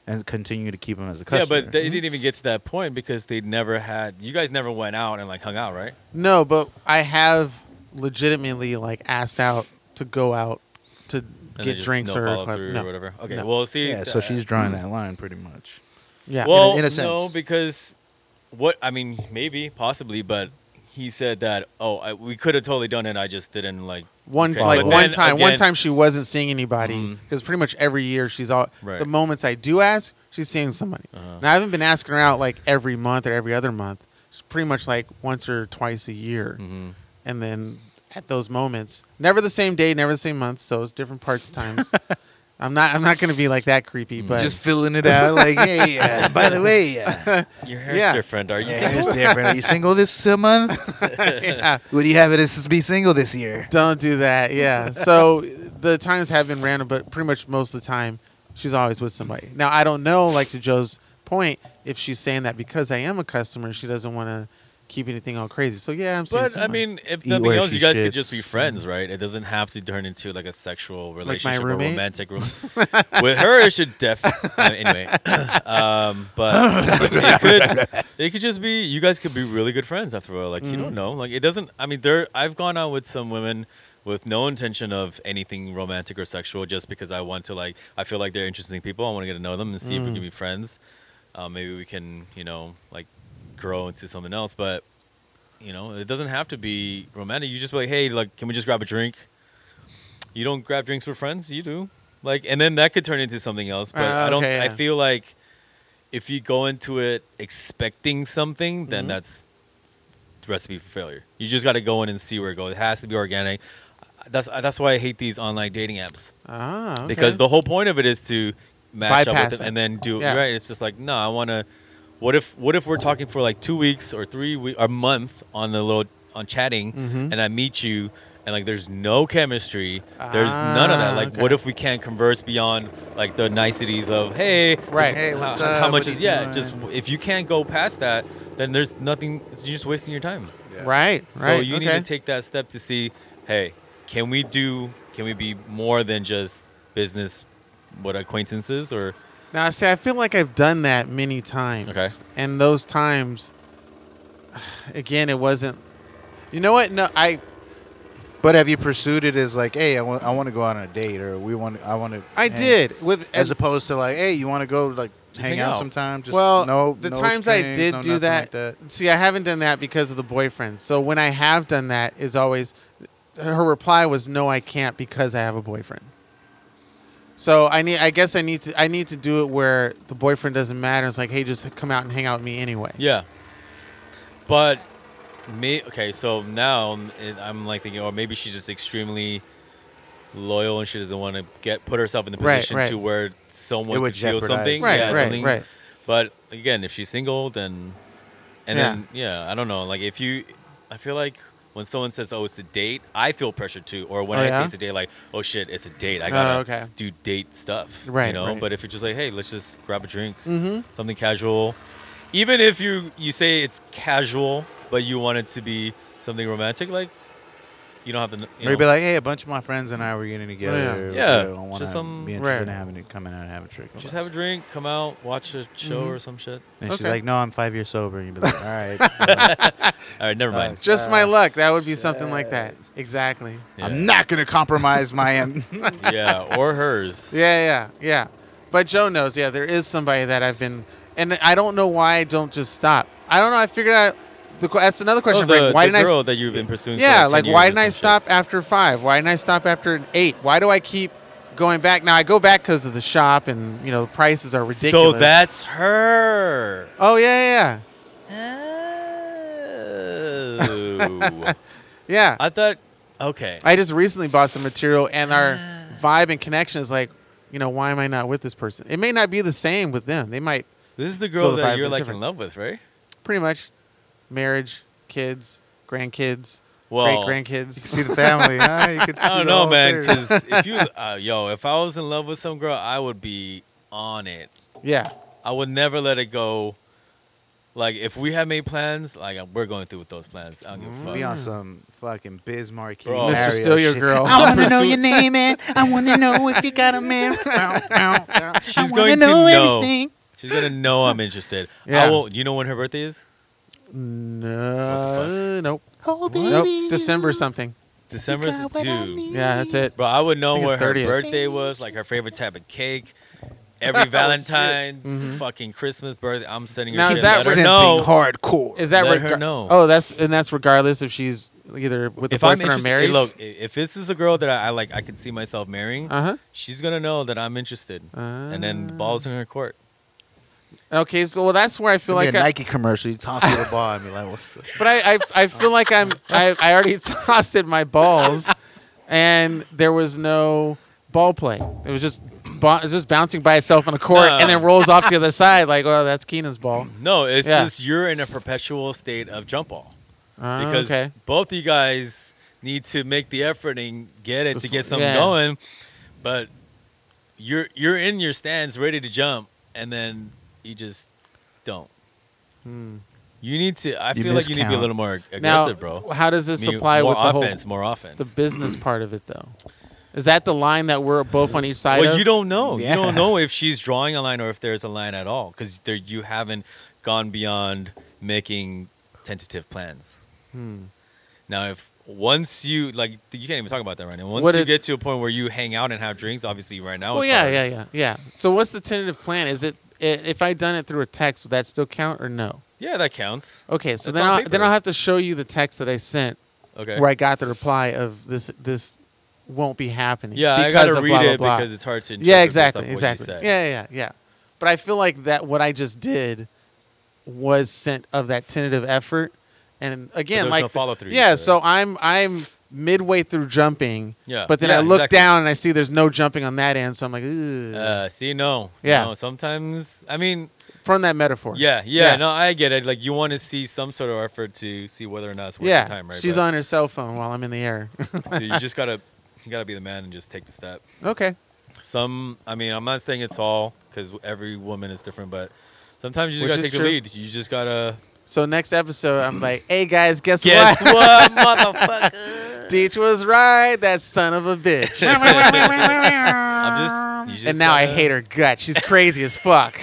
and continue to keep him as a
yeah,
customer? Mm-hmm.
but they didn't even get to that point because they never had. You guys never went out and like hung out, right?
no, but I have legitimately like asked out to go out to
And they
get
just
drinks
no
or a
follow
club.
through
No.
or whatever. Okay,
No.
well, see, uh,
yeah, so
that-
she's drawing that line pretty much.
Yeah.
Well,
in
no,
a sense.
because what I mean, maybe, possibly, but he said that. Oh, I, we could have totally done it. I just didn't like
one
Okay.
like
But
one
then
time, one
again-
time she wasn't seeing anybody
Mm.
because pretty much every year she's all.
Right.
The moments I do ask, she's seeing somebody.
Uh-huh.
And I haven't been asking her out like every month or every other month. It's pretty much like once or twice a year,
Mhm.
and then at those moments, never the same day, never the same month. So it's different parts of times. I'm not. I'm not going to be like that creepy,
Mm.
but
Just filling it out. like, hey, uh, by the way, uh,
your hair's
Yeah.
different. Are you?
yeah,
single?"
it's different. Are you single this uh, month?
yeah,
What do you have it as be single this year?
don't do that. Yeah. So the times have been random, but pretty much most of the time, she's always with somebody. Now I don't know, like to Joe's point, if she's saying that because I am a customer, she doesn't want to keep anything all crazy. So yeah, I'm. seeing
But I
someone.
mean, if
Eat
nothing
where
else,
she
you guys
shits.
could just be friends, right? It doesn't have to turn into like a sexual relationship or
roommate?
romantic. Rom- With her, it should definitely. anyway, um, but it could, it could just be you guys could be really good friends after all. Like you don't know. Like it doesn't. I mean, there. I've gone out with some women with no intention of anything romantic or sexual, just because I want to. Like I feel like they're interesting people. I want to get to know them and see if we can be friends. Uh, maybe we can, you know, like grow into something else. But you know, it doesn't have to be romantic. You just be like, hey, like, can we just grab a drink? You don't grab drinks for friends, you do. Like, and then that could turn into something else. But
Ah,
I don't.
okay,
I
yeah.
feel like if you go into it expecting something, then
Mhm.
that's the recipe for failure. You just got to go in and see where it goes. It has to be organic. That's that's why I hate these online dating apps
ah, okay.
because the whole point of it is to match up
Bypass
with them
it.
and then do
Yeah.
right. It's just like no, I want to. What if what if we're talking for like two weeks or three week or a month on the little on chatting,
Mhm.
and I meet you and like there's no chemistry, there's none of
Ah,
that. Like
okay.
what if we can't converse beyond like the niceties of hey this-
Right. Hey,
how,
what's
how
up?
much
What
is
you
yeah
doing?
just if you can't go past that then there's nothing you're just wasting your time.
right, right.
So you
okay.
need to take that step to see, hey, can we do? Can we be more than just business, what acquaintances or?
Now, see, I feel like I've done that many times.
Okay.
And those times, again, it wasn't. You know what? No, I
But have you pursued it as like, hey, I want, I want to go out on a date, or we want, I want to.
I did with
as opposed to like, hey, you want to go like
Just
hang
hang
out
out.
sometime? Just
well,
no,
the
no
times I
strings,
did
no
do
nothing
that,
like that.
See, I haven't done that because of the boyfriend. So when I have done that, is always her reply was no, I can't because I have a boyfriend. So I need. I guess I need to. I need to do it where the boyfriend doesn't matter. It's like, hey, just come out and hang out with me anyway.
Yeah. But me, okay, so now it- I'm like thinking, or maybe she's just extremely loyal and she doesn't want to get put herself in the
Right,
position
right.
to where someone
It would
could feel
jeopardize.
something.
Right.
yeah,
right.
something.
Right.
But again, if she's single, then and
Yeah.
then yeah, I don't know. Like if you, I feel like when someone says, "Oh, it's a date," I feel pressured too. Or when
Oh,
I
yeah?
say it's a date, like, "Oh shit, it's a date. I
Oh,
gotta
okay.
do date stuff." You
Right,
know.
right. Mm-hmm.
But if you're just like, "Hey, let's just grab a drink, something casual," even if you you say it's casual, but you want it to be something romantic, like you don't have to. kn- You
Or you'd
know,
be like, hey, a bunch of my friends and I were getting together.
Yeah.
I wanna
Just some-
be interested in
Oh, Right.
having it coming out and having a drink. with
just
us."
have a drink, come out, watch a show
Mm-hmm.
or some shit.
and she's
Okay.
like, no, I'm five years sober. And you'd be like, all right.
All right, never
Uh,
mind.
Just my luck. That would be something like that. Exactly.
Yeah.
I'm not gonna compromise my end.
yeah, or hers.
Yeah, yeah, yeah. But Joe knows. Yeah, there is somebody that I've been, and I don't know why I don't just stop. I don't know. I figured out. The, que- that's another question.
Oh,
I'm
the,
like, why
the
didn't
girl
I? s-
that you've been pursuing. for,
Yeah,
10
like
years
why
or
didn't I
some shit.
stop after five? Why didn't I stop after an eight? Why do I keep going back? Now I go back because of the shop, and you know the prices are ridiculous.
So that's her.
Oh yeah, yeah,
Oh.
yeah. yeah.
I thought, okay.
I just recently bought some material, and our vibe and connection is like, you know, why am I not with this person? It may not be the same with them. They might
This is the
Feel
girl
the
that
vibe
you're
is
like
different.
in love with, right?
pretty much marriage, kids, grandkids,
Well,
great grandkids.
see the family. Huh? You could see
I
the
don't know,
whole
man.
thing.
Because if you, uh, yo, if I was in love with some girl, I would be on it.
Yeah,
I would never let it go. Like if we had made plans, like we're going through with those plans. I don't give
Mm,
a fuck.
Be on some fucking Bismarck.
Bro. Oh,
Mr.
Mario
Still Your Girl.
I'm
I want to know
pursuing-
your name, and I want to know if you got a man.
She's
I want
going to
know
know.
everything.
She's gonna know I'm interested.
Yeah.
I won't. You know when her birthday is?
no, nope,
Oh, baby.
nope. December something.
December's
got what I
due.
need.
Yeah, that's it.
Bro, I would know
I think
what
it's
her
30th.
birthday was, like her favorite type of cake. Every Valentine's, fucking Christmas, birthday. I'm sending her
Now,
shit.
is that
Let her
simping
know.
hardcore.
Is that
Let her
regar-
know.
Oh, that's and that's regardless if she's either with the
if I'm
boyfriend or
interested, hey,
married.
look, i- if this is a girl that I, I like, I can see myself marrying.
Uh-huh.
She's gonna know that I'm interested, and then the balls in her court.
Okay, so well, that's where I feel like
a
I,
Nike commercial. You toss it a ball and be like, "What's?" up?"
but I, I, I feel like I'm I, I already tossed it my balls, and there was no ball play. It was just bo- it was just bouncing by itself on the court
No.
and then rolls off to the other side. Like, oh, that's Keenan's ball.
No, it's
Yeah.
just you're in a perpetual state of jump ball
Uh,
because
okay,
both you guys need to make the effort and get it
Just-
to get something
yeah.
going, but you're you're in your stands ready to jump, and then you just don't. You need to. I
You
feel like you need to be a
miscount.
little more aggressive,
Hmm. now
bro.
how does this
I mean,
apply
more
with the whole
offense, more offense.
the business part of it though? Is that the line that we're both on each side
well,
of?
you don't know. You
Yeah.
don't know if she's drawing a line or if there's a line at all because there you haven't gone beyond making tentative plans.
Hmm.
Now, if once you like, you can't even talk about that right now. Once
What
you
it-
get to a point where you hang out and have drinks, obviously, right now.
Well,
it's
yeah,
hard.
yeah, yeah, yeah. So, what's the tentative plan? Is it i- if I done it through a text, would that still count or no?
yeah, that counts.
Okay, so
It's
then
on
I'll,
paper.
then I'll have to show you the text that I sent
Okay.
where I got the reply of this this won't be happening.
Yeah, I
because
gotta
of
read
blah, blah,
it
blah.
because it's hard to.
yeah,
interpret based off
exactly,
what you
exactly. Yeah,
said.
yeah, yeah, yeah. But I feel like that what I just did was sent of that tentative effort, and again,
there's
like
no
the-
follow-through, you
Yeah,
said.
so I'm I'm midway through jumping.
Yeah.
But then
Yeah,
I look
exactly.
down and I see there's no jumping on that end, so I'm like, Ugh,
Uh, see, no.
Yeah.
No, sometimes, I mean,
from that metaphor.
yeah, yeah,
Yeah.
No, I get it. Like, you want to see some sort of effort to see whether or not it's worth
yeah.
your time, right?
She's
But-
on her cell phone while I'm in the air.
Dude, you just gotta you gotta be the man and just take the step.
okay.
Some, I mean, I'm not saying it's all because every woman is different, but sometimes you just
Which
gotta
is
take
true.
the lead. You just gotta
So next episode, I'm like, hey guys, guess
guess
what?
what, motherfucker.
Deitch was right. That son of a bitch.
Um,
I'm just, you just
and now I
gotta-
hate her gut. She's crazy as fuck.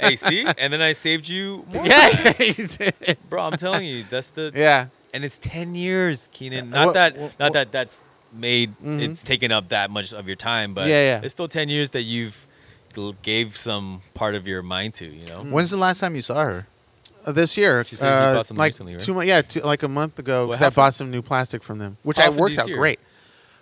Hey, see, and then I saved you, more.
yeah, you did.
bro. I'm telling you, that's the
Yeah. Uh,
and it's ten years, Keenan.
Yeah,
Not
wha-
that,
wha-
not
wha-
that that's made. It's taken up that much of your time, but
Mm-hmm. Yeah, yeah.
it's still ten years that you've l- gave some part of your mind to. You know,
When's the last time you saw her?
Uh, This year,
She said you
uh,
bought something
like
recently, right?
two months, yeah, two, like a month ago,
What
because I bought some new plastic from them, which
How
I
often
works
do you
out
see her?
great.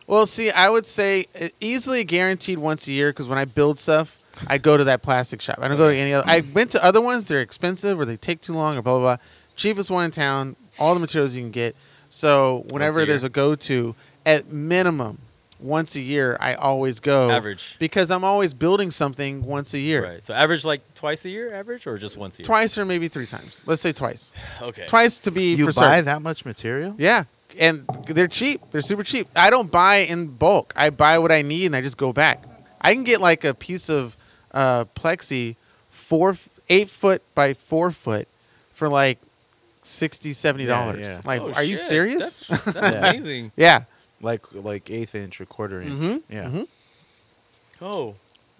Well, see, I would say uh, easily guaranteed once a year because when I build stuff, I go to that plastic shop. I don't go to any other. I went to other ones; they're expensive or they take too long or blah blah blah. Cheapest one in town, all the materials you can get. So whenever
year.
there's a go-to, at minimum once a year, I always go
Average.
because I'm always building something once a year,
Right. So average like twice a year, average or just once a year?
twice or maybe three times. Let's say twice,
Okay.
twice to be
You
for
buy
certain.
that much material?
Yeah. and they're cheap. They're super cheap. I don't buy in bulk. I buy what I need and I just go back. I can get like a piece of uh, plexi, four eight foot by four foot, for like 60 dollars.
Yeah, yeah.
Like,
Oh,
are you
shit.
serious?
That's, that's
Yeah.
amazing.
yeah.
like like eighth inch or quarter inch.
Mhm,
Yeah.
Oh.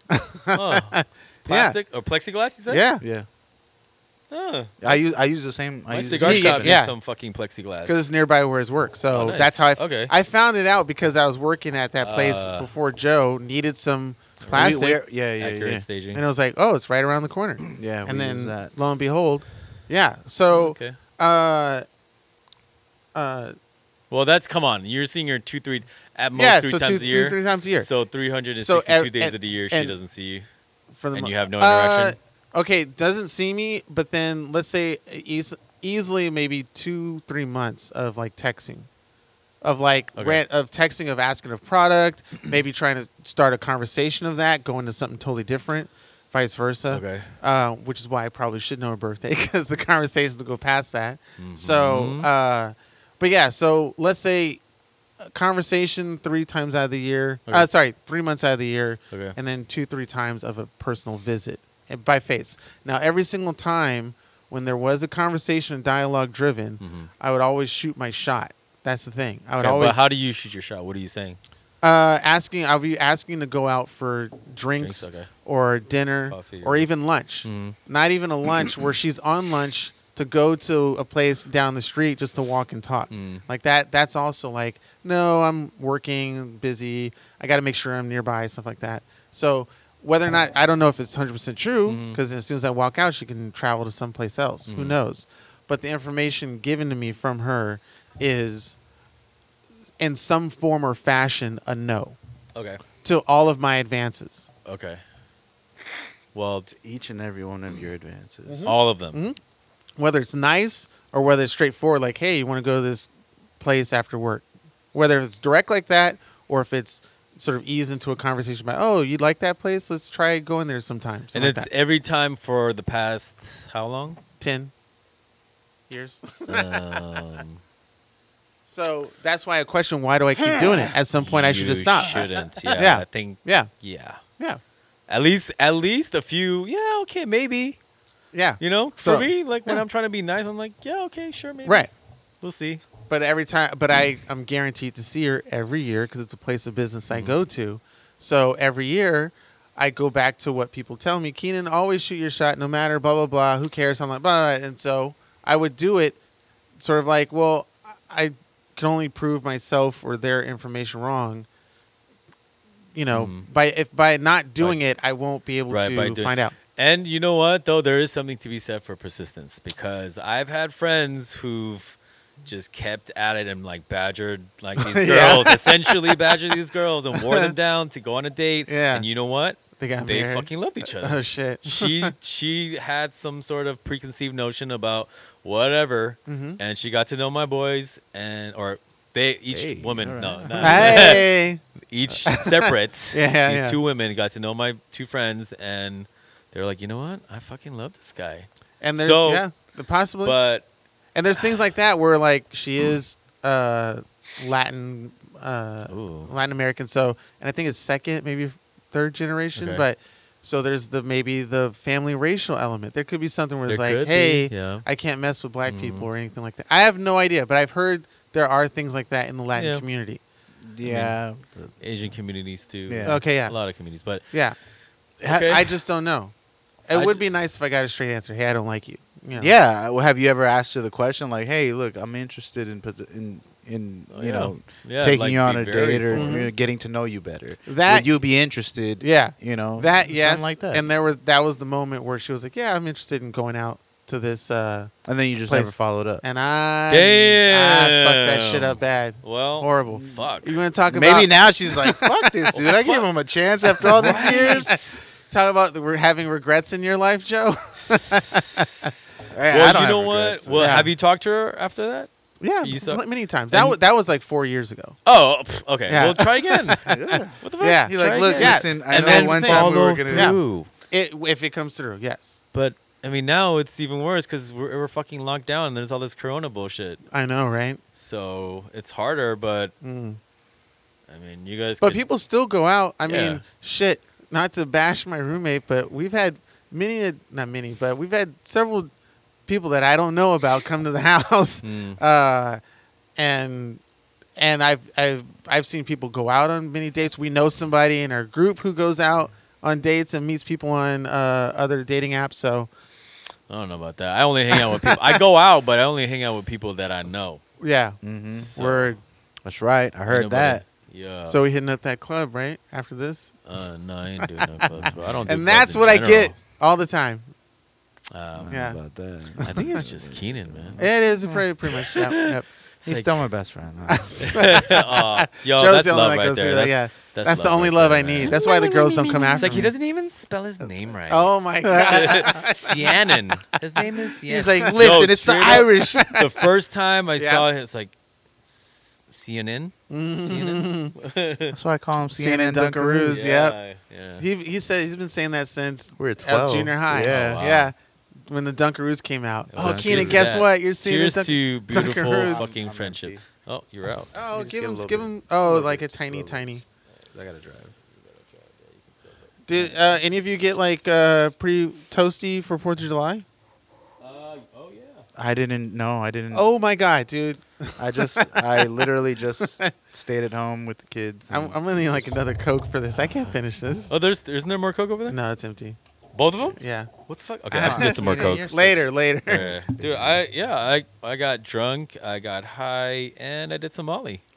Huh. Plastic or plexiglass? You said?
Yeah.
Yeah.
Huh.
I use I use the same. I
My
use
cigar
Yeah,
shop
yeah.
needs some fucking plexiglass.
because it's nearby where his work. So
Oh, nice.
that's how I. f-
Okay.
I found it out because I was working at that place
Uh.
before Joe needed some
We-
plastic,
we're- yeah, yeah,
accurate
yeah.
staging.
and I was like, "Oh, it's right around the corner."
Yeah,
and
we
then
use that.
lo and behold, yeah. So,
okay.
uh, uh,
Well, that's come on. You're seeing her two, three, at most
yeah.
three
so
times
two,
a year.
two, three times a year.
So 362
So ev-
days
and-
of the year, she
and-
doesn't see you,
for the
and
mo-
you have no
Uh,
interaction.
okay, doesn't see me, but then let's say eas- easily maybe two, three months of like texting, of like
Okay.
rant, of texting of asking of product, maybe trying to start a conversation of that, going to something totally different, vice versa.
okay.
Uh, which is why I probably should know her birthday because the conversations will go past that. So,
Mhm.
uh, but yeah, so let's say a conversation three times out of the year.
Okay.
Uh, sorry, three months out of the year
Okay.
and then two three times of a personal visit and by face now every single time when there was a conversation and dialogue driven
Mhm.
i would always shoot my shot that's the thing i would
Okay,
always
but how do you shoot your shot? What are you saying?
uh, asking i'll be asking to go out for drinks,
Drinks, okay.
or dinner
Coffee
or
or-
even lunch
Mm-hmm.
Mhm.
not even a lunch where she's on lunch to go to a place down the street just to walk and talk
Mm.
like that that's also like no i'm working busy i got to make sure i'm nearby stuff like that so whether or not i don't know if it's 100% true
Mhm.
because as soon as i walk out she can travel to someplace else who
Mhm.
knows but the information given to me from her is in some form or fashion a no
Okay.
to all of my advances
Okay. Well, t-
each and every one of your
Mm-hmm.
advances.
all of them.
whether it's nice or whether it's straightforward, like, hey, you want to go to this place after work. Whether it's direct like that or if it's sort of eased into a conversation about, oh, you like that place? Let's try going there sometime.
And
something
it's
like that.
every time for the past how long?
10 years.
Um,
So that's why I question why do I keep doing it? At some point, I should
you
just stop.
Shouldn't. Yeah,
Yeah.
I think.
Yeah.
Yeah.
Yeah.
At least, at least a few. Yeah. Okay. Maybe.
Yeah.
You know, for
So-
me, like when
yeah.
I'm trying to be nice, I'm like, yeah, okay, sure, maybe.
Right.
We'll see.
But every time, but I, I'm guaranteed to see her every year because it's a place of business
Mm-hmm.
I go to. So every year, I go back to what people tell me. Keenan, always shoot your shot, no matter blah blah blah. Who cares? I'm like blah, blah. and so I would do it, sort of like, well, I can only prove myself or their information wrong. You know,
Mhm.
by if by not doing it, I won't be able
Right,
to
by doing-
find out.
And you know what, though, there is something to be said for persistence because I've had friends who've just kept at it and like badgered like these
Yeah.
girls, essentially badgered these girls and wore them down to go on a date.
Yeah.
And you know what?
They got
They
married.
fucking loved each other.
oh shit.
she she had some sort of preconceived notion about whatever,
Mhm.
Mm-hmm.
and she got to know my boys and or they each
Hey,
woman
all
no
right.
not
Hey.
each separate.
Yeah,
these
yeah.
two women got to know my two friends, and they're like, you know what? I fucking love this guy.
And there's
So-
yeah, the possibility.
But
And there's things like that where like she is uh Latin uh
Ooh.
Latin American so and I think it's second maybe third generation
Okay.
but so there's the maybe the family racial element. There could be something where it's
There
like,
could be,
hey,
yeah. Mm-hmm.
I can't mess with black people or anything like that. I have no idea, but I've heard there are things like that in the Latin
Yeah.
community.
Yeah.
Asian communities too.
Yeah.
Okay, yeah.
A lot of communities, but
Yeah. I-
Okay.
I, just don't know. It
I
would
ju-
be nice if I got a straight answer. Hey, I don't like you. you know.
Yeah. Well, have you ever asked her the question like, "Hey, look, I'm interested in pot- in in
Oh,
you
yeah.
know
Yeah,
taking
like,
you on
be
a
very
date or
formal.
you know, getting to know you better?
That-
would you be interested?
Yeah.
You know
That
something
yes,
like that.
and there was that was the moment where she was like, "Yeah, I'm interested in going out to this," uh,
And then you just
place-
never followed up.
and I I fucked that shit
Damn.
up bad,
well, mm,
horrible.
fuck.
You want to talk about
Oh, Maybe now she's like, "Fuck this dude! I gave him a chance after all these years."
talk about the- we're having regrets in your life, Joe?
Hey,
well,
I don't
you
have
know what?
regrets.
Well,
Yeah.
have you talked to her after that?
yeah,
You suck.
pl- many times.
And
That
you-
was that was like four years ago.
Oh, pff, okay.
Yeah.
Well, try again. What the fuck?
Yeah.
You're
Try
like, look,
again.
listen, I
and
know
then
one
thing-
time we
follow
were gonna.
Yeah.
through.
It, if it comes through, yes.
But I mean, now it's even worse because we're, we're fucking locked down. And there's all this Corona bullshit,
I know, right?
so it's harder. But
Mm.
I mean, you guys.
But
could-
people still go out. I
Yeah.
mean, shit. Not to bash my roommate, but we've had many, a- not many, but we've had several people that I don't know about come to the house,
Mm.
uh, and and I've I've I've seen people go out on many dates. We know somebody in our group who goes out on dates and meets people on uh, other dating apps. So
I don't know about that. I only hang out with people. I go out, but I only hang out with people that I know.
yeah,
Mm-hmm.
So, uh,
word.
That's right. I heard
ain't nobody-
that.
Yeah.
so we hitting up that club right after this,
uh, no, I ain't doing no clubs. Bro. I don't. do clubs
and that's
in
what I
general.
get all the time.
Um,
Yeah.
About that.
I think it's just Keenan, man.
It is pretty pretty much. Yep, yep.
He's
like-
still my best friend. huh?
Aw, yo,
Joe's
Oh, that's
the only
love right
one that goes
there.
through that,
That's,
yeah.
that's,
That's, the only
right
love
there,
I
man.
need. That's why the girls don't come
It's
after
like he
me.
doesn't even spell his name right.
Oh my god!
Sianen. His name is Sianen.
He's like, listen, it's the
straight up,
Irish.
The first time I
Yeah. Mm-hmm.
saw it, it's like S- CNN. CNN.
That's why I call him CNN
CNN
Dunkaroos.
Dunkaroos. yep.
Yeah.
He he said he's been saying that since
We're at
uh,
12.
junior high.
Yeah.
Oh, wow.
yeah. When the Dunkaroos came out.
Yeah,
oh,
cheers
Keenan,
to
guess
that.
what? You're seeing
Cheers
Dunk-
to beautiful
Dunkaroos.
fucking
I'm
friendship.
empty.
Oh, you're out.
Oh,
Just get
give
a
him,
little
give
bit.
him. Oh,
Little
like
bit,
a
just a
tiny,
little bit.
tiny.
I gotta drive.
Did uh, any of you get like uh, pre toasty for Fourth of July?
oh yeah.
I didn't. No, I didn't.
Oh my god, dude!
I just. I literally just stayed at home with the kids.
I'm,
and
I'm gonna need like
just-
another Coke for this. I can't finish this.
Oh, there's isn't there more coke over there?
No, Uh-huh. it's empty.
Both of them?
Yeah.
What the fuck? Okay, I have to get some more
Yeah,
coke.
you're-
Later, later.
Yeah. Dude, I yeah, I I got drunk, I got high, and I did some Molly.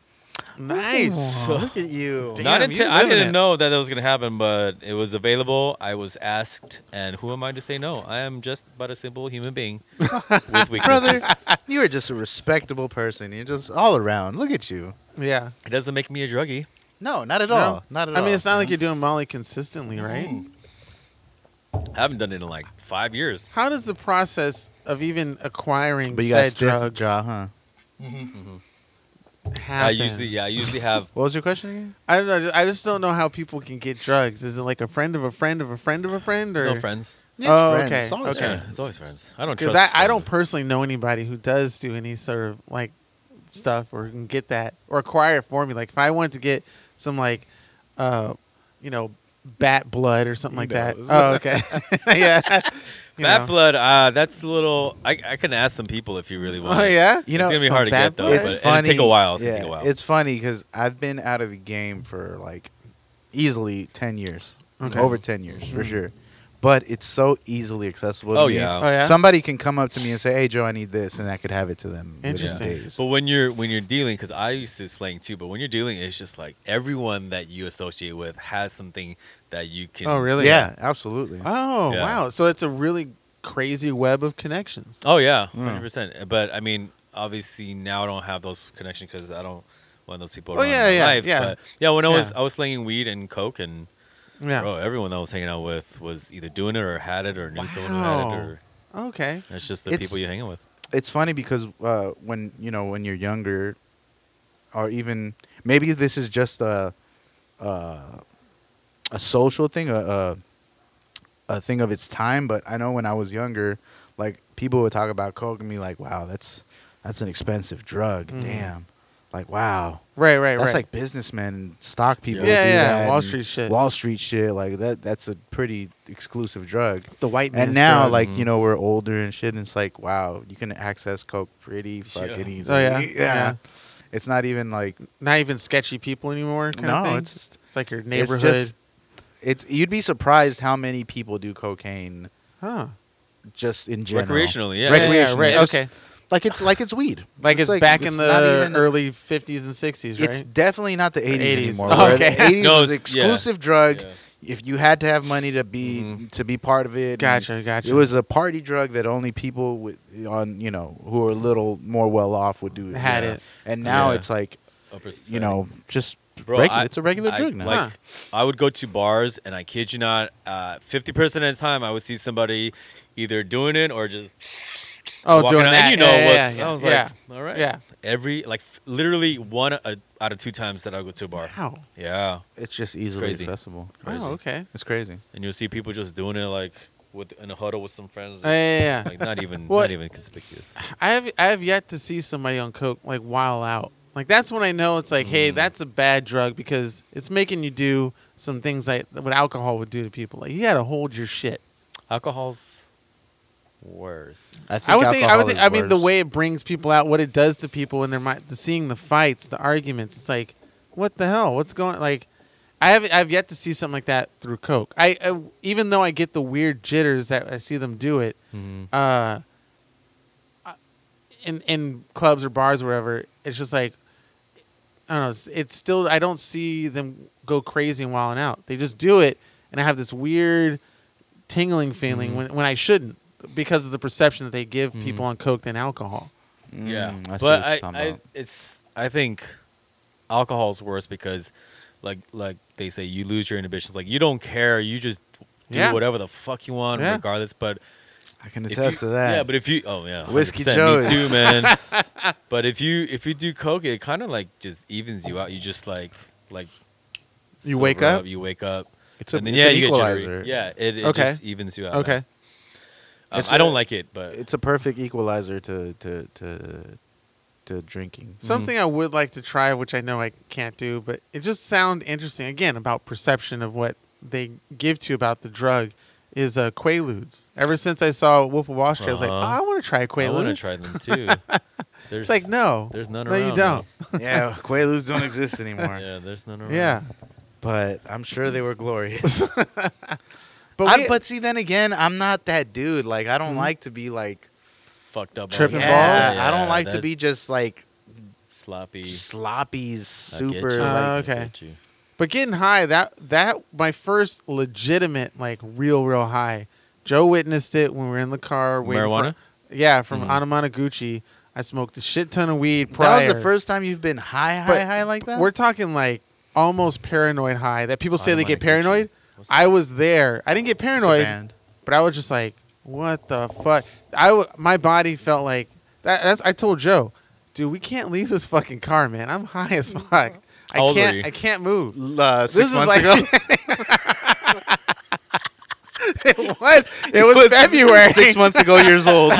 Nice.
So-
Look at you. Damn,
Not
you
inten- I
living
didn't
it.
know that that was gonna happen, but it was available. I was asked, and who am I to say no? I am just but a simple human being with weaknesses.
Brother, you are just a respectable person. You're just all around. Look at you.
Yeah.
It doesn't make me a druggie.
No, not at
No.
all. Not at
I
all.
mean, it's not like you're doing Molly consistently, right?
I haven't done it in like five years.
How does the process of even acquiring
But you got
said
stiff
drugs
jaw, huh?
happen?
I usually yeah, I usually have
What was your question again?
I don't know. I just don't know how people can get drugs. Is it like a friend of a friend of a friend of a friend, or
no friends.
Oh,
friends.
okay,
It's always
okay.
Yeah, it's always friends. I don't
Because
trust.
I, I
friends.
don't personally know anybody who does do any sort of like stuff or can get that or acquire it for me. Like if I wanted to get some like, uh, you know, bat blood or something like that.
knows?
Oh, okay, yeah. You
Bat
know.
blood. Uh, that's a little. I, I can ask some people if you really want.
Oh
it.
yeah.
You know,
it's gonna be hard to
bad
get though.
blood.
But
it's funny.
It'll take a while. It's
yeah,
gonna take a while.
It's funny because I've been out of the game for like easily ten years,
Okay. Mm-hmm.
over ten years for sure. But it's so easily accessible. to
Oh,
me.
yeah.
Oh yeah.
Somebody can come up to me and say, "Hey, Joe, I need this," and I could have it to them. within
Interesting.
Days.
but when you're when you're dealing, because I used to slang too. But when you're dealing, it's just like everyone that you associate with has something that you can.
oh really?
yeah, absolutely.
Oh
Yeah.
wow! So it's a really crazy web of connections.
Oh yeah, hundred percent. But I mean, obviously now I don't have those connections because I don't want those people
Oh,
around in
yeah,
my
yeah,
life.
yeah.
But yeah, when I was
Yeah.
I was slinging weed and coke and
Yeah.
bro, everyone that I was hanging out with was either doing it or had it or knew someone who had
Wow.
it or
Okay.
it's just the
It's-
people you hang out with.
it's funny because uh, when you know when you're younger, or even maybe this is just a a, a social thing, a, a a thing of its time. But I know when I was younger, like people would talk about coke and be like, "Wow, that's that's an expensive drug.
Mhm.
Damn, like wow,
Right. Right.
that's
right.
like businessmen, and stock people.
Yeah,
do
yeah,
that
Wall
and
Street shit.
Wall Street shit. Like that. That's a pretty exclusive drug."
the white man.
And now, like
Mhm.
you know, we're older and shit, and it's like, wow, you can access coke pretty
Yeah.
fucking easy.
Oh, yeah?
yeah.
Yeah.
It's not even like
not even sketchy people anymore. Kind
No,
of thing?
it's-
it's like your
neighborhood.
neighborhood.
It's, just, it's you'd be surprised how many people do cocaine
huh?
just in general.
Recreational, yeah.
Yeah,
recreational.
right.
Just-
okay.
like it's like it's weed.
Like it's, back in
it's not
the
even-
early '50s and '60s, right?
It's definitely not the 80s,
80s.
anymore. where
Okay.
the 80s
No,
was
it's- yeah.
exclusive drug.
Yeah.
If you had to have money to be
Mhm.
to be part of it, and
Mm-hmm. gotcha. Gotcha.
It was a party drug that only people with on you know who are a little more well off would do.
had
yeah.
it.
and now
Yeah.
it's like
Upper
you
society.
know just
Bro,
regu-
I-
it's a regular
I-
drug now.
Like,
Huh.
I would go to bars, and I kid you not, uh, fifty percent of the time, I would see somebody either doing it or just
oh,
walking
doing
out.
that.
And you know,
yeah,
it
yeah,
was,
yeah,
I was
yeah.
like, all right,
Yeah.
Every like f- literally one uh, out of two times that I go to a bar.
Wow.
Yeah,
it's just easily
Crazy.
accessible.
Oh, okay.
It's crazy.
and you'll see people just doing it like with in a huddle with some friends.
Yeah, yeah, yeah.
Like not even
What-
not even conspicuous.
I have I have yet to see somebody on coke like while out. Like that's when I know it's like,
Mm.
hey, that's a bad drug because it's making you do some things like what alcohol would do to people. Like you got to hold your shit.
Alcohol's worse.
I, think
I would think. I
alcohol
would think.
is
I mean, the
worse.
way it brings people out, what it does to people in their mind, the, seeing the fights, the arguments. It's like, what the hell? What's going? Like, I haven't. I've yet to see something like that through coke. I, I even though I get the weird jitters that I see them do it,
Mm-hmm.
Mhm.
uh, I- in in clubs or bars or wherever. It's just like, I don't know. It's, it's still. I don't see them go crazy and wilding out. They just do it, and I have this weird tingling feeling when, when I shouldn't because of the perception that they give people on coke than alcohol.
Yeah,
Mm, I see
but
what you're
I,
talking
I,
about.
it's I think alcohol's worse because, like, like they say, you lose your inhibitions. Like you don't care, you just do
Yeah.
whatever the fuck you want,
Yeah.
regardless. But
I can
if
attest
you-
to that.
Yeah, but if you, oh yeah,
Whiskey
100%,
Joe's.
me too, man. but if you if you do coke, it kind of like just evens you out. You just like like
You wake
sober
up?
You wake up.
It's a-
and then,
it's
yeah,
an
you
equalizer.
Get jittery. yeah, it, it
Okay.
just evens you out. man.
Okay.
Um,
It's
I
a-
don't like it, but
it's a perfect equalizer to to to to drinking.
Mm-hmm.
Something I would like to try, which I know I can't do, but it just sound interesting. Again, about perception of what they give to you about the drug is uh, Quaaludes. Ever since I saw Wolf of Wall Street, I was like, oh,
Uh-huh.
I want to try a
I want to
Quaalude.
try them too. There's
It's like no,
there's none
No, you
around,
don't.
yeah, Quaaludes don't exist anymore.
yeah, there's none around.
Yeah,
But I'm sure they were glorious.
but,
I-
we,
but see, then again, I'm not that dude. Like, I don't like to be like
fucked up.
Tripping
on-
balls?
yeah, I
Yeah,
don't like to
that's
be just like
sloppy.
sloppy,
I get
super.
you.
Like,
Uh, Oh,
I
okay.
get you.
but getting high that that my first legitimate like real real high. Joe witnessed it when we were in the car. waiting
Marijuana? Mm-hmm.
For, yeah, from Anamanaguchi. I smoked a shit ton of weed prior.
that was the first time you've been high, high,
But
high like that.
We're talking like almost paranoid high that people say they get
Anamanaguchi.
paranoid. I was there. I didn't get paranoid,
band.
but I was just like, "What the fuck?" I w- my body felt like that. That's I told Joe, dude, we can't leave this fucking car, man. I'm high as fuck. I
How old were
can't.
you?
I can't move.
uh, six
this
months
is
ago.
like. it was. It was February
six months ago, years old.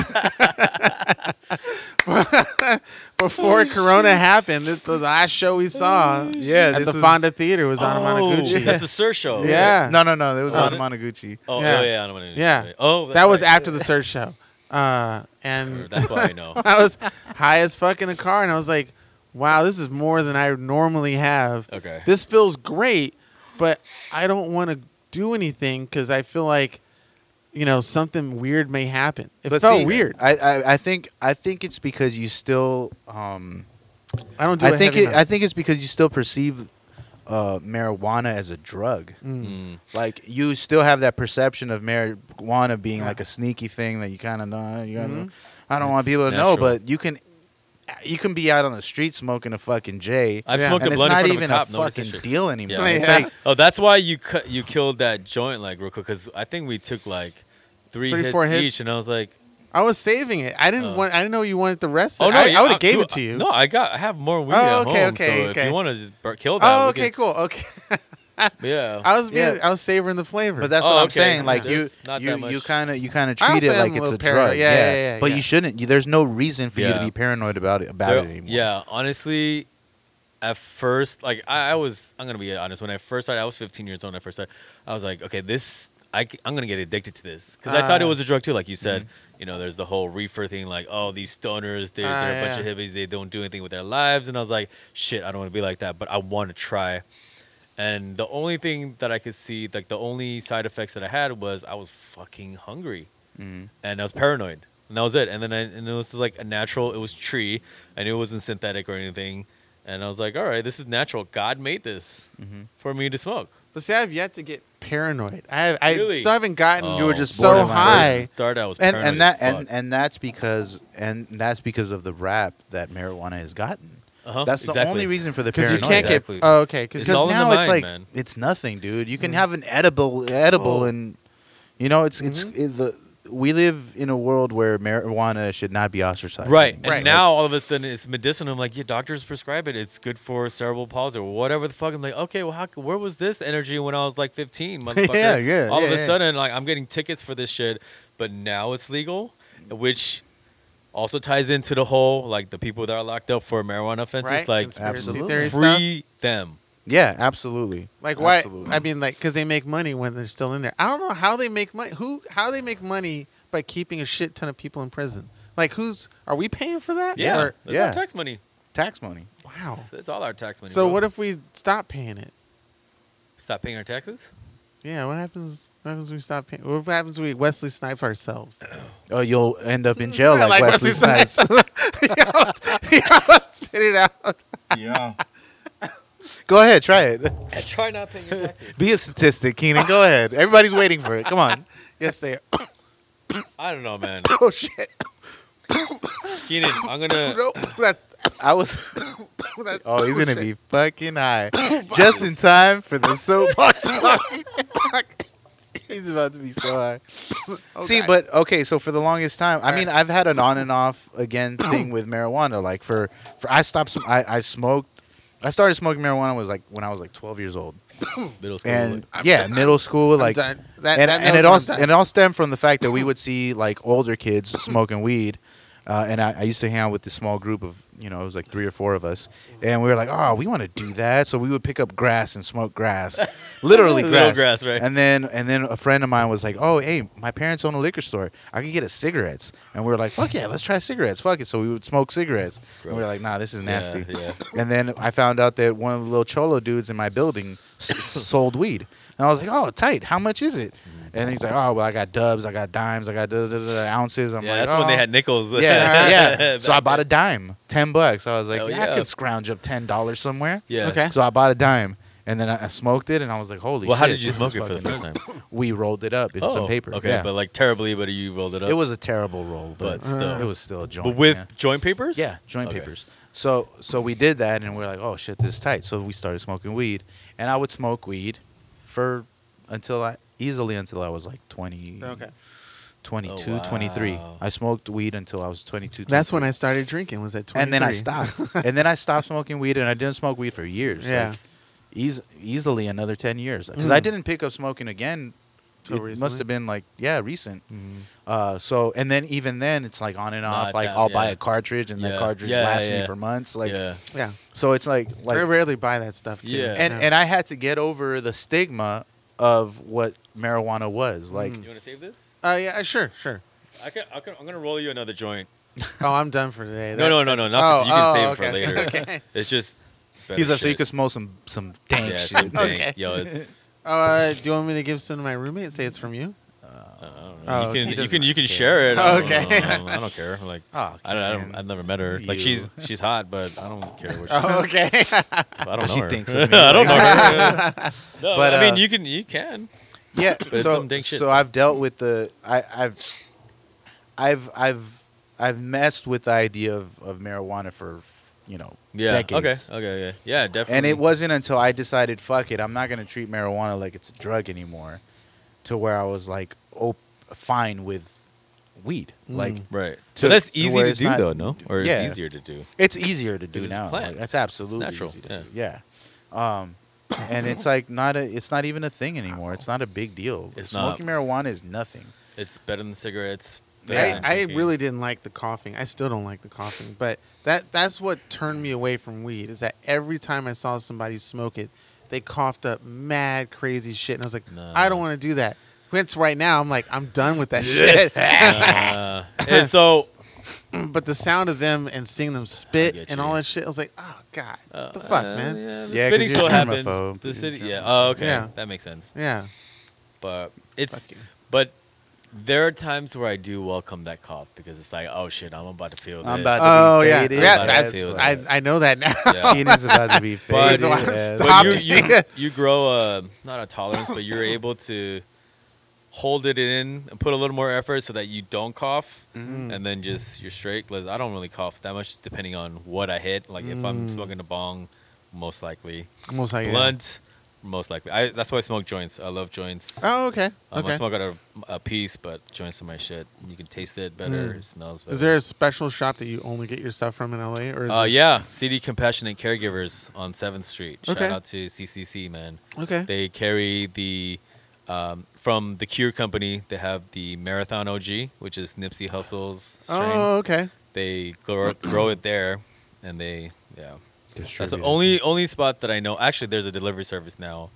before Corona happened. This, the last show we saw
yeah,
at
this
the
was-
Fonda Theater was on
Oh,
Anamanaguchi.
that's the Sir show.
Yeah.
No, no, no. It was
Oh,
on
that-
Monoguchi.
Oh
Yeah.
yeah. Oh, yeah, I don't wanna-
Yeah.
Oh,
that was
right.
after the search show. Uh, and
That's why I know.
I was high as fuck in the car, and I was like, wow, this is more than I normally have.
Okay.
This feels great, but I don't want to do anything because I feel like, you know, something weird may happen. It felt
see,
weird.
I,
I,
I, I think I think it's because you still um,
don't do
I think it,
heavy
I
enough.
think it's because you still perceive uh, marijuana as a drug.
Mm.
Like you still have that perception of marijuana being like a sneaky thing that you kind of know. You
Mm-hmm.
gotta- I don't want
It's
people to know,
natural.
but you can you can be out on the street smoking a fucking J.
I've
Yeah.
smoked a
and it's
blunt in
not
front of a
even a,
cop. notice that
fucking
shit.
deal anymore.
Yeah.
It's
Yeah.
like
Oh, that's why you cut you killed that joint like real quick because I think we took like three,
Three,
hits
four hits.
each, and I was like,
I was saving it. I didn't
Oh.
want. I didn't know you wanted the rest. Of
Oh
it.
no,
I, I would
I-
have gave
dude,
it to you.
No, I got I have more weed
Oh,
at
okay,
home,
okay,
so if
okay.
you want to just bur- kill that,
oh,
we
okay,
could-
cool. Okay,
yeah.
I was being.
Yeah.
I was savoring the flavor.
But that's
Oh,
what I'm
okay.
saying. Like you,
There's not
you,
that
you
much-
kind of, you kind of
I
treat
also
it
am
like
a
it's
little
a
paranoid.
drug.
Yeah, yeah, yeah,
But
yeah.
you shouldn't. You, there's no reason for you to
Yeah.
be paranoid about it about
There-
it anymore.
Yeah, honestly, at first, like I, I was, I'm gonna be honest. When I first started, I was 15 years old. When I first started, I was like, okay, this, I, am gonna get addicted to this because I thought it
Ah.
was a drug too. Like you said, you know, there's the whole reefer thing. Like, oh, these stoners, they,
Ah,
they're a bunch
yeah.
of hippies. They don't do anything with their lives. And I was like, shit, I don't want to be like that, but I want to try. And the only thing that I could see, like the only side effects that I had was I was fucking hungry
Mm-hmm.
and I was paranoid, and that was it. And then I, and it was just like a natural. It was tree. I knew it wasn't synthetic or anything. And I was like, all right, this is natural. God made this for me to smoke.
But see, I've yet to get paranoid. I have, I
Really? Oh,
still haven't gotten.
You were just
so
borderline.
high.
Start I was
and
paranoid
and
as
that and,
fuck.
and that's because and that's because of the rap that marijuana has gotten.
Uh-huh,
That's the
exactly.
only reason for the
Because you
paranoia.
can't
Exactly.
get. Oh, okay.
It's
Because
because
all in the
now it's
mind,
like
man.
Mm. Mm-hmm. it's nothing, dude. You can have an edible edible and you know it's it's it, the we live in a world where marijuana should not be ostracized.
Right. And
anymore.
Right.
now all of a sudden it's medicinal. I'm like, yeah, doctors prescribe it. It's good for cerebral palsy or whatever the fuck. I'm like, okay, well, how, c- where was this energy when I was like 15, motherfucker?
Yeah, yeah,
All of
yeah,
a
yeah.
sudden, like, I'm getting tickets for this shit, but now it's legal, which also ties into the whole like the people that are locked up for marijuana offenses,
Right?
like
Conspiracy
absolutely.
theory stuff?
free them.
Yeah, absolutely.
Like why?
Absolutely.
I mean, like because they make money when they're still in there. I don't know how they make money. Who? How they make money by keeping a shit ton of people in prison? Like who's? Are we paying for that?
Yeah,
Or-
that's
yeah.
our tax money.
tax money.
wow.
That's all our tax money.
So
bro.
what if we stop paying it?
stop paying our taxes?
Yeah. What happens? What happens when we stop paying? What happens when we Wesley Snipes ourselves?
Oh, you'll end up in jail like, Wesley, Snipes.
Spit it out.
Yeah.
Go ahead, try it.
Try not paying your taxes.
Be a statistic, Keenan. Go ahead. Everybody's waiting for it. Come on.
Yes, they. Are.
I don't know, man.
Oh shit.
Keenan, I'm gonna.
No. That.
I was.
That's
Oh, he's gonna be fucking high, just in time for the soapbox. talk. he's about to be so high. See,
Okay.
but okay, so for the longest time, I
All
mean, I've had an on and off again thing with marijuana. Like for, for I stopped, sm- I, I smoked, I started smoking marijuana was like when I was like 12 years old,
Middle school.
and yeah, middle school,
I'm
Oh, like
done. That,
and,
that
and it
knows when
all
I'm done.
and it all stemmed from the fact that we would see like older kids smoking weed, uh, and I, I used to hang out with this small group of you know it was like three or four of us, and we were like, oh, we want to do that, so we would pick up grass and smoke grass, literally
Little
grass,
grass, right.
And then and then a friend of mine was like, oh, hey, my parents own a liquor store, I could get us cigarettes, and we were like, fuck yeah, let's try cigarettes, fuck it, so we would smoke cigarettes, and we were
Gross.
like, nah, this is nasty.
Yeah, yeah.
And then I found out that one of the little cholo dudes in my building s- sold weed. And I was like, oh, tight. How much is it?
Mm-hmm.
And he's like, oh, well, I got dubs, I got dimes, I got da, da, da, da, ounces. I'm
yeah,
like,
that's when
"Oh."
they had nickels.
Yeah, yeah. So I bought a dime, 10 bucks. I was like,
Hell
yeah, I
yeah.
could scrounge up $10 somewhere.
Yeah.
Okay.
So I bought a dime. And then I I smoked it, and I was like, "Holy
Well,
shit!"
how did you
this
smoke
is
it for the
fucking
first
nice.
time? Oh,
We rolled it up in some paper.
Okay,
yeah.
but like terribly, but you rolled it up.
it was a terrible roll, but,
But still.
it was still a joint.
but with
yeah.
joint papers.
Yeah, joint
Okay.
papers. So so we did that, and we are like, oh shit, this is tight. So we started smoking weed, and I would smoke weed for until I easily until I was like 20,
Okay.
22,
Oh, wow.
23. I smoked weed until I was 22.
That's when
23.
I started drinking. Was at twenty?
and then I stopped, and then I stopped smoking weed, and I didn't smoke weed for years.
Yeah.
like, eas- easily another 10 years because
Mm.
I didn't pick up smoking again.
Till
Hmm. it must
recently?
have been like yeah, recent. Uh, so and then even then it's like on and off.
Not
like
that-
I'll buy
yeah.
a cartridge and the
Yeah.
cartridge
Yeah,
lasts me
yeah.
for months. Like
yeah.
Yeah.
so it's like like
I rarely buy that stuff. Too.
Yeah.
and and I had to get over the stigma of what marijuana was. Like
You want to save this?
I, uh, yeah, sure, sure.
I can, I can. I'm gonna roll you another joint.
Oh, I'm done for today.
No, no, no, no. Not
Oh,
for, you can
oh,
save
okay,
it for later.
okay.
It's just. better
he's like so you
shit.
could smell some some dank
Yeah,
shit.
some dank.
Okay.
Yo, it's.
Uh, do you want me to give some to my roommate? Say it's from you.
I don't
Oh,
know.
okay.
you
He
can you
doesn't
can you can share it. I don't
Okay.
know. I don't, I don't care. Like
Oh,
I don't, I don't
man.
I've never met her. Like
You.
she's she's hot, but I don't care what she.
Oh, okay.
I don't know
She
her.
thinks of me.
I don't know her. No,
But,
but I mean
uh,
you can you can.
Yeah,
it's
so,
some dank shit,
so
so-
I've dealt with the I, I've I've I've I've messed with the idea of, of marijuana for you know
Yeah.
decades.
Okay. Okay. Yeah. Yeah. Definitely.
And it wasn't until I decided, fuck it, I'm not gonna treat marijuana like it's a drug anymore, to where I was like, oh, fine with weed. Like
right.
to-
So that's
to
easy
where
to
it's
do,
not-
though, no? Or
Yeah.
it's easier to do.
it's easier to do
Because it's
now.
plant.
Like, that's absolutely
natural,
easy to do. Yeah. Um, and it's like not a, it's not even a thing anymore. It's not a big deal.
It's not.
Smoking marijuana is nothing.
It's better than cigarettes. better
I,
than
I
drinking.
really didn't like the coughing. I still don't like the coughing, but that that's what turned me away from weed. Is that every time I saw somebody smoke it, they coughed up mad crazy shit, and I was like,
No.
I don't want to do that. Hence, right now I'm like, I'm done with that shit.
Uh, and so
but the sound of them and seeing them spit
get
and
you.
all that shit, I was like, oh god,
uh,
what the fuck,
uh,
man.
Yeah, the
Yeah, 'cause
spitting
you're
still
germaphobe.
happens.
You're
The city.
germaphobe.
Yeah. Oh, okay.
Yeah.
That makes sense.
yeah.
But it's but there are times where I do welcome that cough because it's like, oh shit, I'm about to feel.
I'm
this.
about to
Oh
be
yeah,
faded
yeah.
as
That's,
fuck.
I I know that now.
Yeah.
Tina's about to be
But-
faded.
So I'm
as-
Stop
But you, you
it.
you grow a not a tolerance, but you're able to hold it in and put a little more effort so that you don't cough,
Mm.
and then just you're straight. 'Cause I don't really cough that much, depending on what I hit. Like if I'm
Mm. Oh,
smoking a bong, most likely
Almost like
blunt, most likely. I that's why I smoke joints. I love joints.
Oh, okay.
Um, I
okay.
smoke out a, a piece, but joints are my shit. You can taste it better.
Mm.
It smells better.
Is there a special shop that you only get your stuff from in LA, or is
Uh,
this-
yeah, CD Compassionate Caregivers on Seventh Street.
Okay.
Shout out to CCC man.
Okay.
They carry the um, from the Cure company. They have the Marathon OG, which is Nipsey Hussle's strain.
oh, okay.
They grow, grow it there, and they yeah. That's the
Distributed.
only only spot that I know. Actually, there's a delivery service now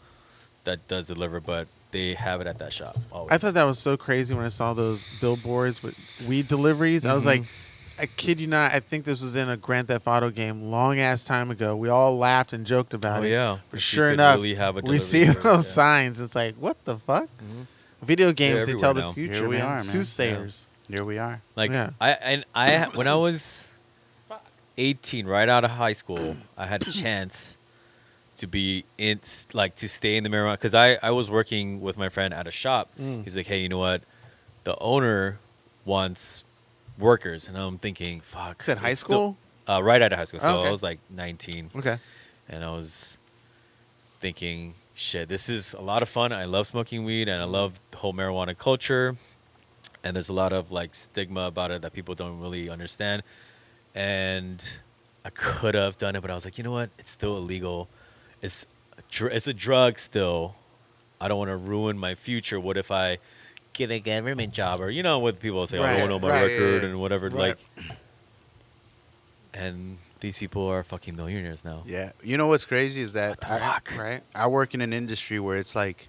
that does deliver, but they have it at that shop. Always.
I thought that was so crazy when I saw those billboards with weed deliveries. I was like,
Mm-hmm.
I kid you not, I think this was in a Grand Theft Auto game long ass time ago. We all laughed and joked about
Oh,
it.
yeah. If
But
you
sure
could
enough,
really have a
we
delivery
see
service,
those
yeah. Mm-hmm.
signs. It's like, what the fuck? Video games, they
everywhere
tell
now.
the
Here
future,
we
man.
are, man.
Soothsayers.
Here we are.
Like
Yeah.
I and I when I was 18, right out of high school, I had a chance to be in like to stay in the marijuana because I I was working with my friend at a shop.
Mm.
He's like, hey, you know what? The owner wants workers, and I'm thinking, fuck.
Is that high
it's still-
school?
uh, right out of high school, so
Oh, okay.
I was like 19
okay.
and I was thinking, shit, this is a lot of fun. I love smoking weed and I love the whole marijuana culture. And there's a lot of like stigma about it that people don't really understand. And I could have done it, but I was like, you know what? It's still illegal. It's a dr- it's a drug still. I don't want to ruin my future. What if I get a government job or you know what people say? "Oh, I
Right,
don't know my
right, yeah,
record
yeah.
and whatever.
Right.
Like, and these people are fucking millionaires now.
Yeah. You know what's crazy is that I,
Right?
I work in an industry where it's like,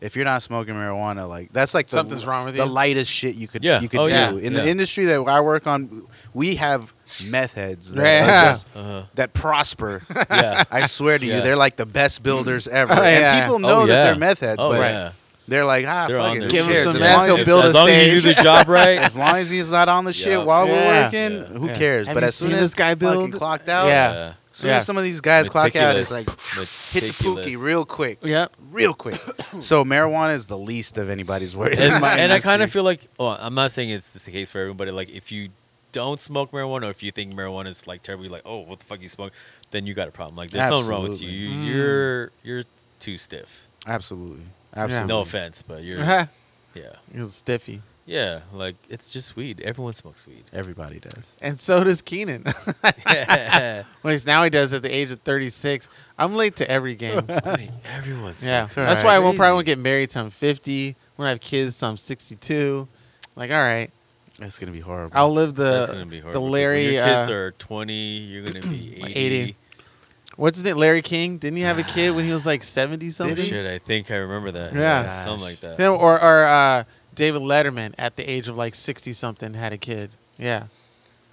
if you're not smoking marijuana, like that's like the,
Something's wrong with
the
you?
lightest shit you could
Yeah.
you could
Oh,
do.
yeah.
In the
Yeah.
industry that I work on, we have meth heads that, are
Yeah.
just-
Uh-huh.
that prosper.
yeah.
I swear to you,
Yeah.
they're like the best builders ever.
Oh, yeah.
And people know
Oh,
that
yeah.
they're meth heads,
Oh,
but
yeah.
they're like, ah,
They're on
fuck it,
their
who
Give 'em
cares?
some
As
meth,
long
they'll
as-
build a
as long as you do the job right.
As long as he's not on the shit
Yeah.
while
Yeah.
we're working,
Yeah.
who
Yeah.
cares?
Have
but
you
as soon
seen
as
this guy
fucking
build?
clocked out,
Yeah.
as soon
Yeah.
as some of these guys clock out, it's like
Meticulous.
hit the pookie real quick,
Yep.
real quick. so marijuana is the least of anybody's worries.
and,
in my
and I kind
industry.
of feel like, oh, I'm not saying it's the case for everybody. Like, if you don't smoke marijuana, or if you think marijuana is like terrible, you're like, oh, what the fuck you smoke, then you got a problem. Like, there's something wrong with you. you
Absolutely. Mm.
You're you're too stiff.
absolutely, absolutely.
No offense, but you're
it
yeah,
was stiffy.
yeah. Like, it's just weed. Everyone smokes weed.
Everybody does.
And so does Keenan.
Yeah.
At least now he does at the age of 36. I'm late to every game.
I mean, everyone smokes.
Yeah,
weed.
that's
right.
why I won't
Crazy.
probably won't get married till I'm 50. When I have kids till I'm 62. Like, all right,
That's gonna be horrible.
I'll live
That's gonna
the
be
the
horrible. 'cause when
Larry.
your kids
uh,
are 20. You're gonna be 80.
80. what's his name? Larry King. Didn't he have a kid when he was like 70 something?
Shit, I think I remember that.
Yeah.
something like that.
Him or or uh, David Letterman at the age of like 60 something had a kid. Yeah,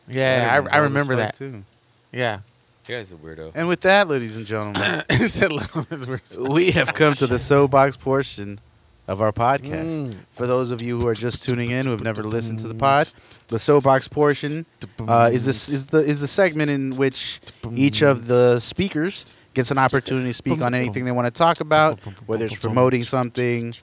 yeah,
Letterman's
I, I
old as
remember
fuck,
that.
too.
Yeah,
You guys are weirdo.
And with that, ladies and gentlemen,
He said Letterman's worse.
we have come to the soapbox portion of our podcast.
Mm.
For those of you who are just tuning in, who have never listened to the pod, the soapbox portion uh, is this is the is the segment in which each of the speakers gets an opportunity to speak on anything they want to talk about, whether it's promoting something,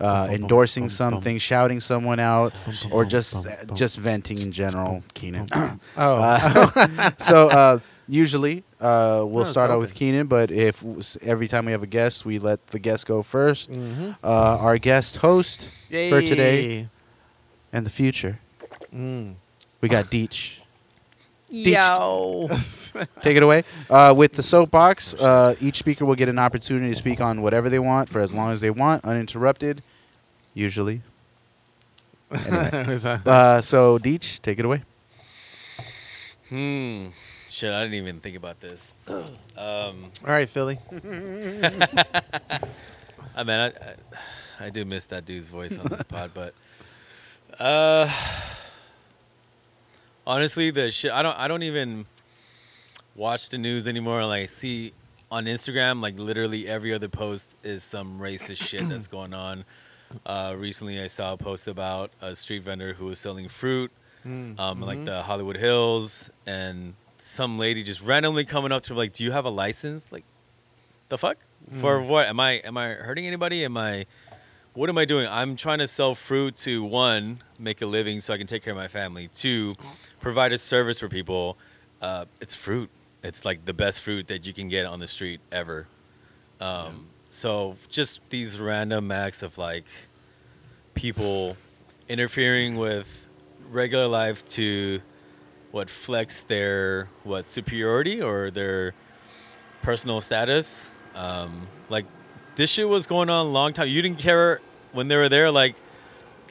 uh, endorsing something, shouting someone out, or just just venting in general. Keenan.
Oh,
Uh, so uh, usually uh, we'll
it's
start out
open.
with Keenan, but if every time we have a guest, we let the guest go first.
hmm
Uh, our guest host for today and the future,
Mm.
we got Deech. Yo. Take it away. Uh, with the soapbox, uh, each speaker will get an opportunity to speak on whatever they want for as long as they want, uninterrupted, usually. Anyway.
It was, uh,
uh, so, Deech, take it away.
Hmm. Shit, I didn't even think about this. Um,
all right, Philly.
I mean, I, I, I do miss that dude's voice on this pod, but uh, honestly, the shit I don't I don't even watch the news anymore. Like, see on Instagram, like literally every other post is some racist shit that's going on. Uh, recently, I saw a post about a street vendor who was selling fruit
Mm.
um, like the Hollywood Hills, and some lady just randomly coming up to me like, "Do you have a license?" Like, the fuck for what? Am I am I hurting anybody? Am I what am I doing? I'm trying to sell fruit to one, make a living so I can take care of my family. Two, provide a service for people. Uh, it's fruit. It's like the best fruit that you can get on the street ever. Um, So just these random acts of like people interfering with regular life to what flex their what superiority or their personal status. Um, like this shit was going on a long time. You didn't care when they were there, like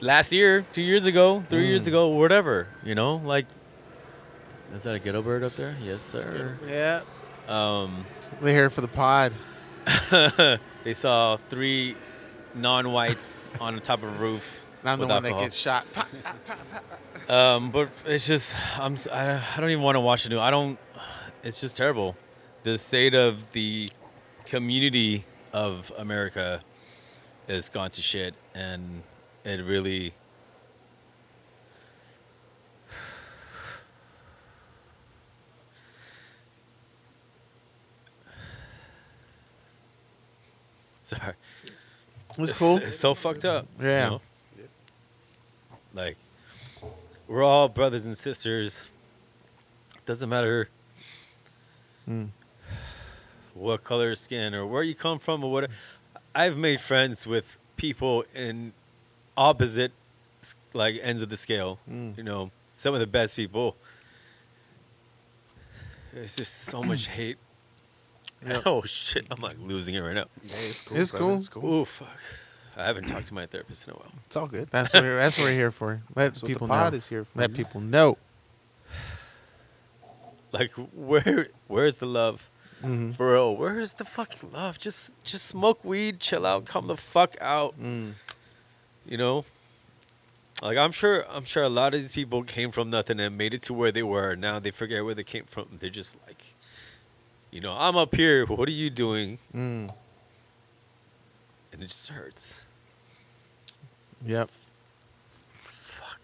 last year, two years ago, three years ago, whatever. You know, like is that a ghetto bird up there? Yes, sir.
Yeah.
Um,
We're here for the pod.
they saw three non-whites on the top of a roof.
And I'm the
with
one
alcohol.
that gets shot. Pop.
Um, but it's just I'm s- I, I don't even want to watch the news. I don't. It's just terrible. The state of the community of America is gone to shit, and it really. Sorry.
It was
It's-
cool.
It's so fucked up. you
Yeah.
know? Like, we're all brothers and sisters. Doesn't matter
Mm.
what color of skin or where you come from or what. I've made friends with people in opposite, s- like ends of the scale.
Mm.
You know, some of the best people. It's just so much hate. Oh shit! I'm like losing it right now.
it's cool.
It's
brother.
cool.
cool.
Oh fuck! I haven't talked to my therapist in a while.
It's all good.
That's what we're, that's what we're here for. Let
That's what
people
the pod
know.
is here for.
Let people know.
Like, where where's the love,
Mhm.
for real? Where is the fucking love? Just just smoke weed, chill out, come the fuck out.
Mm.
You know, like I'm sure I'm sure a lot of these people came from nothing and made it to where they were. Now they forget where they came from. They're just like, you know, I'm up here. What are you doing?
Mm.
And it just hurts.
Yep.
Fuck.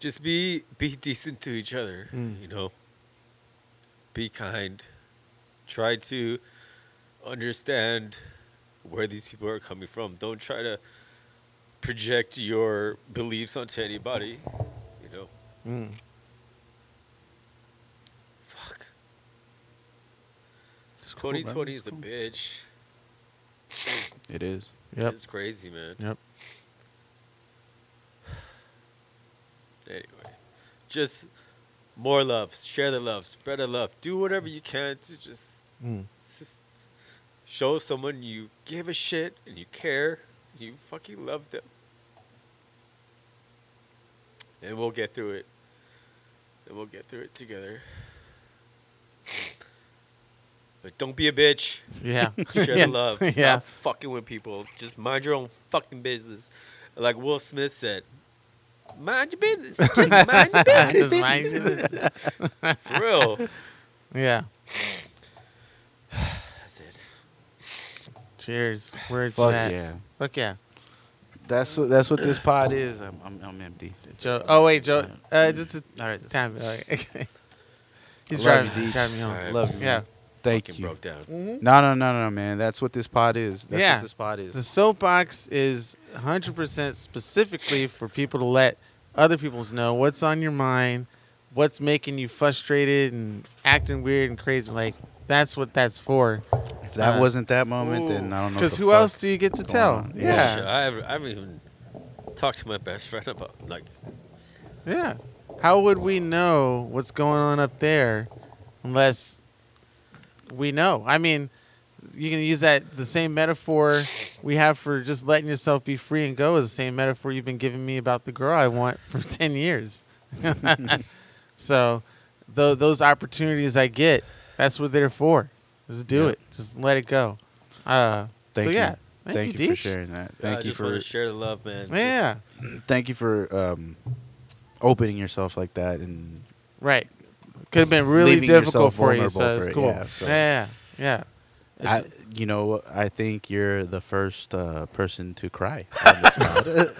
Just be be decent to each other,
Mm.
you know. Be kind. Try to understand where these people are coming from. Don't try to project your beliefs onto anybody, you know.
Mm.
Fuck. 2020 is a bitch.
It is.
Yep.
It's crazy, man.
Yep.
Anyway, just more love. Share the love. Spread the love. Do whatever you can to just,
Mm.
just show someone you give a shit and you care. You fucking love them. And we'll get through it. And we'll get through it together. But don't be a bitch.
Yeah.
Share
yeah.
the love. Stop
Yeah.
fucking with people. Just mind your own fucking business. Like Will Smith said, mind your business. Just mind your
Just
business.
mind your business.
For real.
yeah.
That's it.
Cheers. We're at
Fuck
Jazz.
yeah.
Fuck yeah.
That's what that's what this pod is. I'm I'm, I'm empty.
Joe. Oh wait, Joe. Uh, just a, all right. Time. All right. He's
I love
driving,
you, Deej.
driving me home.
Sorry.
Love you.
Yeah.
Thank
Fucking
you.
broke down.
No, no, no, no, man. That's what this pod is. That's
Yeah.
what this pod
The
is.
soapbox is 100% specifically for people to let other people know what's on your mind, what's making you frustrated and acting weird and crazy. Like, that's what that's for.
If that
uh,
wasn't that moment, then I don't know.
Because
Because
who else do you get to
going
tell?
on?
Yeah.
Shit, I, haven't, I haven't even talked to my best friend about, like,
Yeah. How would we know what's going on up there unless we know? I mean, you can use that the same metaphor we have for just letting yourself be free and go is the same metaphor you've been giving me about the girl I want for 10 years. so, tho- those opportunities I get, that's what they're for. Just do
Yeah.
it. Just let it go. Uh,
Thank
so
you.
yeah.
Thank, you, for
Deej.
sharing that.
I
Thank you
just want
for
to share the love, man. Just-
Yeah.
thank you for um, opening yourself like that and
Right. Could have been really
Leaving
difficult
yourself
for you,
vulnerable
so
for
it's
it,
cool. Yeah,
yeah, so-
yeah, yeah.
I,
It's-
you know, I think you're the first uh, person to cry. on this pod.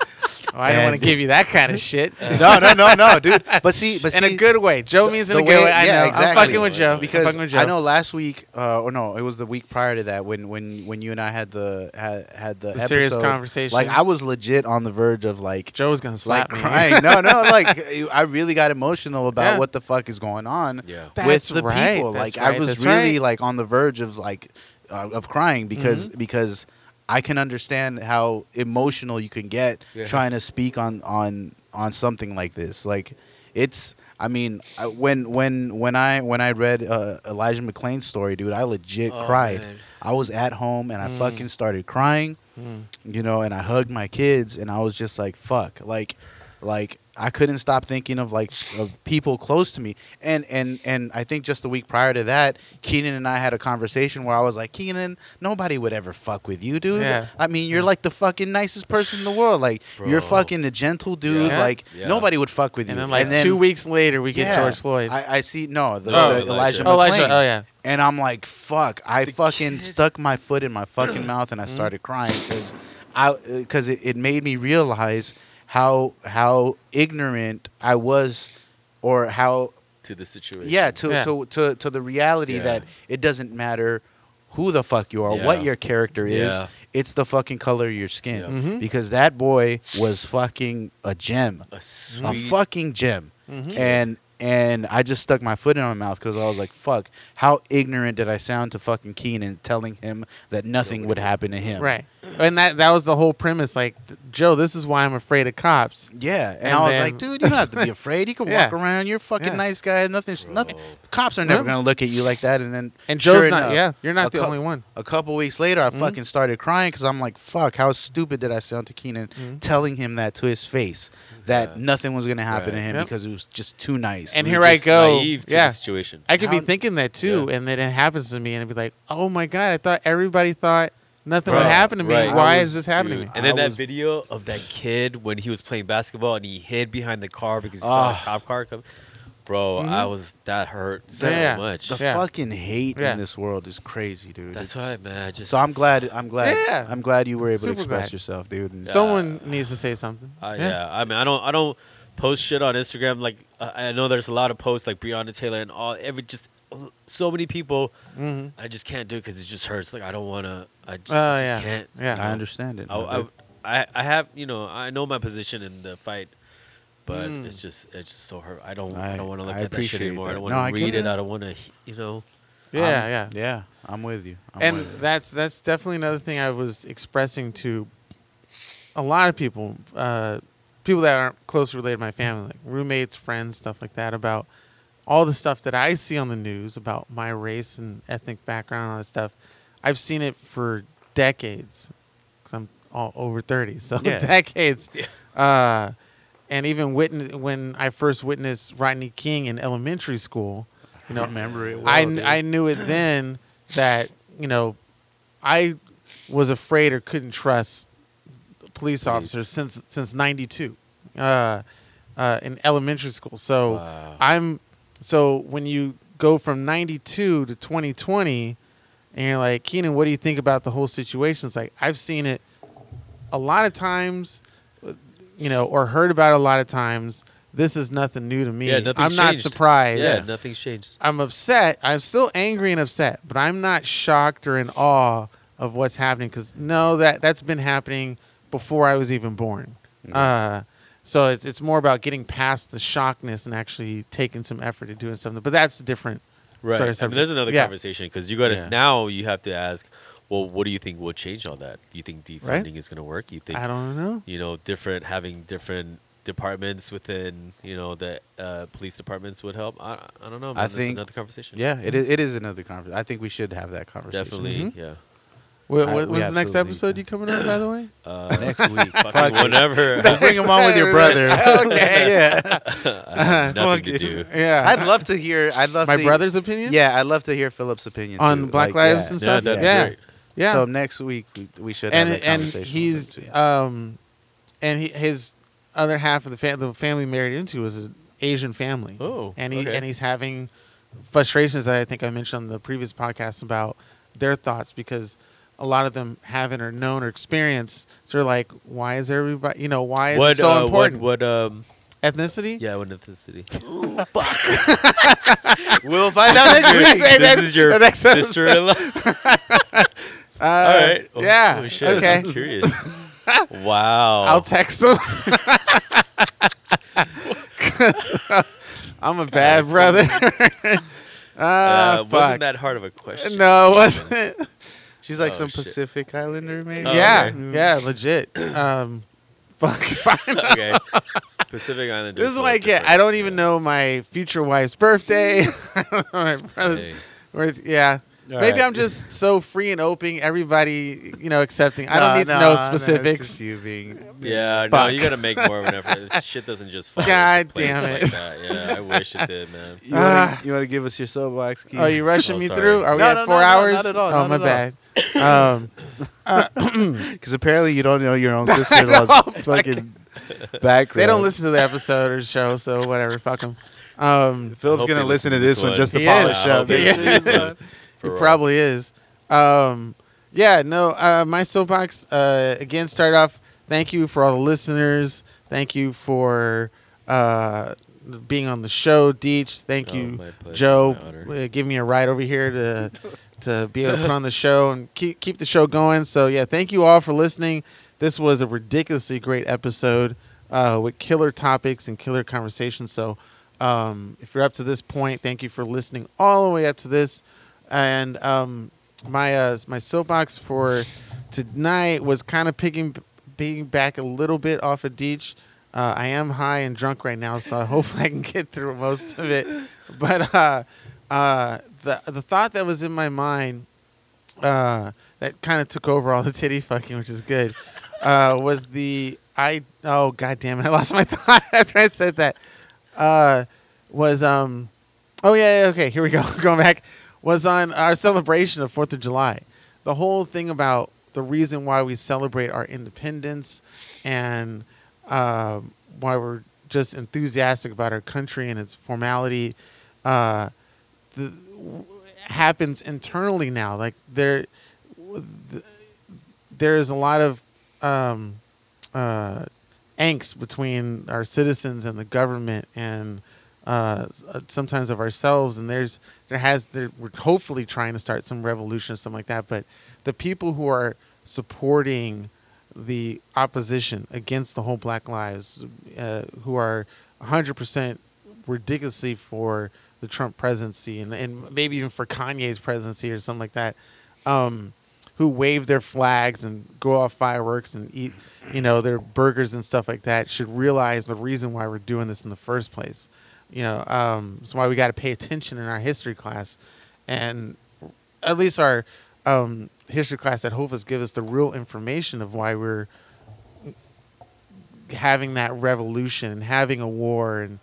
Oh, I don't want to
And-
give you that kind of shit.
no, no, no, no, dude.
But see, but
in
see,
a good way. Joe means in
the
a good
way-
way. I
yeah,
know. I'm
exactly.
fucking with Joe. I'm
because
fucking with Joe.
I know last week, uh, or no, it was the week prior to that when when when you and I had the had, had the,
The serious
episode,
conversation.
Like I was legit on the verge of like
Joe was gonna
like
slap me.
crying. no, no, like I really got emotional about
Yeah.
what the fuck is going on
Yeah.
That's
with the
right,
people.
that's
Like I
right,
was
that's
really
right.
like on the verge of like uh, of crying because
Mm-hmm.
because I can understand how emotional you can get
Yeah.
trying to speak on on on something like this. Like it's I mean I- when when when I when I read uh, Elijah McClain's story, dude, I legit
Oh,
cried.
man.
I was at home and I
Mm.
fucking started crying you know, and I hugged my kids, and I was just like, "Fuck!" Like, like I couldn't stop thinking of like of people close to me, and and and I think just the week prior to that, Keenan and I had a conversation where I was like, "Keenan, nobody would ever fuck with you, dude.
Yeah.
I mean, you're like the fucking nicest person in the world. Like, you're
Bro.
fucking a gentle dude.
Yeah.
Like,
Yeah.
nobody would fuck with you."
And then like two weeks later, we get
yeah,
George Floyd.
I, I see. No, the,
Oh,
the
Elijah.
Elijah.
oh, Elijah.
McClain.
Oh, yeah.
And I'm like, fuck! I fucking stuck my foot in my fucking mouth and I
Mm-hmm.
started crying because I because it, it made me realize how how ignorant I was, or how
to the situation.
yeah to
Yeah.
To, to to the reality
Yeah.
that it doesn't matter who the fuck you are,
Yeah.
what your character is.
Yeah.
It's the fucking color of your skin.
Yeah. Mm-hmm.
Mhm.
Because that boy was fucking a gem
a
a
sweet.
fucking gym,
Mhm.
and and I just stuck my foot in my mouth because I was like, "Fuck! How ignorant did I sound to fucking Keenan, telling him that nothing would happen to him?"
Right. And that that was the whole premise. Like, th- Joe, this is why I'm afraid of cops.
Yeah, and,
And
I was
then-
like, "Dude, you don't have to be afraid. You can
Yeah.
walk around. You're a fucking
Yeah.
nice guy. Nothing, nothing.
Bro.
Cops are never
Yeah.
gonna look at you like that." And then,
And Joe's
sure
not.
enough,
yeah, Mm-hmm. you're
a
not the
cou-
only one.
A couple weeks later, I fucking started crying because I'm like, "Fuck! How stupid did I sound to Keenan,
Mm-hmm.
telling him that to his face, that
Yeah.
nothing was gonna happen to
Right.
him
Yep.
because it was just too nice."
And
We
here
were
I
just
go.
Naive to
Yeah.
the situation.
I could be
How-
thinking that too,
Yeah.
and then it happens to me, and I'd be like, "Oh my god, I thought everybody thought nothing would
Bro,
happen to me.
right.
Why
I
is this happening
Dude,
to me?"
And then
I
that
was-
video of that kid when he was playing basketball and he hid behind the car because he saw a
Ah. Mm-hmm.
cop car come. Bro, I was that hurt so
Yeah.
much.
The
Yeah.
fucking hate
Yeah.
in this world is crazy, dude.
That's
It's-
right, man. I just
So I'm glad. I'm glad.
Yeah.
I'm glad you were able to
Super
express
glad.
yourself, dude. And
Someone needs to say something.
Uh, yeah. I mean, I don't, I don't post shit on Instagram. Like, I I know there's a lot of posts like Breonna Taylor and all every just uh, so many people.
hmm
I just can't do it because it just hurts. Like, I don't want to. I just,
Oh,
just
yeah.
can't.
Yeah.
uh, I understand it.
I,
man,
I,
dude.
I, I have, you know, I know my position in the fight, but
Mm.
it's just, it's just so hurt. I don't, I,
Hmm. I-
don't want to look
I
at that shit
appreciate
anymore. I
that.
don't
No,
want
I
to
get
read it.
it.
I don't want to, you know.
Yeah,
I'm-
yeah.
yeah. I'm with you. I'm
and
with you.
that's that's definitely another thing I was expressing to a lot of people, uh, people that aren't closely related to my family, like roommates, friends, stuff like that, about all the stuff that I see on the news about my race and ethnic background, and all that stuff. I've seen it for decades, because I'm all over thirty, so
Yeah.
decades. Uh, and even witness when I first witnessed Rodney King in elementary school, you know,
remember it.
I,
well, dude.
I knew it then that you know I was afraid or couldn't trust police officers since since '92 uh, uh, in elementary school. So
Wow.
I'm so when you go from '92 to 2020, and you're like Keenan, what do you think about the whole situation? It's like I've seen it a lot of times, you know, or heard about it a lot of times. This is nothing new to me.
Yeah, nothing's
I'm not
changed.
surprised.
Yeah, nothing's changed.
I'm upset. I'm still angry and upset, but I'm not shocked or in awe of what's happening because no, that that's been happening before I was even born.
Mm.
Uh, so it's it's more about getting past the shockness and actually taking some effort to doing something. But that's different.
Right.
sort of
I mean,
subject.
there's another
Yeah.
conversation because you got to
Yeah.
now. You have to ask, well, what do you think will change all that? Do you think defunding
Right.
is going to work? You think
I don't know.
you know different having different departments within you know the uh, police departments would help? I, I don't know. Man.
I
That's
think-
another conversation.
yeah, it, i- it is another conversation. I think we should have that conversation.
definitely.
Mhm.
Yeah.
Wh- wh-
I- we
when's the next
absolutely need
episode
to.
you coming up? By the way,
Uh,
Next week.
fucking whenever. I
Mm-hmm. Bring him on with your brother.
okay,
yeah.
have nothing to do.
yeah.
I'd love to hear. I'd love
My
to,
brother's opinion.
Yeah, I'd love to hear Philip's opinion
on
too.
Black
Like,
Lives
yeah.
and
Yeah,
stuff.
that'd be
yeah,
great.
yeah.
So next week we, we should
and
have that
and
conversation. with
he's
him, too.
um, and he, his other half of the family, the family married into is an Asian family.
Oh,
and he
okay.
and he's having frustrations that I think I mentioned on the previous podcast about their thoughts because a lot of them haven't or known or experienced. So they're like, why is everybody, you know, why is
what
it so
uh,
important?
What, what um
Ethnicity?
yeah, what ethnicity?
We'll find out next
Dude,
week.
this is your
next episode.
sister-in-law. All right. Oh,
Uh, yeah,
holy shit,
okay.
I'm curious. wow.
I'll text them. 'Cause, uh, I'm a bad brother. Ah,
uh,
fuck.
wasn't that hard of a question?
no, it wasn't.
She's like
Oh,
some
shit.
Pacific Islander, maybe.
Oh,
yeah,
okay.
yeah, legit. Um, fuck.
okay. Pacific Island.
this is like, yeah, I don't even know my future wife's birthday. I don't know my brother's
Hey.
Or, yeah. Maybe
right.
I'm just so free and open, everybody, you know, accepting. I don't need to know specifics.
you being
Yeah, no,
Fuck.
you gotta make more of an effort. This shit doesn't just fall. into
God
place
damn it.
Like that. Yeah, I wish it did, man.
You
Ah.
want to give us your soapbox key?
Are you rushing
Oh,
me
sorry.
through? Are we
No,
at
no,
four
no, no,
hours?
not at all,
oh,
not
my
at
bad. um,
Because apparently you don't know your own sister-in-law's fucking background.
oh they don't listen to the episode or show, so whatever. Fuck them. Um,
Philip's
Hope
gonna
they
listen to this one just to
He
polish
is.
up.
He is.
For
It
real.
probably is. Um, yeah, no, uh, my soapbox, uh, again, start off. Thank you for all the listeners. Thank you for uh, being on the show, Deech. Thank
Oh,
you,
my pleasure,
Joe.
my honor.
Uh, give me a ride over here to to be able to put on the show and keep keep the show going. So yeah, thank you all for listening. This was a ridiculously great episode uh, with killer topics and killer conversations. So um, if you're up to this point, thank you for listening all the way up to this. And um, my uh, my soapbox for tonight was kind of picking being back a little bit off of Deech. Uh, I am high and drunk right now, so hopefully I can get through most of it. But uh, uh, the the thought that was in my mind uh, that kind of took over all the titty fucking, which is good, uh, was the I oh god damn it, I lost my thought after I said that. Uh, was um oh yeah, yeah okay here we go going back was on our celebration of Fourth of July. The whole thing about the reason why we celebrate our independence and um, why we're just enthusiastic about our country and its formality. Uh, the, happens internally now. Like there, there is a lot of um, uh, angst between our citizens and the government, and uh, s- uh, sometimes of ourselves. And there's there has there, we're hopefully trying to start some revolution or something like that. But the people who are supporting the opposition against the whole Black Lives, uh, who are 100 percent ridiculously for the Trump presidency and, and maybe even for Kanye's presidency or something like that, um, who wave their flags and go off fireworks and eat, you know, their burgers and stuff like that, should realize the reason why we're doing this in the first place. You know, um, it's why we got to pay attention in our history class, and at least our um, history class at Hofus give us the real information of why we're having that revolution and having a war and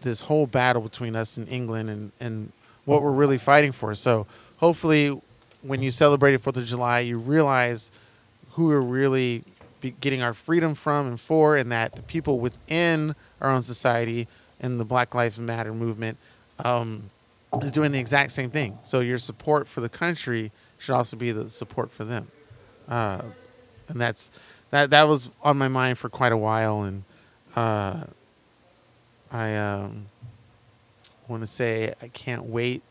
this whole battle between us and England and, and what we're really fighting for. So hopefully, when you celebrated Fourth of July, you realize who we're really be getting our freedom from and for, and that the people within our own society and the Black Lives Matter movement um, is doing the exact same thing. So your support for the country should also be the support for them, uh, and that's that. That was on my mind for quite a while, and. Uh, I um, want to say I can't wait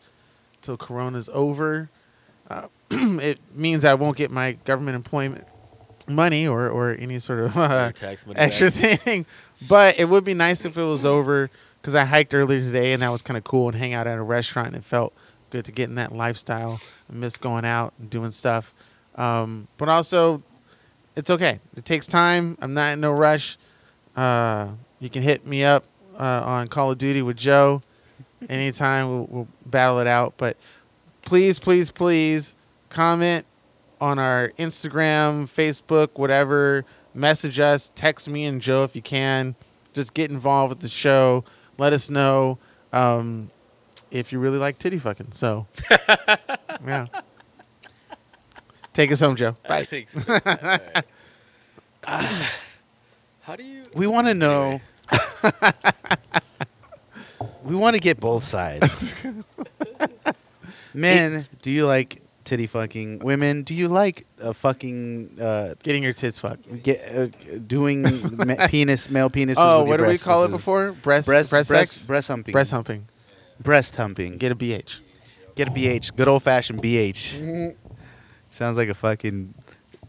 till Corona's over. Uh, it means I won't get my government employment money or, or any sort of uh,
Your tax money
extra
back.
thing. But it would be nice if it was over because I hiked earlier today and that was kind of cool and hang out at a restaurant and it felt good to get in that lifestyle. I miss going out and doing stuff. Um, but also, it's okay. It takes time. I'm not in no rush. Uh, you can hit me up uh, on Call of Duty with Joe anytime. We'll, we'll battle it out. But please, please, please comment on our Instagram, Facebook, whatever. Message us, text me and Joe if you can. Just get involved with the show. Let us know um, if you really like titty fucking. So, yeah. Take us home, Joe.
I
Bye.
think so. All right. Ah. How do you?
We want to know.
Anyway.
we want to get both sides. Men, do you like titty fucking women. Do you like uh, fucking uh,
Getting your tits fucked.
get, uh, doing ma- penis male penis?
Oh, what do we call it before? Breast, breast,
Breast, breast
sex? Breast,
breast humping,
humping.
breast humping. Get
Get a BH.
get a BH, good old fashioned BH. Sounds like a fucking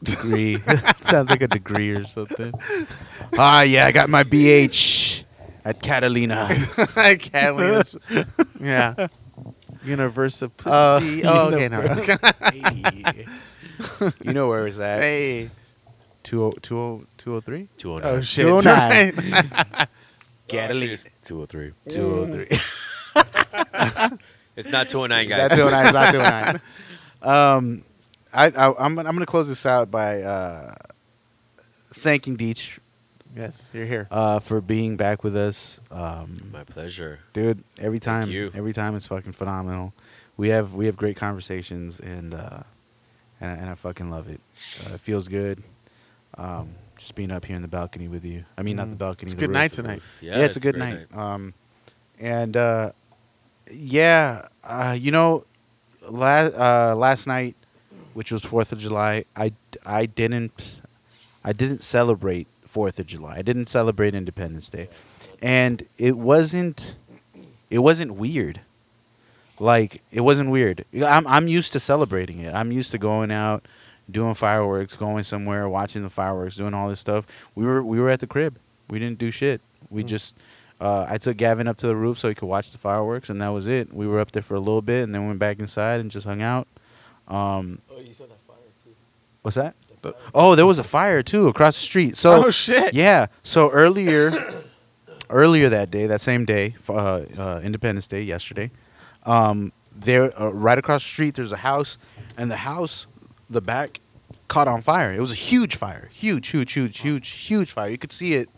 degree. Sounds like a degree or something. ah, yeah, I got my BH at Catalina.
Catalina's. yeah. Universe of pussy.
Uh,
oh, okay, no. Okay.
you know where it's at? oh,
hey.
20- 20- 203?
Two
Oh,
hundred three.
shit. It's right.
209. Catalina.
Two hundred three.
Mm. 203.
It's not two hundred nine, guys.
That's 209. That's 209. Um, I, I, I'm, I'm going to close this out by uh, thanking Deech
Yes, you're here.
uh, for being back with us. Um,
My pleasure.
dude every time
you.
every time it's fucking phenomenal we have we have great conversations and uh and, I- and i fucking love it uh, it feels good um just being up here in the balcony with you i mean not the
Mm.
balcony
It's a
the
good
roof.
night tonight.
yeah, it's, a good
great
night. um and uh yeah uh you know last uh last night which was fourth of july i i didn't I didn't celebrate Fourth of July. I didn't celebrate Independence Day, and it wasn't it wasn't weird. Like it wasn't weird. I'm I'm used to celebrating it. I'm used to going out, doing fireworks, going somewhere, watching the fireworks, doing all this stuff. We were we were at the crib. We didn't do shit. We just uh, I took Gavin up to the roof so he could watch the fireworks, and that was it. We were up there for a little bit, and then went back inside and just hung out. Um,
Oh, you saw that fire too.
what's that? Oh, there was a fire too across the street. So
oh, shit.
yeah. So earlier, earlier that day, that same day, f- uh, uh, Independence Day, yesterday, um, there, uh, right across the street, there's a house, and the house, the back, caught on fire. It was a huge fire, huge, huge, huge, huge, huge fire. You could see it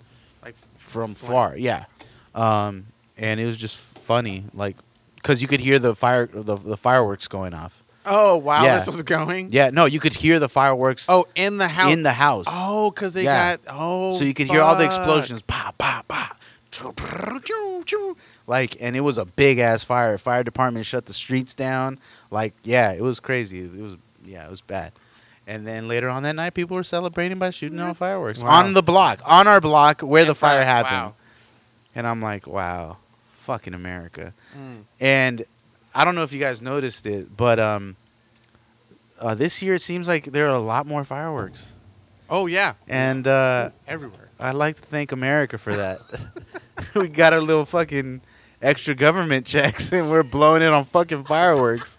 Like,
from far. Yeah. Um, and it was just funny, like, cause you could hear the fire, the, the fireworks going off.
Oh, wow.
Yeah.
This was going.
Yeah. No, you could hear the fireworks.
Oh, in the house.
in the house.
Oh, because they
Yeah.
got. Oh.
So you could hear all the
fuck.
explosions. Pa, pa, pa. choo, brrr, choo, choo. Like, and it was a big ass fire. Fire department shut the streets down. Like, yeah, it was crazy. It was, yeah, it was bad. And then later on that night, people were celebrating by shooting out fireworks
Wow.
on the block, on our block where the fire
fire-
happened.
wow.
And I'm like, wow, fucking America.
Mm.
And I don't know if you guys noticed it, but um, uh, this year it seems like there are a lot more fireworks.
Oh, yeah.
And uh,
Everywhere.
I'd like to thank America for that. we got our little fucking extra government checks and we're blowing it on fucking fireworks.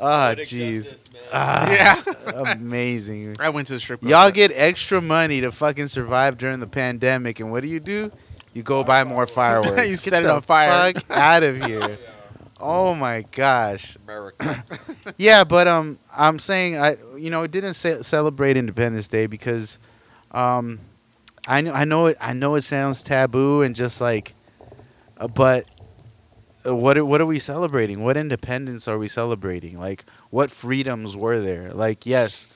Ah, jeez. Ah,
yeah.
amazing.
I went to the strip club.
Y'all get extra money to fucking survive during the pandemic, and what do you do? You go buy more fireworks.
You
Get
set it
the
on fire.
Fuck out of here. Oh my gosh.
America.
Yeah, but um, I'm saying I, you know, it didn't ce- celebrate Independence Day because, um, I know, I know it, I know it sounds taboo and just like, uh, but uh, what are, what are we celebrating? What independence are we celebrating? Like, what freedoms were there? Like, yes,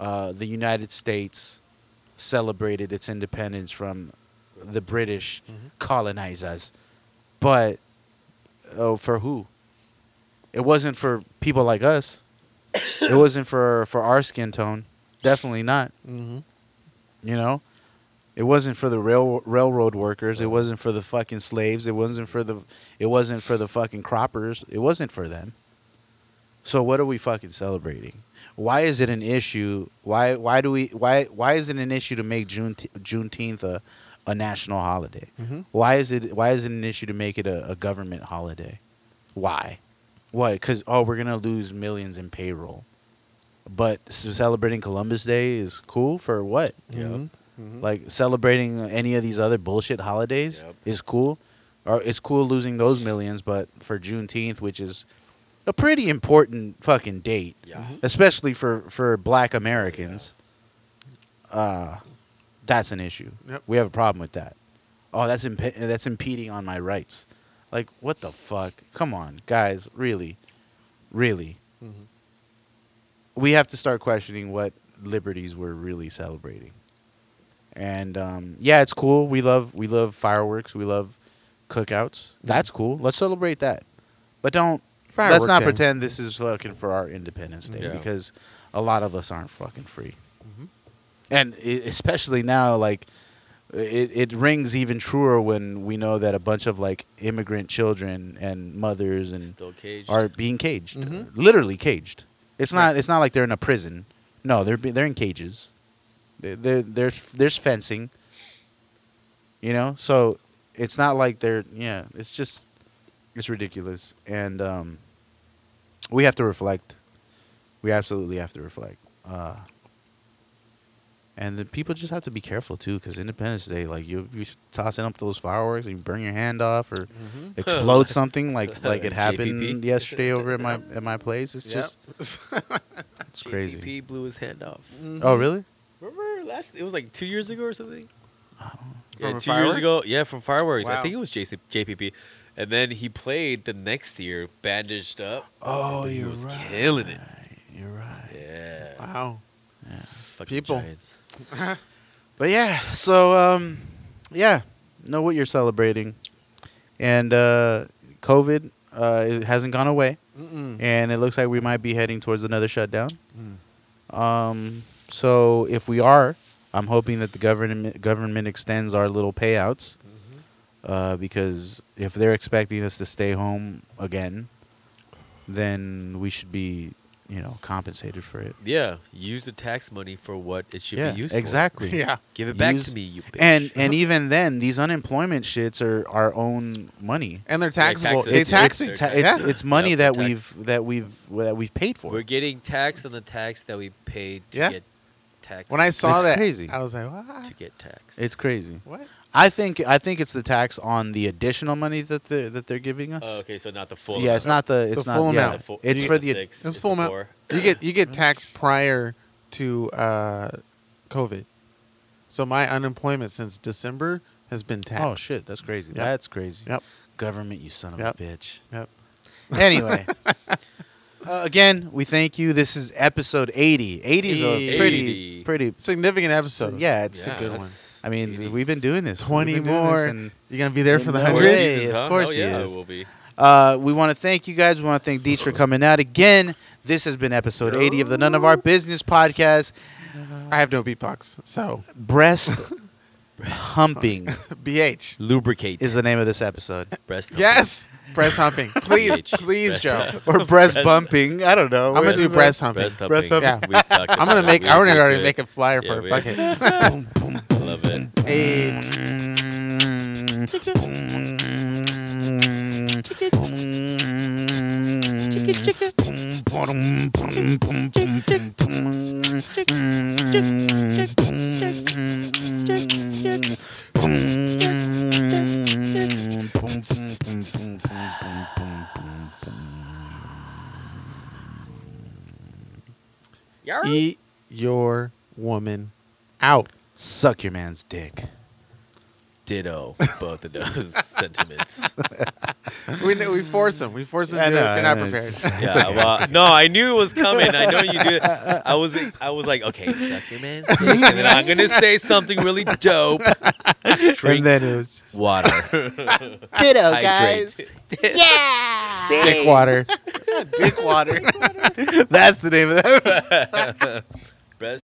uh, the United States celebrated its independence from the British colonizers, but uh, for who? It wasn't for people like us. it wasn't for for our skin tone. Definitely not.
Mm-hmm.
You know, it wasn't for the rail railroad workers. It wasn't for the fucking slaves. It wasn't for the it wasn't for the fucking croppers. It wasn't for them. So what are we fucking celebrating? Why is it an issue? Why why do we why why is it an issue to make June Juneteenth a a national holiday?
Mhm.
Why is it why is it an issue to make it a, a government holiday? Why? Why? Because oh, we're gonna lose millions in payroll. But s- celebrating Columbus Day is cool for what?
Mhm.
Like celebrating any of these other bullshit holidays
Yep.
is cool. Or it's cool losing those millions, but for Juneteenth, which is a pretty important fucking date,
Yeah.
especially for for Black Americans, uh, that's an issue.
Yep.
We have a problem with that. Oh, that's imp- that's impeding on my rights. Like what the fuck? Come on, guys, really, really.
Mhm.
We have to start questioning what liberties we're really celebrating. And um, yeah, it's cool. We love we love fireworks. We love cookouts. That's cool. Let's celebrate that. But don't Let's not
Mm-hmm. Firework day.
pretend this is fucking for our Independence Day
Yeah.
because a lot of us aren't fucking free,
Mm-hmm.
and e- especially now, like it, it rings even truer when we know that a bunch of like immigrant children and mothers and
Still caged.
are being caged,
Mhm.
literally caged. It's not. It's not like they're in a prison. No, they're be- they're in cages. They- They're, they're, there's fencing. You know, so it's not like they're yeah. It's just it's ridiculous, and um, we have to reflect. We absolutely have to reflect. Uh, and the people just have to be careful too, because Independence Day, like you, you tossing up those fireworks and you burn your hand off or explode something, like like it happened
JPP.
yesterday over at my at my place. It's
Yep.
just it's crazy.
He blew his hand off.
Oh really?
Remember last? It was like two years ago or something. Yeah,
From a
two years
firework?
ago. Yeah, from fireworks. I
Wow.
think it was JC, JPP. And then he played the next year, bandaged up.
Oh,
He
you're
was
right.
killing it.
You're right.
Yeah.
Wow.
Fucking
people.
Giants.
But yeah, so um, yeah, know what you're celebrating, and uh, COVID uh, it hasn't gone away,
Mm-mm.
and it looks like we might be heading towards another shutdown.
Mm.
Um, so if we are, I'm hoping that the government government extends our little payouts, uh, because if they're expecting us to stay home again, then we should be, you know, compensated for it.
Yeah. Use the tax money for what it should be used for.
exactly.
Yeah.
Give it back
Use-
to me, you bitch.
And and even then, these unemployment shits are our own money.
And they're taxable.
taxes.
They
It's-
tax
it's-
it.
Ta- it's
Yeah.
it's money
Yep,
that
tax.
we've that we've that we've paid for.
We're getting taxed on the tax that we paid to
Yeah.
get taxed.
When I saw
It's
that,
crazy.
I was like, what?
to get taxed.
it's crazy.
What?
I think I think it's the tax on the additional money that they that they're giving us.
Oh, okay, so not the full.
yeah, it's not the it's
The
not
full
yeah,
amount.
The full-
It's
you
for
get
the
six,
It's
it's
full
the
amount.
four.
You get you get taxed prior to uh, COVID. So my unemployment since December has been taxed.
oh shit, that's crazy.
Yep.
That's crazy.
Yep.
Government, you son of
Yep.
a bitch.
Yep.
Anyway, uh, again, we thank you. This is episode 80. 80 is a pretty
80.
pretty.
Significant episode.
Yeah, it's
Yeah.
a good one.
That's
I mean,
80.
we've been doing this. We've
20
been doing this
more.
and-
You're going to be there for the
No
Four
100?
way.
seasons,
of
huh? Hell
course he
yeah,
is.
it will be.
Uh, we want to thank you guys. We want to thank Deets for coming out again. This has been episode 80 of the None of Our Business podcast.
I have no beatbox. So,
Breast humping
BH.
Lubricate.
is the name of this episode,
breast.
Yes. Breast humping. Please,
BH. Breast
please, Joe.
or breast bumping. I don't know.
I'm going to do breast humping.
Breast humping.
Breast humping.
Yeah. I'm going to make, I already, already make a flyer
Yeah,
for
we-
it. Fuck it.
Boom, boom, boom.
Love it.
Hey, eat your woman out.
Suck your man's dick.
Ditto. Both of those sentiments.
We, we force them. We force them
I
to do it.
know,
They're not
I know.
prepared.
Yeah. Well, no, I knew it was coming. I know you did. I was. I was like, okay, suck your man's dick, and then I'm gonna say something really dope. Drink
And then Oh, it was
water.
Ditto,
Hydrate.
guys. Yeah.
dick water. dick water. That's the name of that.
Breast